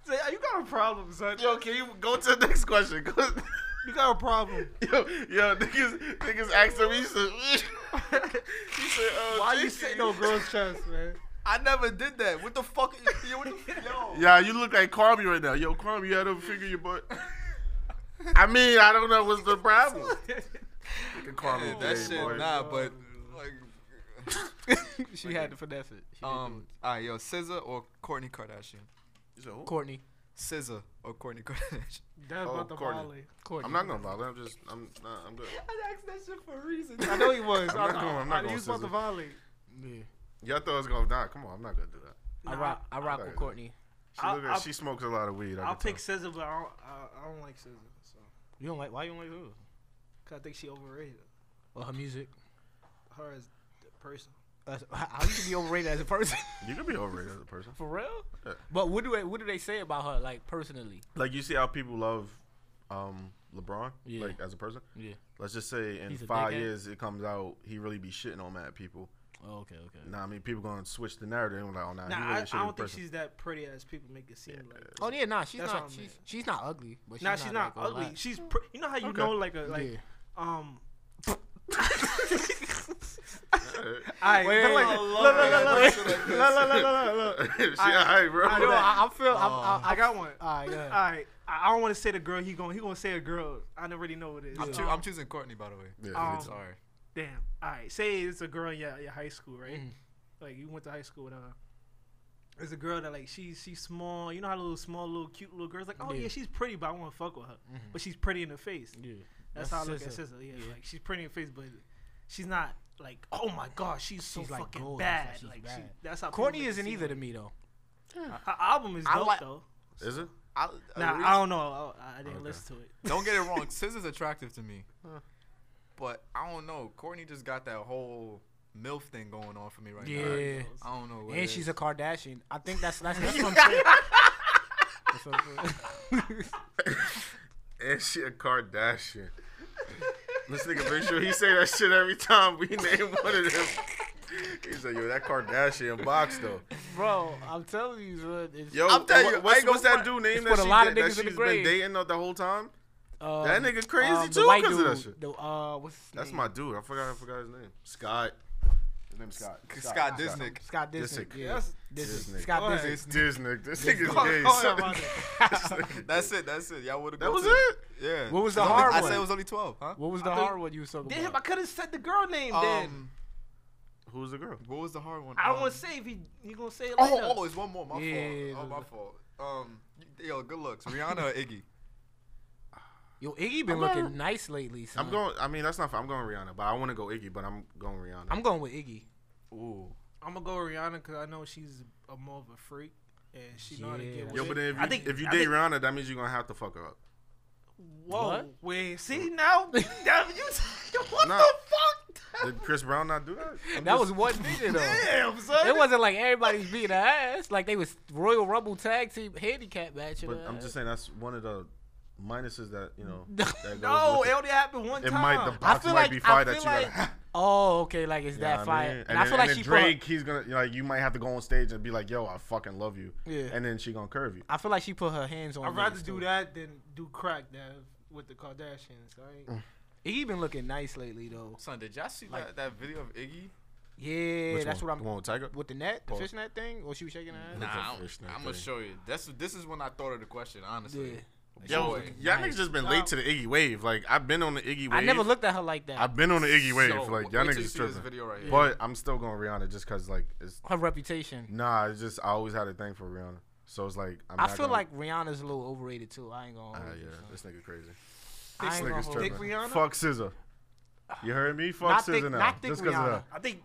Speaker 2: say, you got a problem, son.
Speaker 1: Yo, can you go to the next question? Go-
Speaker 2: You got a problem.
Speaker 1: yo, yo, niggas, niggas asked him. He said, he said uh,
Speaker 2: Why you
Speaker 1: Jake-
Speaker 2: sitting on girls' chest, man?
Speaker 4: I never did that. What the fuck? Yo, what the, yo.
Speaker 1: Yeah, you look like Kwame right now. Yo, Kwame, you had to figure your butt. I mean, I don't know what's the problem. Look at Kwame
Speaker 4: Yeah,
Speaker 1: today,
Speaker 4: that shit,
Speaker 1: boy.
Speaker 4: nah, but like,
Speaker 3: She had to finesse it. She didn't do
Speaker 4: um, all right, yo, SZA or Courtney Kardashian?
Speaker 1: You said,
Speaker 3: it.
Speaker 1: who?
Speaker 3: Courtney.
Speaker 4: SZA or Courtney Kardashian?
Speaker 2: That's
Speaker 1: Oh,
Speaker 2: about the
Speaker 1: Courtney.
Speaker 2: volley.
Speaker 3: Courtney.
Speaker 1: I'm not gonna lie. I'm just, I'm, nah, I'm good.
Speaker 4: I asked that shit for a reason.
Speaker 2: I know he was.
Speaker 1: I'm not
Speaker 2: I-
Speaker 1: going- I'm
Speaker 2: I-
Speaker 1: not
Speaker 2: He
Speaker 1: going
Speaker 2: was about
Speaker 1: scissor.
Speaker 2: to volley.
Speaker 3: Yeah.
Speaker 1: Y'all thought I was gonna die. Come on, I'm not gonna do that.
Speaker 3: I
Speaker 2: Nah,
Speaker 3: rock. I rock
Speaker 1: I-
Speaker 3: with Courtney.
Speaker 1: She,
Speaker 2: I'll-
Speaker 1: look like
Speaker 2: I'll-
Speaker 1: she smokes a lot of weed. I
Speaker 2: I'll
Speaker 1: can
Speaker 2: pick Scissor, but I don't, I, I don't like Scissor. So.
Speaker 3: You don't like? Why you don't like her?
Speaker 2: Cause I think she overrated.
Speaker 3: Well, her music.
Speaker 2: Her as the person.
Speaker 3: That's- How you can be overrated as a person?
Speaker 1: tell. You can be overrated as a person.
Speaker 3: For real?
Speaker 1: Yeah.
Speaker 3: But what do they, what do they say about her? Like personally?
Speaker 1: Like you see how people love um LeBron,
Speaker 3: Yeah.
Speaker 1: like as a person.
Speaker 3: Yeah.
Speaker 1: Let's just say in
Speaker 3: He's a
Speaker 1: five
Speaker 3: dickhead?
Speaker 1: years it comes out he really be shitting on mad people.
Speaker 3: Oh, okay. Okay.
Speaker 1: Nah, I mean people gonna switch the narrative and be like, oh nah,
Speaker 2: Nah,
Speaker 1: he
Speaker 2: I,
Speaker 1: really
Speaker 2: I
Speaker 1: a shitty
Speaker 2: don't think
Speaker 1: person.
Speaker 2: she's that pretty as people make it seem like.
Speaker 3: Oh yeah, nah, she's
Speaker 2: That's what
Speaker 3: not.
Speaker 2: I
Speaker 3: She's,
Speaker 2: meant.
Speaker 3: she's not ugly, but she's
Speaker 2: nah, she's not,
Speaker 3: like, all
Speaker 2: ugly.
Speaker 3: that.
Speaker 2: She's pr- you know how you
Speaker 1: Okay.
Speaker 2: know like a like
Speaker 3: yeah.
Speaker 2: um.
Speaker 1: Alright.
Speaker 2: I
Speaker 3: Wait,
Speaker 2: but
Speaker 3: wait,
Speaker 2: like,
Speaker 3: wait.
Speaker 2: look, look, look, look.
Speaker 1: she alright, bro.
Speaker 2: I,
Speaker 3: Yo,
Speaker 2: know,
Speaker 3: I, I feel. I'm-
Speaker 2: I, I
Speaker 3: I, I,
Speaker 2: got one.
Speaker 3: All right, go ahead.
Speaker 2: All right, I, I don't want to say the girl. He going he gonna say a girl. I don't really know what it is.
Speaker 4: I'm, choo-
Speaker 2: Um,
Speaker 4: I'm choosing Courtney, by the way.
Speaker 1: Yeah,
Speaker 2: Um,
Speaker 1: it's-
Speaker 4: Sorry.
Speaker 2: Damn. All right. Say it's a girl in your, your high school, right?
Speaker 3: Mhm.
Speaker 2: Like you went to high school with her. There's a girl that like she's she's small. You know how little small, little cute little girls like, oh yeah,
Speaker 3: Yeah.
Speaker 2: she's pretty, but I want to fuck with her.
Speaker 3: Mhm.
Speaker 2: But she's pretty in the face.
Speaker 3: yeah.
Speaker 2: That's, how I look at
Speaker 3: SZA.
Speaker 2: SZA. Yeah, like she's pretty in the face, but she's not like, oh my god, she's so
Speaker 3: She's, like,
Speaker 2: fucking
Speaker 3: gorgeous,
Speaker 2: bad.
Speaker 3: like, she's
Speaker 2: Like, she,
Speaker 3: bad.
Speaker 2: that's how people
Speaker 3: Courtney
Speaker 2: make it
Speaker 3: isn't
Speaker 2: seem.
Speaker 3: either to me though.
Speaker 2: Her album is
Speaker 4: I
Speaker 2: dope
Speaker 4: like-
Speaker 2: though.
Speaker 1: Is it?
Speaker 4: I, a
Speaker 2: Nah,
Speaker 4: reason-
Speaker 2: I don't know. I, I didn't
Speaker 1: Okay.
Speaker 2: listen to it.
Speaker 4: Don't get it wrong. Scissor's attractive to me. But I don't know. Courtney just got that whole MILF thing going on for me right now.
Speaker 3: Yeah.
Speaker 4: I don't know. What
Speaker 3: and
Speaker 4: it
Speaker 3: she's
Speaker 4: is.
Speaker 3: a Kardashian. I think that's that's, that's what I'm saying. That's what I'm saying.
Speaker 1: And she a Kardashian. this nigga make sure he say that shit every time we name one of them. He said, yo, that Kardashian box though.
Speaker 3: Bro, I'm telling you, son, it's,
Speaker 1: Yo,
Speaker 4: I'm telling
Speaker 1: what-
Speaker 4: you, I
Speaker 1: what's,
Speaker 4: ain't gonna
Speaker 1: what's that
Speaker 4: front.
Speaker 1: dude name that,
Speaker 3: It's put
Speaker 1: she
Speaker 3: a lot of
Speaker 1: did- that
Speaker 3: niggas in the
Speaker 1: she's been
Speaker 3: grave.
Speaker 1: dating the whole time?
Speaker 3: um,
Speaker 1: that nigga crazy
Speaker 3: um,
Speaker 1: too
Speaker 3: The white
Speaker 1: 'cause of
Speaker 3: dude.
Speaker 1: that shit.
Speaker 3: The, uh, what's his
Speaker 1: That's
Speaker 3: name?
Speaker 1: my dude. I forgot I forgot his name. Scott. His name's Scott.
Speaker 4: Scott, Disnick.
Speaker 3: Scott Disick.
Speaker 1: Disick.
Speaker 3: Yeah,
Speaker 2: That's-
Speaker 3: Disick.
Speaker 1: Disick.
Speaker 3: Scott
Speaker 2: Alright.
Speaker 3: Disick.
Speaker 1: Disnick. This nigga's gay.
Speaker 2: Hold on, hold on.
Speaker 4: That's it. That's it. Y'all would have.
Speaker 1: That was it?
Speaker 4: Yeah.
Speaker 3: What was the
Speaker 4: It's only-
Speaker 3: hard
Speaker 4: I
Speaker 3: one?
Speaker 4: said it was only twelve, huh?
Speaker 3: What was
Speaker 2: I
Speaker 3: the
Speaker 2: thought-
Speaker 3: hard one you was talking
Speaker 2: Damn, I
Speaker 3: about?
Speaker 2: could have said the girl name then.
Speaker 4: Um,
Speaker 1: Who's the girl?
Speaker 4: what was the hard one?
Speaker 2: I don't
Speaker 4: Um,
Speaker 2: want to say if he he gonna say it later.
Speaker 4: Oh, oh, it's one more. My
Speaker 3: Yeah, yeah,
Speaker 4: fault. Oh,
Speaker 3: yeah.
Speaker 4: my fault. Um, yo, good looks. Rihanna or Iggy?
Speaker 3: Yo, Iggy been
Speaker 1: I'm
Speaker 3: looking
Speaker 1: not-
Speaker 3: nice lately. Son.
Speaker 1: I'm going. I mean, that's not. I'm going Rihanna, but I want to go Iggy, but I'm going Rihanna.
Speaker 3: I'm going with Iggy.
Speaker 1: Ooh.
Speaker 2: I'm gonna go Rihanna because I know she's a more of a freak and she know how to
Speaker 3: Yeah.
Speaker 2: get.
Speaker 1: Yo,
Speaker 2: with
Speaker 1: but
Speaker 2: it.
Speaker 1: then if
Speaker 2: I
Speaker 1: you,
Speaker 2: think-
Speaker 1: if you
Speaker 2: I
Speaker 1: date
Speaker 2: think-
Speaker 1: Rihanna, that means you're gonna have to fuck her up.
Speaker 2: whoa,
Speaker 3: What?
Speaker 2: wait, see now, that, you, yo, what
Speaker 1: Nah.
Speaker 2: the fuck?
Speaker 1: Did Chris Brown not do that?
Speaker 3: That was one video though.
Speaker 2: Damn, son.
Speaker 3: It wasn't like everybody's beating her ass. Like they was Royal Rumble tag team handicap match.
Speaker 1: But I'm just saying that's one of the minuses that you know.
Speaker 3: No,
Speaker 1: that goes
Speaker 2: No,
Speaker 1: with
Speaker 2: it only happened one
Speaker 1: it. It
Speaker 2: time.
Speaker 1: might the
Speaker 3: I
Speaker 1: box
Speaker 3: feel
Speaker 1: might
Speaker 3: like-
Speaker 1: be
Speaker 3: I
Speaker 1: fire
Speaker 3: feel
Speaker 1: that you
Speaker 3: like-
Speaker 1: gotta.
Speaker 3: Oh, okay. Like it's
Speaker 1: Yeah,
Speaker 3: that fire.
Speaker 1: man.
Speaker 3: And,
Speaker 1: And,
Speaker 3: I
Speaker 1: then-
Speaker 3: feel like
Speaker 1: and
Speaker 3: she
Speaker 1: then
Speaker 3: put. her-
Speaker 1: Drake, he's gonna you know, like you might have to go on stage and be like, "Yo, I fucking love you,"
Speaker 3: Yeah.
Speaker 1: and then she gonna curve you.
Speaker 3: I feel like she put her hands on.
Speaker 2: I'd rather
Speaker 3: niggas,
Speaker 2: do
Speaker 3: too.
Speaker 2: that than do crack that with the Kardashians. I
Speaker 1: Mm.
Speaker 2: ain't,
Speaker 3: He been looking nice lately though.
Speaker 6: Son, did y'all see
Speaker 3: Like-
Speaker 6: that, that video of Iggy?
Speaker 3: Yeah,
Speaker 1: Which
Speaker 3: that's
Speaker 1: one?
Speaker 3: what I'm.
Speaker 1: The one with Tiger.
Speaker 3: With the net, the
Speaker 1: Pause.
Speaker 3: fishnet thing, or she was shaking her ass.
Speaker 1: Nah, Look at
Speaker 6: Nah,
Speaker 1: Fish Night
Speaker 6: I'm gonna
Speaker 1: Thing.
Speaker 6: show you. That's this is when I thought of the question. Honestly,
Speaker 3: Yeah.
Speaker 1: Yo,
Speaker 6: Boy.
Speaker 1: y'all niggas just been late to the Iggy wave. Like I've been on the Iggy wave.
Speaker 3: I never looked at her like that.
Speaker 1: I've been on the Iggy wave.
Speaker 6: So,
Speaker 1: like
Speaker 6: wait till
Speaker 1: y'all niggas
Speaker 6: you
Speaker 1: is
Speaker 6: see
Speaker 1: tripping.
Speaker 6: this video right here.
Speaker 1: But I'm still going Rihanna just cause like it's
Speaker 3: her reputation.
Speaker 1: nah. It's just I always had a thing for Rihanna. So it's like I'm
Speaker 3: I
Speaker 1: not
Speaker 3: feel
Speaker 1: gonna-
Speaker 3: like Rihanna's a little overrated too. I ain't gonna.
Speaker 1: Ah,
Speaker 3: Hold you,
Speaker 1: yeah,
Speaker 3: son.
Speaker 1: this nigga crazy.
Speaker 3: I ain't
Speaker 1: This
Speaker 3: gonna
Speaker 1: nigga's
Speaker 3: hold
Speaker 2: Thick
Speaker 1: tripping.
Speaker 2: Rihanna?
Speaker 1: Fuck Scissor. You heard me? Fuck
Speaker 3: Not
Speaker 1: Scissor
Speaker 3: thick-
Speaker 1: now.
Speaker 3: not thick
Speaker 1: just cause of
Speaker 3: Rihanna.
Speaker 1: that.
Speaker 2: I think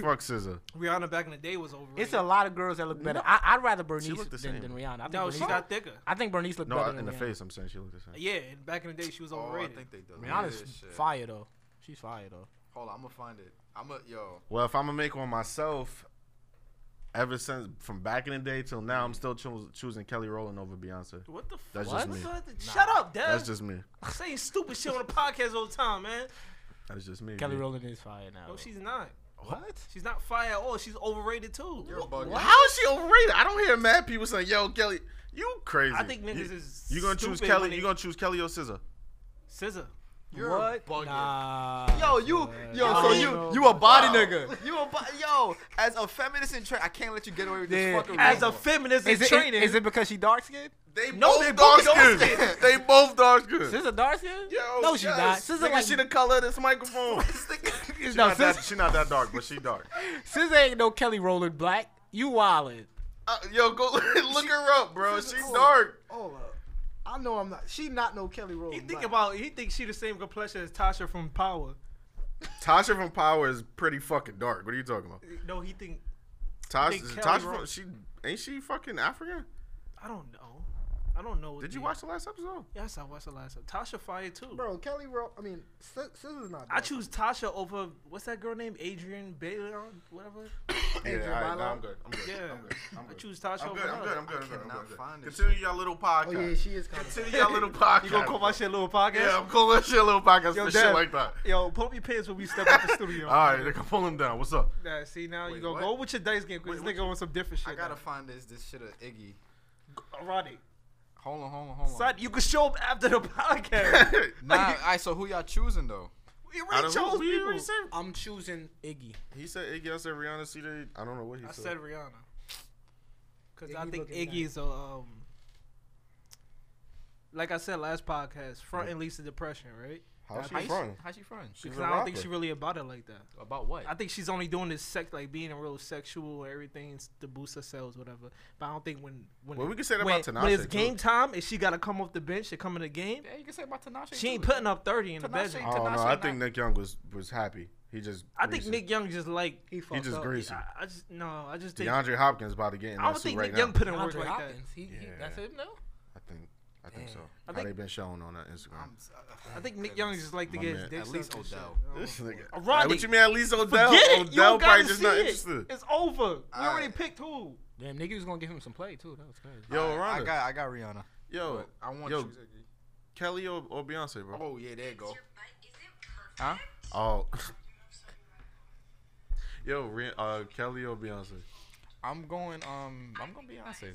Speaker 1: Fuck Scissor.
Speaker 2: Rihanna back in the day was overrated.
Speaker 3: It's a lot of girls that look better. I, I'd rather Bernice
Speaker 1: looked the
Speaker 3: than,
Speaker 1: same.
Speaker 3: than Rihanna. I think
Speaker 2: no,
Speaker 3: Bernice,
Speaker 2: she got thicker.
Speaker 3: I think Bernice looked
Speaker 1: No,
Speaker 3: better
Speaker 1: I-
Speaker 3: than
Speaker 1: in the
Speaker 3: Rihanna.
Speaker 1: face. I'm saying she looked the same.
Speaker 2: Yeah, and back in the day she was
Speaker 6: Oh, I
Speaker 2: overrated.
Speaker 6: think they did.
Speaker 3: Rihanna's
Speaker 6: this shit.
Speaker 3: fire though. She's fire though.
Speaker 6: Hold on, I'm gonna find it. I'm gonna yo.
Speaker 1: Well, if I'm gonna make one myself, ever since from back in the day till now, I'm still choo- choosing Kelly Rowland over Beyonce.
Speaker 2: What the fuck?
Speaker 1: That's just me.
Speaker 2: Shut up, Dev.
Speaker 1: That's just me.
Speaker 2: saying stupid shit on the podcast all the time, man.
Speaker 1: That's just me.
Speaker 3: Kelly
Speaker 1: B.
Speaker 3: Rowland is fire now.
Speaker 2: No,
Speaker 3: though.
Speaker 2: she's not.
Speaker 1: What?
Speaker 2: She's not fire at all. She's overrated too.
Speaker 6: You're bugging.
Speaker 1: How is she overrated? I don't hear mad people saying, "Yo, Kelly, you crazy."
Speaker 2: I think niggas
Speaker 1: you,
Speaker 2: is
Speaker 1: You gonna choose
Speaker 2: stupid when
Speaker 1: Kelly?
Speaker 2: they-
Speaker 1: You gonna choose Kelly or Scissor?
Speaker 2: Scissor.
Speaker 6: You're
Speaker 3: what?
Speaker 1: Oh,
Speaker 6: bugging.
Speaker 3: Nah.
Speaker 6: Yo, you, yo,
Speaker 3: I
Speaker 6: so
Speaker 3: don't
Speaker 6: you,
Speaker 3: know.
Speaker 6: you a body nigga. You a body, yo. As a feminist in training, I can't let you get away with this
Speaker 3: Yeah.
Speaker 6: fucking.
Speaker 2: As
Speaker 6: rumor.
Speaker 2: a feminist in
Speaker 3: Is it,
Speaker 2: training,
Speaker 3: is it because she dark skinned?
Speaker 1: They
Speaker 2: No, they both
Speaker 1: skinned.
Speaker 6: dark-skinned.
Speaker 1: they both dark skinned.
Speaker 3: SZA dark skinned?
Speaker 1: Yo,
Speaker 3: no, she's
Speaker 1: yes.
Speaker 3: not. SZA
Speaker 1: Nigga,
Speaker 3: like
Speaker 1: she the color of this microphone. She
Speaker 3: no,
Speaker 1: not that,
Speaker 3: SZA,
Speaker 1: she not that dark, but she dark.
Speaker 3: SZA ain't no Kelly Rowland black. You wildin'.
Speaker 1: Uh, yo, go look her up, bro. She dark.
Speaker 8: Hold up. I know I'm not. She not no Kelly Rowland.
Speaker 2: he think
Speaker 8: Black.
Speaker 2: about he thinks she the same complexion as Tasha from Power.
Speaker 1: Tasha from Power is pretty fucking dark. What are you talking about?
Speaker 2: No, he think
Speaker 1: Tasha,
Speaker 2: think
Speaker 1: is
Speaker 2: Kelly
Speaker 1: Tasha
Speaker 2: Rowland-
Speaker 1: from, she ain't she fucking African?
Speaker 2: I don't know. I don't know. what
Speaker 1: Did
Speaker 2: the-
Speaker 1: you watch the last episode?
Speaker 2: Yes, I watched the last one. Tasha fire too.
Speaker 8: bro. Kelly Row. I mean, Sc- SZA's not.
Speaker 2: I
Speaker 8: dark.
Speaker 2: choose Tasha over what's that girl name? Adrian Bailon, whatever.
Speaker 1: Yeah,
Speaker 8: Adrian
Speaker 1: all right, nah,
Speaker 8: Bylon?
Speaker 1: I'm good. I'm good.
Speaker 2: Yeah,
Speaker 1: I'm good. I'm
Speaker 2: I
Speaker 1: good.
Speaker 2: choose Tasha
Speaker 1: I'm
Speaker 2: over
Speaker 1: good. I'm
Speaker 2: her.
Speaker 1: good. I'm good. I'm good.
Speaker 6: cannot
Speaker 1: I'm good.
Speaker 6: find this
Speaker 1: Continue y'all little podcast.
Speaker 8: Oh yeah, she is. Kind
Speaker 1: Continue y'all little podcast.
Speaker 2: You gonna call my shit little podcast?
Speaker 1: Yeah, I'm calling that shit a little podcast
Speaker 2: Yo,
Speaker 1: for
Speaker 2: Dev.
Speaker 1: shit like that.
Speaker 2: Yo, pull up your pants when we step out the studio.
Speaker 1: All right, nigga, pull him down. What's up?
Speaker 2: Nah, see now you
Speaker 6: Wait,
Speaker 2: gonna
Speaker 6: what?
Speaker 2: go with your dice game because
Speaker 6: Wait,
Speaker 2: this nigga on some different shit.
Speaker 6: I gotta
Speaker 2: now.
Speaker 6: find this this shit of Iggy.
Speaker 2: Roddy.
Speaker 6: Hold on, hold on, hold on.
Speaker 2: Son, you can show up after the podcast.
Speaker 6: Nah, all right. So who y'all choosing though?
Speaker 2: we
Speaker 1: Out
Speaker 2: already
Speaker 1: of
Speaker 2: chose
Speaker 1: who? We
Speaker 2: people.
Speaker 1: already said-
Speaker 3: I'm choosing Iggy.
Speaker 1: He said Iggy. I said Rihanna. See, they, I don't know what he
Speaker 2: I
Speaker 1: said.
Speaker 2: said Rihanna. Because I
Speaker 8: Iggy
Speaker 2: think
Speaker 8: looking
Speaker 2: Iggy is a, um, like I said last podcast, front and least of depression, right?
Speaker 1: How's she
Speaker 6: How you-
Speaker 1: from?
Speaker 6: How she from?
Speaker 1: She's
Speaker 2: Because
Speaker 1: a
Speaker 2: I don't think
Speaker 1: rapper.
Speaker 2: she really about it like that.
Speaker 6: About what?
Speaker 2: I think she's only doing this sex, like being a real sexual, and everything s- to boost her sales, whatever. But I don't think when when
Speaker 1: Well, we can say that
Speaker 2: when,
Speaker 1: about
Speaker 2: when it's
Speaker 1: Tinashe, too.
Speaker 2: game time and she gotta come off the bench to come in the game,
Speaker 6: Yeah, you can say about Tinashe.
Speaker 2: she ain't
Speaker 6: too.
Speaker 2: putting up thirty in the
Speaker 6: Tinashe-
Speaker 2: bedroom.
Speaker 1: I don't know.
Speaker 6: Tinashe
Speaker 1: I
Speaker 6: not-
Speaker 1: think Nick Young was was happy. He just.
Speaker 2: I think
Speaker 1: greasy.
Speaker 2: Nick Young just like
Speaker 8: He
Speaker 1: He
Speaker 8: fucked
Speaker 1: just
Speaker 8: up.
Speaker 1: greasy.
Speaker 2: I, I just no, I just think
Speaker 1: DeAndre Hopkins about to get in
Speaker 2: I
Speaker 1: that
Speaker 2: don't
Speaker 1: suit
Speaker 2: think
Speaker 1: right
Speaker 2: Nick
Speaker 1: now.
Speaker 2: Young put in work
Speaker 3: DeAndre
Speaker 2: like
Speaker 3: Hopkins. He, he,
Speaker 1: Yeah.
Speaker 3: that's him now?
Speaker 1: I think. I think so. How
Speaker 2: think-
Speaker 1: they been showing on that Instagram?
Speaker 2: that. I think Nick Young just like to
Speaker 1: My
Speaker 2: get his
Speaker 1: man,
Speaker 2: dick
Speaker 6: At least
Speaker 2: sucked and
Speaker 6: Odell.
Speaker 2: shit.
Speaker 1: This nigga.
Speaker 2: Rodney.
Speaker 1: Like, what you mean? At least Odell.
Speaker 2: Forget it. You
Speaker 1: Odell probably
Speaker 2: don't gotta
Speaker 1: just
Speaker 2: see
Speaker 1: not
Speaker 2: it.
Speaker 1: interested.
Speaker 2: It's over. we
Speaker 6: All
Speaker 2: already
Speaker 6: right.
Speaker 2: picked who.
Speaker 3: Damn, Nikki was gonna give him some play too. That was crazy.
Speaker 1: Yo,
Speaker 6: All right, I
Speaker 1: Rhonda.
Speaker 6: got, I got Rihanna.
Speaker 1: Yo,
Speaker 6: But I want
Speaker 1: yo,
Speaker 6: you.
Speaker 1: Kelly or, or Beyonce, bro.
Speaker 6: Oh yeah, there you go. Huh?
Speaker 1: Oh. Yo, Re- uh, Kelly or Beyonce?
Speaker 6: I'm going. Um, I'm going Beyonce, son.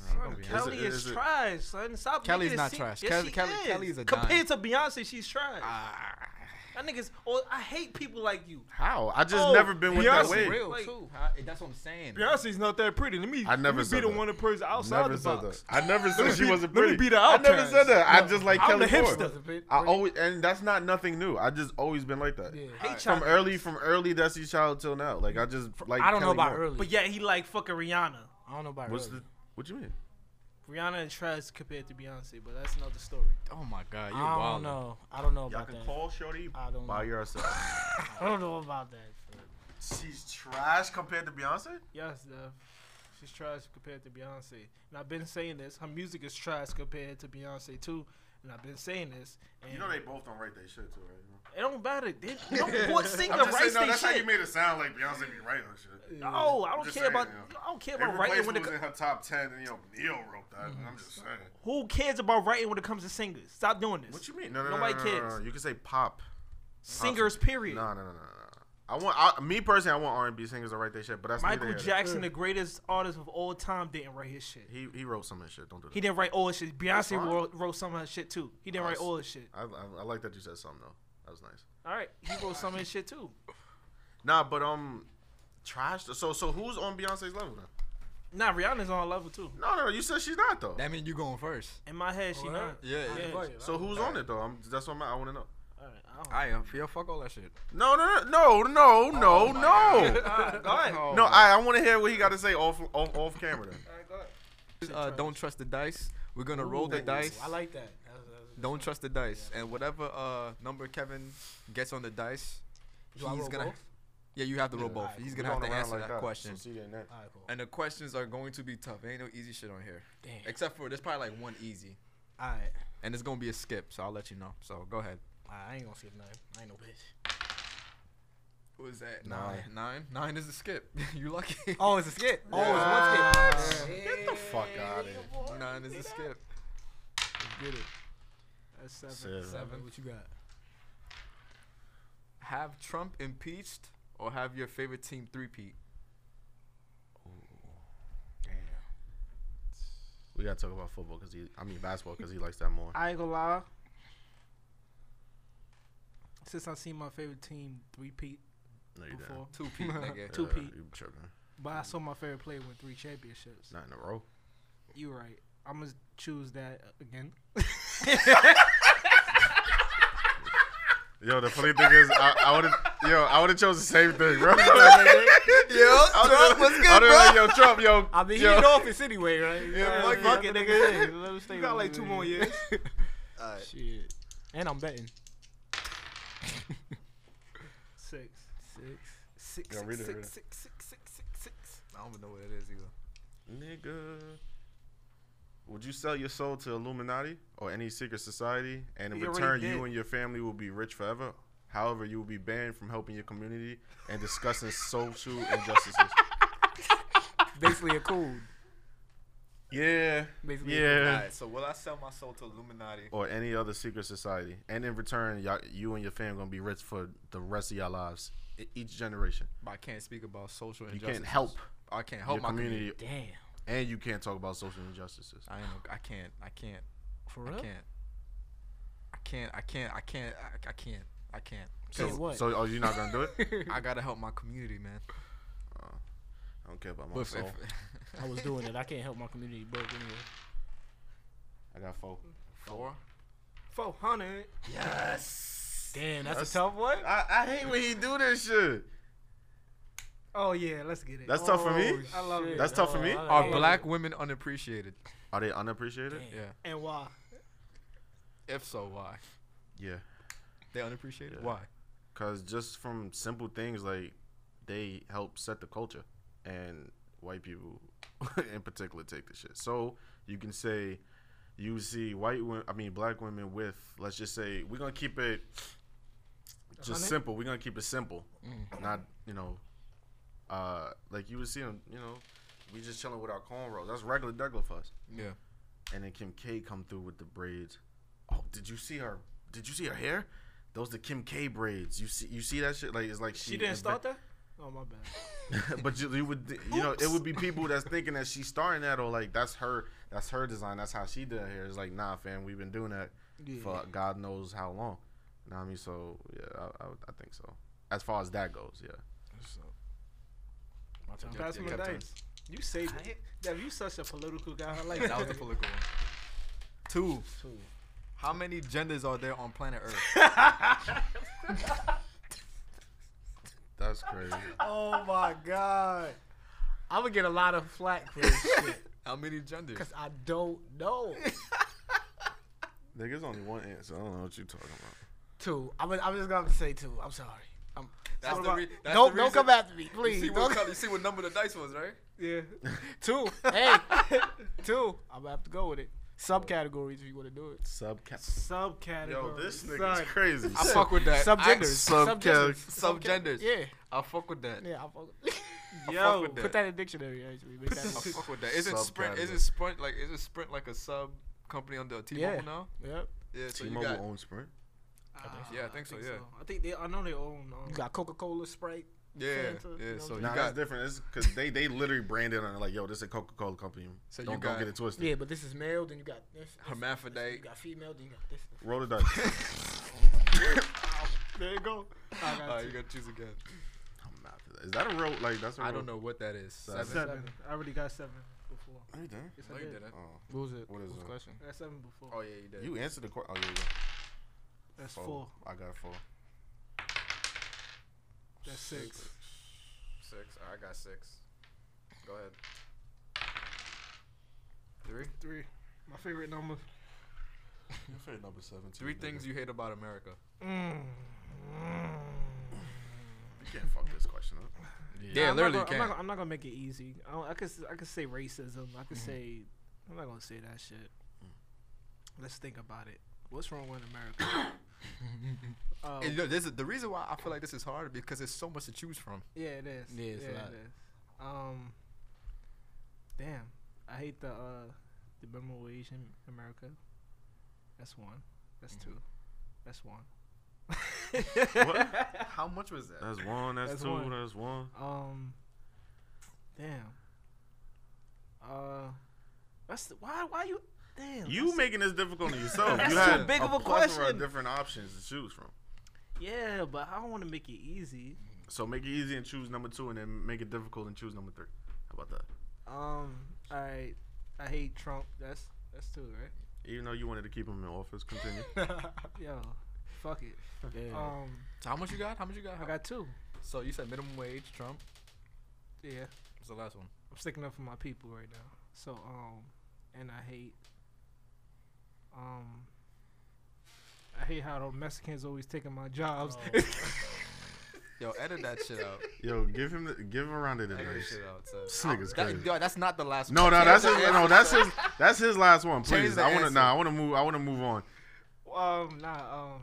Speaker 2: Son,
Speaker 1: Beyonce.
Speaker 2: Kelly
Speaker 1: Is it-
Speaker 2: is,
Speaker 1: is it-
Speaker 2: trash, son. Stop.
Speaker 6: Kelly's
Speaker 2: making it
Speaker 6: not
Speaker 2: seem-
Speaker 6: trash.
Speaker 2: Yes,
Speaker 6: Kelly-
Speaker 2: she
Speaker 6: Kelly-
Speaker 2: is.
Speaker 6: Kelly's a
Speaker 2: compared to Beyonce, she's trash.
Speaker 6: Ah,
Speaker 2: That niggas. Oh, I hate people like you.
Speaker 1: How? I just
Speaker 2: Oh,
Speaker 1: never been with
Speaker 2: Beyonce
Speaker 1: that wave.
Speaker 3: real
Speaker 2: Like-
Speaker 3: too.
Speaker 6: huh? that's what I'm saying.
Speaker 2: Beyonce's not that pretty. Let me.
Speaker 1: I never let me be said the that. one
Speaker 2: that prays outside
Speaker 1: Never said that. I never said she
Speaker 2: be-
Speaker 1: wasn't
Speaker 2: let
Speaker 1: pretty.
Speaker 2: me be the
Speaker 1: I never
Speaker 2: outcast.
Speaker 1: said that. I just like
Speaker 2: I'm
Speaker 1: Kelly
Speaker 2: the
Speaker 1: more.
Speaker 2: hipster.
Speaker 1: I always and that's not nothing new. I just always been like that.
Speaker 3: Yeah.
Speaker 2: Hate
Speaker 1: From
Speaker 2: y'all.
Speaker 1: early, from early Destiny's Child till now, like I just like.
Speaker 3: I don't know
Speaker 1: Kelly
Speaker 3: about
Speaker 1: more.
Speaker 3: early.
Speaker 2: But yeah, he like fucking Rihanna.
Speaker 3: I don't know about
Speaker 1: What's
Speaker 3: early.
Speaker 1: the? What you mean?
Speaker 2: Rihanna is trash compared to Beyonce, but that's another story.
Speaker 6: Oh my God, you
Speaker 3: I
Speaker 6: wild.
Speaker 3: don't know. I don't know
Speaker 1: Y'all
Speaker 3: about
Speaker 1: can
Speaker 3: that.
Speaker 1: call Shorty
Speaker 3: I don't
Speaker 1: by
Speaker 3: know.
Speaker 1: yourself.
Speaker 3: I don't know about that.
Speaker 1: She's trash compared to Beyonce.
Speaker 2: Yes, Dev. She's trash compared to Beyonce. And I've been saying this. Her music is trash compared to Beyonce too. and I've been saying this. And
Speaker 1: You know they both don't write their shit too, right?
Speaker 2: it don't matter. They, no what singer
Speaker 1: I'm just
Speaker 2: writes
Speaker 1: saying, no,
Speaker 2: their
Speaker 1: that's how you
Speaker 2: shit?
Speaker 1: made it sound like Beyonce be writing her shit.
Speaker 2: No, I
Speaker 1: I'm
Speaker 2: don't
Speaker 1: just
Speaker 2: care about.
Speaker 1: saying, yeah.
Speaker 2: I don't care about
Speaker 1: Every
Speaker 2: writing
Speaker 1: place
Speaker 2: when
Speaker 1: was
Speaker 2: it.
Speaker 1: in her top ten, and you know, Neil wrote that. I'm just saying.
Speaker 2: Who cares about writing when it comes to singers? Stop doing this.
Speaker 1: What you mean? No, no, no,
Speaker 2: Nobody
Speaker 1: no, no, no,
Speaker 2: cares.
Speaker 1: no. You can say pop.
Speaker 2: Singers, period.
Speaker 1: No, no, no, no, no. I want I, me personally. I want R&B singers to write their shit, but that's neither
Speaker 2: Michael
Speaker 1: here nor
Speaker 2: Jackson, the greatest artist of all time, didn't write his shit.
Speaker 1: there. He he wrote some of his shit. Don't do that.
Speaker 2: He didn't write all his shit. Beyonce
Speaker 1: fine.
Speaker 2: wrote, wrote some of her shit too. He didn't write
Speaker 1: Awesome.
Speaker 2: all his shit.
Speaker 1: I, I, I like that you said something though. That was nice.
Speaker 2: All right, he wrote some of his shit too.
Speaker 1: Nah, but um, trash. So so who's on Beyonce's level then?
Speaker 2: Nah, Rihanna's on a level too.
Speaker 1: No, no, no. You said she's not though.
Speaker 4: That means you going first.
Speaker 2: In my head, she not.
Speaker 4: Yeah. yeah.
Speaker 2: Yeah.
Speaker 1: So who's on it though? I'm, that's what I'm, I want to know.
Speaker 2: All right, I don't.
Speaker 4: I am. Yeah, fuck all that shit.
Speaker 1: No, no, no, no, no,
Speaker 2: Oh
Speaker 1: no, no.
Speaker 2: Go ahead.
Speaker 4: Oh,
Speaker 1: No, I, I want to hear what he got to say off off, off camera. Then.
Speaker 4: uh, don't trust the dice. We're gonna roll the dice.
Speaker 3: I like that. That was- that was-
Speaker 4: Don't trust the dice. And whatever uh number Kevin gets on the dice,
Speaker 3: Do I
Speaker 4: he's
Speaker 3: roll
Speaker 4: gonna.
Speaker 3: both?
Speaker 4: Yeah, you have to roll both. He's gonna have to answer that, question.
Speaker 3: All right, cool.
Speaker 4: And the questions are going to be tough. There ain't no easy shit on here.
Speaker 3: Damn.
Speaker 4: Except for there's probably like one easy,
Speaker 3: All right.
Speaker 4: and it's gonna be a skip. So I'll let you know. So go ahead.
Speaker 3: I ain't gonna skip nothing. I ain't no bitch.
Speaker 4: What was that?
Speaker 3: Nine.
Speaker 4: Nine. Nine is the skip. you lucky.
Speaker 3: Oh, it's a skit. Oh, it's one skit.
Speaker 1: Get the fuck out of here.
Speaker 4: Nine is the skip.
Speaker 3: Get it.
Speaker 2: That's seven.
Speaker 3: Seven. What you got?
Speaker 4: Have Trump impeached or have your favorite team threepeat?
Speaker 1: We gotta talk about football because he, I mean basketball because he likes that more.
Speaker 2: I ain't gonna lie. Since I seen my favorite team three peat
Speaker 1: No, you
Speaker 2: before,
Speaker 4: Two peat, nigga.
Speaker 2: Two peat.
Speaker 1: You tripping?
Speaker 2: but I saw my favorite player win three championships.
Speaker 1: Not in a row.
Speaker 2: You right. I'm gonna choose that again.
Speaker 1: Yo, the funny thing is, I, I would have, yo, I would have chose the same thing, bro. yo, Trump, what's good, bro? Like, yo, Trump, yo.
Speaker 3: I mean, he
Speaker 1: yo,
Speaker 3: in office anyway, right?
Speaker 1: Yeah, fuck it.
Speaker 2: it, nigga. You got like two more years.
Speaker 3: Shit. And I'm betting.
Speaker 2: Six.
Speaker 3: Six.
Speaker 2: Six,
Speaker 1: Yeah, read
Speaker 2: six,
Speaker 1: it, read
Speaker 2: six,
Speaker 1: it.
Speaker 2: six, six, six, six, six.
Speaker 4: I don't even know what it is either.
Speaker 1: Nigga. Would you sell your soul to Illuminati or any secret society, and in
Speaker 2: He already
Speaker 1: return, you
Speaker 2: did.
Speaker 1: and your family will be rich forever? However, you will be banned from helping your community and discussing social injustices.
Speaker 3: Basically a cool.
Speaker 1: Yeah,
Speaker 3: Basically,
Speaker 1: yeah.
Speaker 4: Alright, so will I sell my soul to Illuminati?
Speaker 1: Or any other secret society, and in return, y'all, you and your family gonna be rich for the rest of your lives, e- each generation.
Speaker 4: I can't speak about social
Speaker 1: You
Speaker 4: injustice.
Speaker 1: can't help
Speaker 4: I can't help
Speaker 1: your
Speaker 4: my community.
Speaker 1: community,
Speaker 3: Damn.
Speaker 1: and you can't talk about social injustices.
Speaker 4: I ain't. no- I can't. I can't.
Speaker 3: For
Speaker 4: I
Speaker 3: real?
Speaker 4: can't. I can't. I can't. I can't. I, I can't. I can't.
Speaker 1: So,
Speaker 3: Say what?
Speaker 1: so, oh, you're not gonna do it?
Speaker 4: I gotta help my community, man.
Speaker 1: I don't care about my
Speaker 4: But if,
Speaker 1: soul.
Speaker 3: I was doing it. I can't help my community broke anyway.
Speaker 1: I got four.
Speaker 4: four.
Speaker 2: Four hundred.
Speaker 3: Damn, that's,
Speaker 1: That's-
Speaker 3: a tough one.
Speaker 1: I, I hate when he do this shit.
Speaker 2: Oh yeah, let's get it.
Speaker 1: That's tough for me.
Speaker 2: I love it.
Speaker 1: That's tough for me.
Speaker 4: Are black women unappreciated?
Speaker 1: Are they unappreciated?
Speaker 4: Yeah.
Speaker 2: and why?
Speaker 4: If so, why?
Speaker 1: Yeah.
Speaker 4: They unappreciated.
Speaker 1: Yeah.
Speaker 4: Why?
Speaker 1: Cause just from simple things like they help set the culture, and white people in particular take the shit. So you can say you see white women, I mean black women with let's just say we're gonna keep it just simple. We're gonna keep it simple, not you know, uh, like you would see them. You know, we just chilling with our cornrows. That's regular Douglas for us.
Speaker 4: Yeah.
Speaker 1: and then Kim K come through with the braids. Oh, did you see her? Did you see her hair? Those the Kim K braids. You see, you see that shit. Like it's like she,
Speaker 4: Mm,
Speaker 2: She didn't
Speaker 1: invent-
Speaker 2: start that. Oh my bad.
Speaker 1: but you, you would, you know, it would be people that's thinking that she's starting that or like that's her, that's her design. That's how she did her hair. It's like nah, fam, we've been doing that for God knows how long. You know what I mean? So yeah, I, I, would- I think so. As far as that goes, yeah.
Speaker 2: Pass me the dice. You say that. Damn, you such a political guy. I like
Speaker 4: That was a
Speaker 2: that.
Speaker 4: political one. Two. How many genders are there on planet Earth?
Speaker 1: That's crazy.
Speaker 3: Oh my god. I would get a lot of flack for this shit
Speaker 4: How many genders?
Speaker 3: because I don't know.
Speaker 1: Niggas only one answer. I don't know what you talking about.
Speaker 3: Two. I'm, I'm just gonna have to say two. I'm sorry. I'm,
Speaker 4: That's
Speaker 3: what
Speaker 4: the
Speaker 3: about-
Speaker 4: re- that's
Speaker 3: don't
Speaker 4: the
Speaker 3: don't
Speaker 4: reason-
Speaker 3: come after me,
Speaker 4: You
Speaker 3: please.
Speaker 4: see, what
Speaker 3: Don't-
Speaker 4: color, you see what number the dice was, right?
Speaker 2: Yeah.
Speaker 3: two. Hey, two. I'm gonna have to go with it. subcategories if you want to do it.
Speaker 1: Subcat.
Speaker 2: Subcategory.
Speaker 1: Yo, this nigga's
Speaker 2: Son.
Speaker 1: crazy.
Speaker 4: I fuck with that.
Speaker 3: Subgenders.
Speaker 1: Subcat.
Speaker 3: Subgenders.
Speaker 4: Subgenders.
Speaker 3: Yeah,
Speaker 4: I, I fuck with that.
Speaker 3: yeah. I fuck-
Speaker 4: I fuck
Speaker 2: Yo,
Speaker 4: with that.
Speaker 3: Put that in dictionary actually. Make
Speaker 4: I
Speaker 3: that
Speaker 4: fuck with that. Isn't Sprint?
Speaker 1: Subcategory.
Speaker 4: Isn't Sprint like? Isn't Sprint like a sub company under T-Mobile
Speaker 3: Yeah.
Speaker 4: now?
Speaker 3: yep.
Speaker 4: Yeah. So you
Speaker 1: T-Mobile
Speaker 4: got.
Speaker 1: owns Sprint.
Speaker 2: Ah,
Speaker 4: Yeah, I think so, yeah.
Speaker 2: I think they. I know they own. Um,
Speaker 3: You got Coca Cola, Sprite.
Speaker 4: Yeah.
Speaker 3: Fanta,
Speaker 4: Yeah.
Speaker 3: you
Speaker 4: So
Speaker 3: know,
Speaker 4: you
Speaker 1: Nah, that's
Speaker 4: got.
Speaker 1: different. It's because they they literally branded on it like, yo, this is a Coca Cola company.
Speaker 4: So you
Speaker 1: don't,
Speaker 4: got-
Speaker 1: don't get it twisted.
Speaker 3: Yeah, but this is male. Then you got this. this,
Speaker 4: Hermaphrodite.
Speaker 3: You got female. Then you got this.
Speaker 1: Roll the dice.
Speaker 3: There you go.
Speaker 4: Uh, you gotta choose again.
Speaker 1: I'm not. Is that a real? Like that's. I
Speaker 4: I don't know what that is.
Speaker 1: Seven.
Speaker 4: Seven.
Speaker 2: seven. I already got seven before.
Speaker 1: Are you done?
Speaker 2: Yes,
Speaker 4: No,
Speaker 2: I
Speaker 4: you
Speaker 2: did.
Speaker 4: didn't.
Speaker 1: Oh,
Speaker 3: What was it?
Speaker 1: What is
Speaker 3: was the
Speaker 1: it?
Speaker 3: question?
Speaker 2: I got seven before.
Speaker 4: Oh yeah, you did.
Speaker 1: you answered the question. Oh, yeah, you
Speaker 2: That's
Speaker 1: go.
Speaker 2: four.
Speaker 1: I got a four.
Speaker 2: That's six.
Speaker 4: Six. I got six. Go ahead. Three.
Speaker 2: Three. My favorite number.
Speaker 1: Your favorite number seventeen.
Speaker 4: Three things you hate about America.
Speaker 2: Mm.
Speaker 1: You can't fuck this question up.
Speaker 4: Yeah,
Speaker 2: I'm
Speaker 4: literally
Speaker 2: Not gonna, I'm,
Speaker 4: can't.
Speaker 2: not, I'm not gonna make it easy. I, don't- I could s- I could say racism. I
Speaker 3: Mm-hmm.
Speaker 2: could say I'm not gonna say that shit.
Speaker 3: Mm.
Speaker 2: Let's think about it. What's wrong with America? um,
Speaker 4: And, you know, this is, the reason why I feel like this is hard because there's so much to choose from.
Speaker 2: yeah, it is.
Speaker 3: Yeah, it's a lot.
Speaker 2: it is. Um, damn, I hate the uh, the memorable Asian America. That's one. That's
Speaker 3: Mm-hmm.
Speaker 2: two. That's one.
Speaker 4: How much was that?
Speaker 1: That's one. That's,
Speaker 2: That's
Speaker 1: two.
Speaker 2: one.
Speaker 1: That's one.
Speaker 2: Um. Damn. Uh. That's the, why. Why you? Damn.
Speaker 1: You
Speaker 2: that's-
Speaker 1: making this difficult on yourself.
Speaker 2: That's
Speaker 1: you
Speaker 2: too
Speaker 1: had
Speaker 2: big of a
Speaker 1: plethora
Speaker 2: question.
Speaker 1: different options to choose from.
Speaker 2: Yeah, but I don't want to make it easy.
Speaker 1: So make it easy and choose number two, and then make it difficult and choose number three. How about that?
Speaker 2: Um. All right. I hate Trump. That's that's two, right?
Speaker 1: Even though you wanted to keep him in office, continue.
Speaker 2: Yo. Fuck it. Um.
Speaker 4: So how much you got? How much you got?
Speaker 2: I got two.
Speaker 4: So you said minimum wage, Trump.
Speaker 2: Yeah.
Speaker 4: What's the last one?
Speaker 2: I'm sticking up for my people right now. So um, and I hate um, I hate how the Mexicans always taking my jobs.
Speaker 4: Yo, edit that shit out.
Speaker 1: Yo, give him the, give him a round of the
Speaker 4: Edit that
Speaker 1: dice.
Speaker 4: shit out. son.
Speaker 1: This nigga's
Speaker 4: That-
Speaker 1: crazy.
Speaker 4: yo, that's not the last
Speaker 1: No,
Speaker 4: one.
Speaker 1: no, that's his, no, that's his, that's his last one.
Speaker 4: Change
Speaker 1: Please,
Speaker 4: the
Speaker 1: I want to,
Speaker 4: answer.
Speaker 1: nah, I want to move, I want to move on.
Speaker 2: um, nah. Um,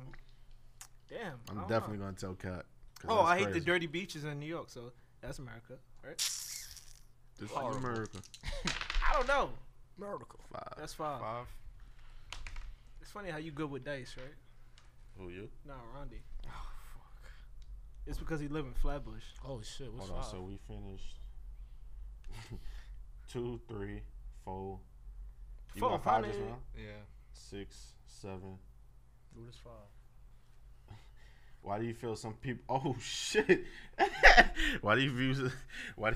Speaker 2: damn. I
Speaker 1: I'm
Speaker 2: don't
Speaker 1: definitely gonna tell Cat. 'cause
Speaker 2: Oh,
Speaker 1: that's
Speaker 2: I hate the
Speaker 1: crazy.
Speaker 2: dirty beaches in New York, so that's America, right?
Speaker 1: This is
Speaker 4: Horrible.
Speaker 1: America.
Speaker 2: I don't know.
Speaker 3: Vertical.
Speaker 1: Five.
Speaker 2: That's five.
Speaker 4: Five.
Speaker 2: It's funny how you good with dice, right?
Speaker 1: Who you?
Speaker 2: Nah, Rondi. Oh fuck. It's because he live in Flatbush.
Speaker 3: Oh shit! What's
Speaker 1: Hold on.
Speaker 3: five?
Speaker 1: So we finished two, three, four. You
Speaker 2: Four,
Speaker 1: want five this
Speaker 2: probably.
Speaker 1: round?
Speaker 4: Yeah.
Speaker 1: Six, seven.
Speaker 3: What is five?
Speaker 1: Why do you feel some people? Oh shit! why do you view? Why? Do,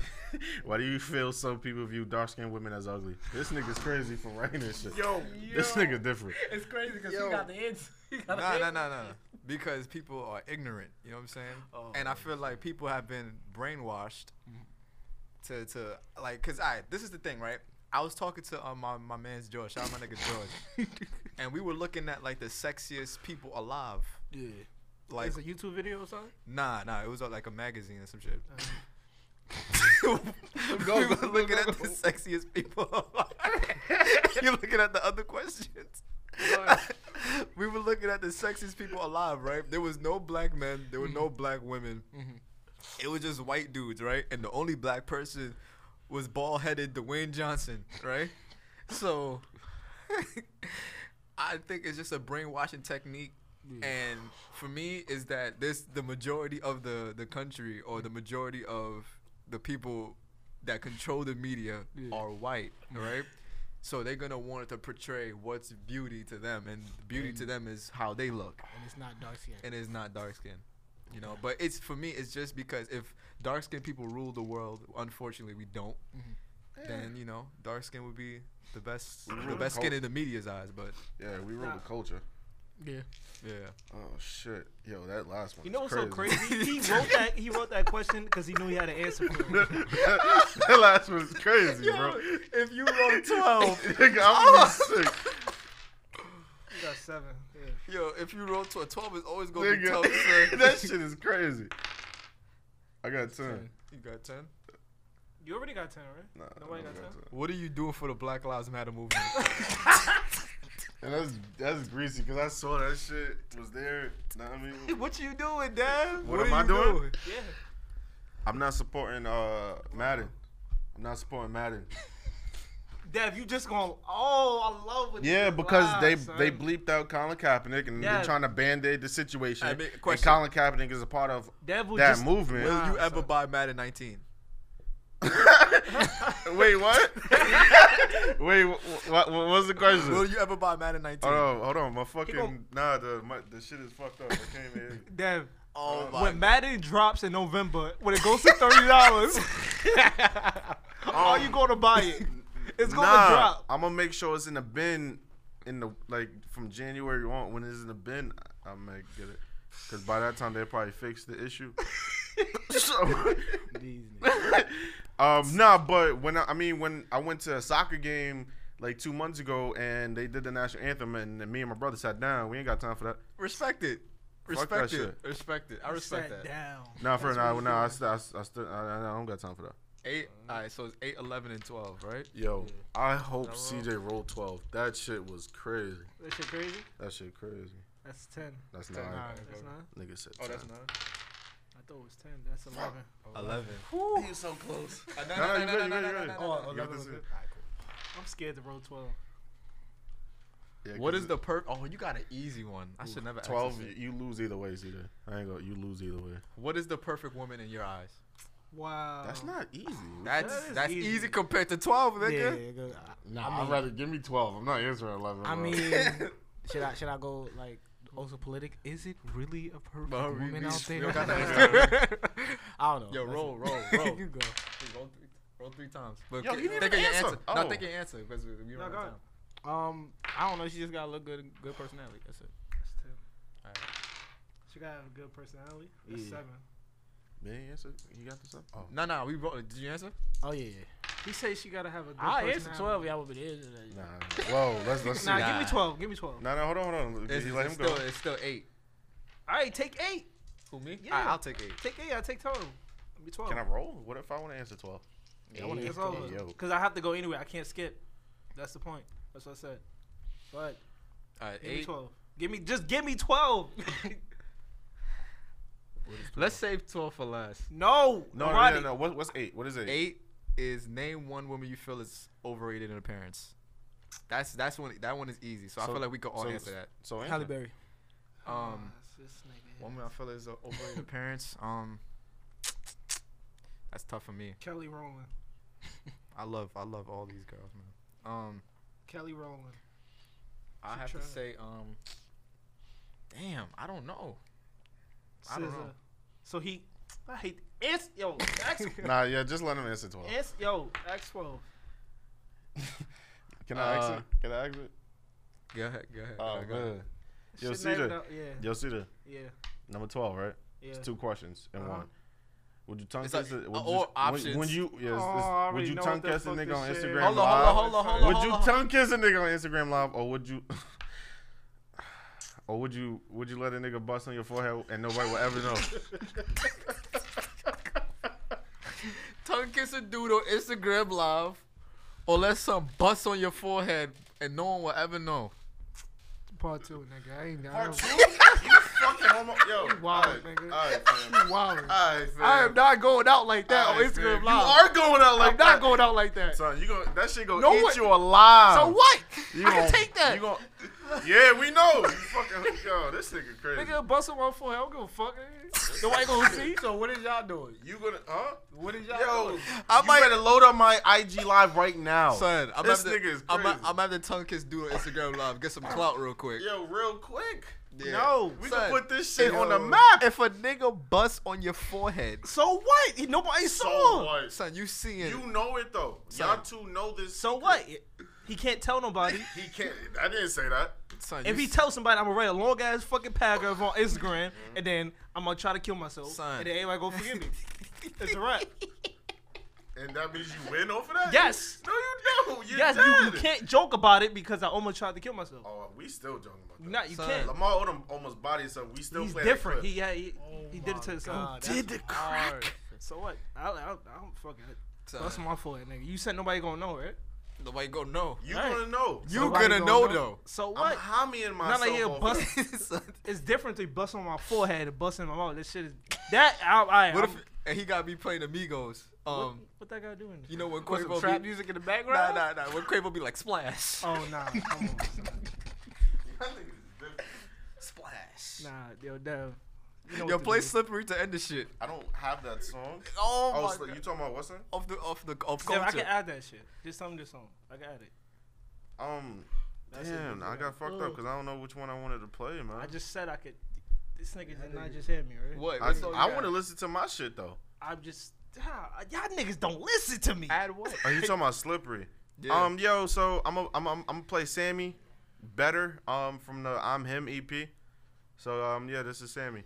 Speaker 1: why do you feel some people view dark skinned women as ugly? This nigga's crazy for writing this shit. Yo, this nigga different.
Speaker 3: It's crazy because
Speaker 4: Yo.
Speaker 3: he got the ends. He got
Speaker 4: No,
Speaker 3: the
Speaker 4: no,
Speaker 3: answer.
Speaker 4: no, no. Because people are ignorant. You know what I'm saying? and I feel like people have been brainwashed to to like. Cause I this is the thing, right? I was talking to um, my my man's George. Shout out my nigga George. and we were looking at like the sexiest people alive.
Speaker 2: Yeah.
Speaker 4: Like
Speaker 2: It's a YouTube video or something?
Speaker 4: Nah, nah, it was uh, like a magazine or some shit. we were looking at the sexiest people. alive. You're looking at the other questions. we were looking at the sexiest people alive, right? There was no black men. There were no black women. It was just white dudes, right? And the only black person was bald headed Dwayne Johnson, right? So I think it's just a brainwashing technique. And for me, is that this the majority of the the country or the majority of the people that control the media are white, right? So they're gonna want to portray what's beauty to them, and beauty to them is how they look,
Speaker 3: And it's not dark skin.
Speaker 4: and it's not dark skin, you know. But it's for me, it's just because if dark skin people rule the world, unfortunately we don't. Then you know, dark skin would be the best,
Speaker 1: We
Speaker 4: the
Speaker 1: rule
Speaker 4: best
Speaker 1: the
Speaker 4: skin
Speaker 1: cult.
Speaker 4: in the media's eyes. But
Speaker 1: Yeah, we rule the culture.
Speaker 3: Yeah.
Speaker 4: yeah,
Speaker 1: Oh shit, yo, that last one.
Speaker 2: You
Speaker 1: is
Speaker 2: know what's so
Speaker 1: crazy.
Speaker 2: crazy? He wrote that he wrote that question because he knew he had an answer for it.
Speaker 1: that last one's crazy, bro.
Speaker 4: if you roll twelve,
Speaker 1: Nigga, I'm gonna be sick.
Speaker 2: He got seven. Yeah.
Speaker 4: Yo, if you roll to a 12, it's always going to be tough,
Speaker 1: Nigga,
Speaker 4: son.
Speaker 1: that shit is crazy. I got ten.
Speaker 4: You got 10?
Speaker 2: You already got ten, right?
Speaker 1: Nah,
Speaker 2: Nobody
Speaker 1: I
Speaker 2: got
Speaker 1: got
Speaker 2: time?
Speaker 4: What are you doing for the Black Lives Matter movement?
Speaker 1: And that's that's greasy because I saw that shit was there. Know what I mean,
Speaker 4: What you doing, Dad?
Speaker 1: What am
Speaker 4: are
Speaker 1: I
Speaker 4: you
Speaker 1: doing?
Speaker 2: Yeah.
Speaker 1: I'm not supporting uh Madden. I'm not supporting Madden.
Speaker 2: Dev, you just going, oh, I love what
Speaker 1: Yeah,
Speaker 2: you
Speaker 1: because
Speaker 2: lie,
Speaker 1: they
Speaker 2: son.
Speaker 1: they bleeped out Colin Kaepernick and
Speaker 2: Yeah.
Speaker 1: they're trying to band aid the situation.
Speaker 4: I mean,
Speaker 1: and
Speaker 4: question.
Speaker 1: Colin Kaepernick is a part of
Speaker 2: Dev will
Speaker 1: that
Speaker 2: just,
Speaker 1: movement.
Speaker 4: Will you
Speaker 2: Ah,
Speaker 4: ever buy Madden 19?
Speaker 1: Wait, what? Wait, what, what, what was the question?
Speaker 4: Will you ever buy Madden 19?
Speaker 1: hold on, hold on. My fucking
Speaker 2: gon-
Speaker 1: nah, the my, the shit is fucked up. I can't even.
Speaker 2: Dev,
Speaker 4: Oh my
Speaker 2: when Madden drops in November, when it goes to thirty dollars, are you going to buy it? It's going to drop.
Speaker 1: I'm gonna make sure it's in the bin, in the like from January on. When it's in the bin, I, I might get it. Cause by that time they probably fixed the issue. so, um, nah, but when I, I mean when I went to a soccer game like two months ago and they did the national anthem and, me and my brother sat down. We ain't got time for that.
Speaker 4: Respect it.
Speaker 1: Fuck
Speaker 4: Respect
Speaker 1: that
Speaker 4: it.
Speaker 1: shit.
Speaker 4: Respect it. I respect
Speaker 2: Sat
Speaker 4: that.
Speaker 2: down.
Speaker 1: Nah, for now, nah, I, st- I, st- I, st- I, I don't got time for that.
Speaker 4: Eight. All right, so it's 8, 11, and 12, right?
Speaker 1: Yo, I hope CJ rolled twelve. That shit was crazy.
Speaker 2: That shit crazy.
Speaker 1: That shit crazy.
Speaker 2: That's ten.
Speaker 1: That's
Speaker 4: Ten.
Speaker 1: nine.
Speaker 4: Nah.
Speaker 2: That's nine.
Speaker 1: Nigga said.
Speaker 4: Oh, that's
Speaker 1: ten.
Speaker 4: nine.
Speaker 2: I thought it was ten. That's eleven.
Speaker 4: 11.
Speaker 2: Whew,
Speaker 1: No, no, you good, you good, you good.
Speaker 3: Oh,
Speaker 1: You got this in.
Speaker 2: I'm scared to roll twelve.
Speaker 1: Yeah,
Speaker 4: What
Speaker 1: 'cause
Speaker 4: is the perf? Oh, you got an easy one. I should never ask this
Speaker 1: twelve?
Speaker 4: shit.
Speaker 1: You lose either way, either. I ain't go. You lose either way.
Speaker 4: What is the perfect woman in your eyes?
Speaker 2: Wow.
Speaker 4: Oh.
Speaker 1: That's not easy.
Speaker 4: That's
Speaker 2: is
Speaker 4: that's
Speaker 2: easy.
Speaker 4: easy. compared to 12,
Speaker 3: Yeah,
Speaker 4: nigga.
Speaker 3: go-
Speaker 1: Nah, I would rather give me twelve. I'm not answering eleven.
Speaker 3: I
Speaker 1: bro.
Speaker 3: mean, should I should I go like also politic? Is it really a perfect
Speaker 4: Bro, we-
Speaker 3: woman
Speaker 4: we-
Speaker 3: out
Speaker 4: we
Speaker 3: there?
Speaker 4: don't got that
Speaker 3: I don't know.
Speaker 4: Yo,
Speaker 3: That's
Speaker 4: roll,
Speaker 3: it.
Speaker 4: roll, roll.
Speaker 3: you go.
Speaker 4: roll, three, roll three times. But
Speaker 1: Yo,
Speaker 4: think-
Speaker 1: he didn't
Speaker 4: think
Speaker 1: even
Speaker 4: of your
Speaker 1: answer.
Speaker 4: answer. No,
Speaker 1: Oh.
Speaker 4: think of your answer because we, we don't
Speaker 2: go
Speaker 4: have
Speaker 2: ahead.
Speaker 4: time.
Speaker 3: Um, I don't know. She just got a look good, good personality. That's it.
Speaker 2: That's ten.
Speaker 4: Alright.
Speaker 2: She gotta have a good personality. That's
Speaker 3: Yeah.
Speaker 2: seven.
Speaker 1: You ain't answer. You got this up? Oh.
Speaker 4: No, no, we roll. Did you answer?
Speaker 3: Oh yeah, yeah.
Speaker 2: He says she gotta have a good
Speaker 3: I
Speaker 2: personality.
Speaker 3: answer twelve. Y'all would be there.
Speaker 1: Nah. Whoa. Let's let's see.
Speaker 2: Nah,
Speaker 1: Nah,
Speaker 2: give me
Speaker 4: Nah.
Speaker 2: twelve. Give me twelve.
Speaker 1: nah. Hold on, hold on.
Speaker 4: It's,
Speaker 1: you let
Speaker 4: it's
Speaker 1: him go.
Speaker 4: still, it's still eight.
Speaker 2: All right, take eight.
Speaker 4: Who me?
Speaker 2: Yeah.
Speaker 4: Alright, I'll take eight.
Speaker 2: Take eight. I take total. Give me twelve.
Speaker 1: Can I roll? What if I want to answer twelve?
Speaker 3: I wanna
Speaker 2: It's
Speaker 3: answer
Speaker 2: over.
Speaker 1: Yo.
Speaker 2: Because I have to go anyway. I can't skip. That's the point. That's what I said. But
Speaker 4: All right,
Speaker 2: give me
Speaker 4: eight.
Speaker 2: 12. Give me, just give me 12.
Speaker 4: Let's save twelve for last.
Speaker 2: no.
Speaker 1: No, no,
Speaker 2: Roddy.
Speaker 1: no, Um, no. What, what's eight? What is eight?
Speaker 4: Eight is name one woman you feel is overrated in appearance. That's that's one that one is easy. So, I
Speaker 1: So-
Speaker 4: feel like we could all
Speaker 1: so-
Speaker 4: answer that.
Speaker 1: So answer.
Speaker 3: Halle Berry.
Speaker 2: That's
Speaker 4: Um,
Speaker 2: Ah, this nigga.
Speaker 4: woman I feel is uh, overrated in appearance. Um, that's tough for me.
Speaker 2: Kelly Rowland.
Speaker 4: I love I love all these girls, man. Um,
Speaker 2: Kelly Rowland.
Speaker 4: I
Speaker 2: She
Speaker 4: have to
Speaker 2: tried.
Speaker 4: say, um, damn, I don't know. I don't know.
Speaker 2: So he, I hate, it's, yo, ask,
Speaker 1: Nah, yeah. Just let him answer twelve.
Speaker 2: it's, yo, ask 12.
Speaker 1: Can I
Speaker 4: Uh,
Speaker 1: exit? Can I exit?
Speaker 4: Go ahead, go ahead.
Speaker 1: Oh
Speaker 4: go ahead, go ahead.
Speaker 1: man. Yo,
Speaker 2: Shit,
Speaker 1: Cedar.
Speaker 2: no, no, Yeah,
Speaker 1: Yo, see the
Speaker 2: yeah,
Speaker 1: number twelve, right?
Speaker 2: yeah.
Speaker 1: It's two questions in
Speaker 2: Uh-huh.
Speaker 1: one. Would you tongue
Speaker 4: It's
Speaker 1: kiss
Speaker 4: like-
Speaker 1: it? Would you
Speaker 4: or
Speaker 1: just-
Speaker 4: options.
Speaker 1: When, when you yes, it's-
Speaker 2: Oh, I
Speaker 1: would
Speaker 2: already
Speaker 1: you
Speaker 2: know
Speaker 1: tongue
Speaker 2: what the
Speaker 1: kiss a
Speaker 2: fuck
Speaker 1: nigga
Speaker 2: this
Speaker 1: on
Speaker 2: shit is.
Speaker 1: Instagram
Speaker 4: Hold on,
Speaker 1: live?
Speaker 4: hold on, hold on, hold on,
Speaker 1: would
Speaker 4: hold
Speaker 1: you
Speaker 4: on.
Speaker 1: tongue kiss a nigga on Instagram live, or would you? Or would you would you let a nigga bust on your forehead and nobody will ever know?
Speaker 4: Tongue kiss a dude on Instagram live, or let some bust on your forehead and no one will ever know.
Speaker 2: Part two, nigga. I ain't got
Speaker 1: Fucking homo- yo,
Speaker 2: wild,
Speaker 1: alright,
Speaker 2: nigga.
Speaker 1: alright, fam.
Speaker 2: Wow.
Speaker 1: Alright, fam.
Speaker 4: I am not going out like that on
Speaker 1: Alright,
Speaker 4: Instagram
Speaker 1: fam.
Speaker 4: live.
Speaker 1: You are going out like
Speaker 4: I'm
Speaker 1: that.
Speaker 4: not going out like that.
Speaker 1: Son, you gonna that shit gonna
Speaker 4: No
Speaker 1: eat
Speaker 4: one-
Speaker 1: you alive.
Speaker 4: So what?
Speaker 1: You
Speaker 4: I can
Speaker 1: gon-
Speaker 4: take that.
Speaker 1: You gon- yeah, we know. You fucking yo, this nigga crazy.
Speaker 4: Nigga, bust on my forehead. I don't give a fuck. Nobody gonna see.
Speaker 3: So what is y'all doing?
Speaker 1: You gonna huh?
Speaker 3: What is
Speaker 1: Yo,
Speaker 4: I
Speaker 1: you
Speaker 4: might-
Speaker 1: better load up my IG live right now.
Speaker 4: Son, I'm
Speaker 1: Oh, This
Speaker 4: about to-
Speaker 1: nigga is
Speaker 4: I'm about-
Speaker 1: crazy.
Speaker 4: I'm having tongue kiss dude on Instagram live. Get some clout real quick.
Speaker 1: Yo, real quick.
Speaker 4: Yeah.
Speaker 1: No, we
Speaker 4: Son,
Speaker 1: can put this shit on the
Speaker 4: Yo,
Speaker 1: map.
Speaker 4: If a nigga busts on your forehead,
Speaker 2: So what? Nobody saw.
Speaker 1: So what?
Speaker 4: son, you seeing?
Speaker 1: You know it though. Y'all two know this.
Speaker 2: So what? He can't tell nobody.
Speaker 1: He can't. I didn't say that.
Speaker 4: son,
Speaker 2: If
Speaker 4: you
Speaker 2: he tells somebody, I'm gonna write a long ass fucking paragraph on Instagram, and then I'm gonna try to kill myself,
Speaker 4: Son.
Speaker 2: and then everybody gonna forgive me. It's a wrap.
Speaker 1: And that means you win over that.
Speaker 2: Yes.
Speaker 1: No, you don't. You
Speaker 2: Yes,
Speaker 1: did.
Speaker 2: you, you can't joke about it because I almost tried to kill myself.
Speaker 1: Oh, we still joking about that.
Speaker 2: No, you
Speaker 4: Son.
Speaker 2: can't.
Speaker 1: Lamar Odom almost bodied, so we still.
Speaker 2: He's
Speaker 1: play
Speaker 2: different.
Speaker 1: That
Speaker 2: He yeah, he, he did it to himself.
Speaker 3: did the
Speaker 4: hard,
Speaker 2: So what? I, I, I don't fucking.
Speaker 4: son.
Speaker 2: That's my fault, nigga. You said nobody gonna know, right?
Speaker 4: The white go no.
Speaker 1: You
Speaker 2: Right.
Speaker 1: gonna know?
Speaker 6: You
Speaker 3: Somebody
Speaker 6: gonna
Speaker 3: gonna
Speaker 6: know,
Speaker 3: know.
Speaker 6: though.
Speaker 2: So
Speaker 1: I'm
Speaker 2: what?
Speaker 1: homieing
Speaker 2: None
Speaker 1: myself.
Speaker 2: of your
Speaker 1: off
Speaker 2: bust. it's different to bust on my forehead or bust in my mouth. This shit is that. I, I,
Speaker 4: What
Speaker 2: I'm-
Speaker 4: if and he got me playing Amigos?
Speaker 2: what,
Speaker 4: Um,
Speaker 2: what that guy doing?
Speaker 4: you know when
Speaker 3: Put some
Speaker 4: Quavo
Speaker 3: trap
Speaker 4: be
Speaker 3: music in the
Speaker 4: nah
Speaker 3: background.
Speaker 4: nah nah when Quavo be like splash
Speaker 2: Oh nah, come on, son.
Speaker 4: splash.
Speaker 2: nah, yo, Dev. You know
Speaker 4: Yo,
Speaker 2: what to
Speaker 4: play
Speaker 2: do.
Speaker 4: slippery to end the shit.
Speaker 1: I don't have that song.
Speaker 4: Oh,
Speaker 1: Oh,
Speaker 4: my
Speaker 1: so
Speaker 4: God.
Speaker 1: you talking about what's that?
Speaker 4: Of the of the of
Speaker 2: Dev,
Speaker 4: culture.
Speaker 2: I can add that shit. Just tell me the song. I can add it.
Speaker 1: Um,
Speaker 2: That's it,
Speaker 1: damn,
Speaker 2: dude.
Speaker 1: I got fucked up because I don't know which one I wanted to play, man.
Speaker 2: I just said I could. This nigga did not just hit me, right?
Speaker 4: what?
Speaker 1: I,
Speaker 4: What song you
Speaker 1: I
Speaker 4: got?
Speaker 1: want to listen to my shit though.
Speaker 2: I'm just. Ah, y'all niggas don't listen to me.
Speaker 4: add what?
Speaker 1: Are you talking about slippery?
Speaker 4: Yeah.
Speaker 1: Um, yo, so I'm a, I'm I'm I'm gonna play Sammy, better. Um, from the I'm Him EP. So um, yeah, this is Sammy.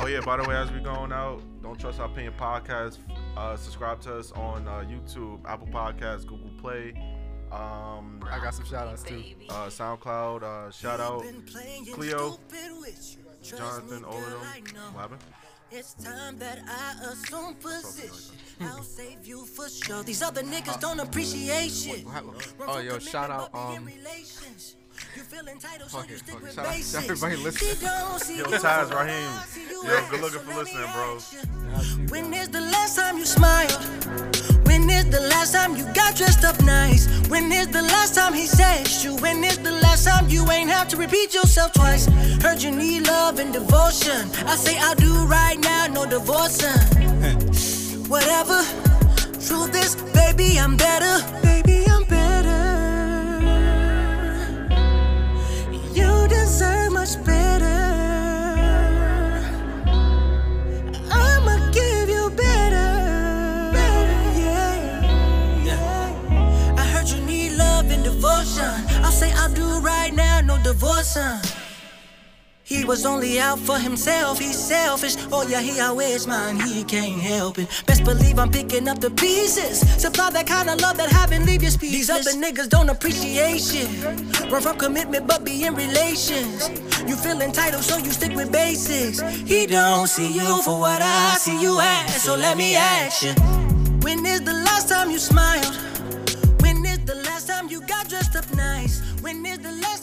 Speaker 1: Oh yeah, by the way, as we going out, don't trust our opinion podcast. Uh, subscribe to us on uh, YouTube, Apple Podcasts, Google Play, um,
Speaker 4: I got some shout outs too.
Speaker 1: uh, SoundCloud. Uh, shout out Cleo, Jonathan, all of them. What happened?
Speaker 9: It's time that I assume position. I'll save you for sure. These other niggas don't appreciate shit.
Speaker 4: what happened?
Speaker 9: Run
Speaker 4: Oh,
Speaker 9: from
Speaker 4: yo,
Speaker 9: commitment,
Speaker 4: shout out,
Speaker 9: but be in
Speaker 4: um,
Speaker 9: relations. You feel entitled, so
Speaker 4: fuck
Speaker 9: you
Speaker 4: it,
Speaker 9: stick
Speaker 4: fuck it.
Speaker 9: with
Speaker 4: Shout out to
Speaker 9: basics.
Speaker 4: everybody listening.
Speaker 9: She don't see
Speaker 1: Yo,
Speaker 9: you
Speaker 1: Taz
Speaker 9: from
Speaker 1: Raheem.
Speaker 9: afar, see you
Speaker 1: Yo,
Speaker 9: out.
Speaker 1: good looking
Speaker 9: So
Speaker 1: for
Speaker 9: let me
Speaker 1: listening, bro.
Speaker 9: ask you, When is the last time you smiled? When is the last time you got dressed up nice? When is the last time he says you? When is the last time you ain't have to repeat yourself twice? Heard you need love and devotion. I say I do right now, no divorcing. Whatever. Truth is, baby, I'm better. Baby, I'm better. You deserve much better. I'ma give you better. Better, yeah. yeah. I heard you need love and devotion. I'll say I'll do right now, no divorcing. He was only out for himself, he's selfish. Oh, yeah, he always mine, he can't help it. Best believe I'm picking up the pieces. Supply that kind of love that haven't leave you speechless. These other niggas don't appreciate shit. Run from commitment, but be in relations. You feel entitled, so you stick with basics. He don't see you for what I see you as, so let me ask you. When is the last time you smiled? When is the last time you got dressed up nice? When is the last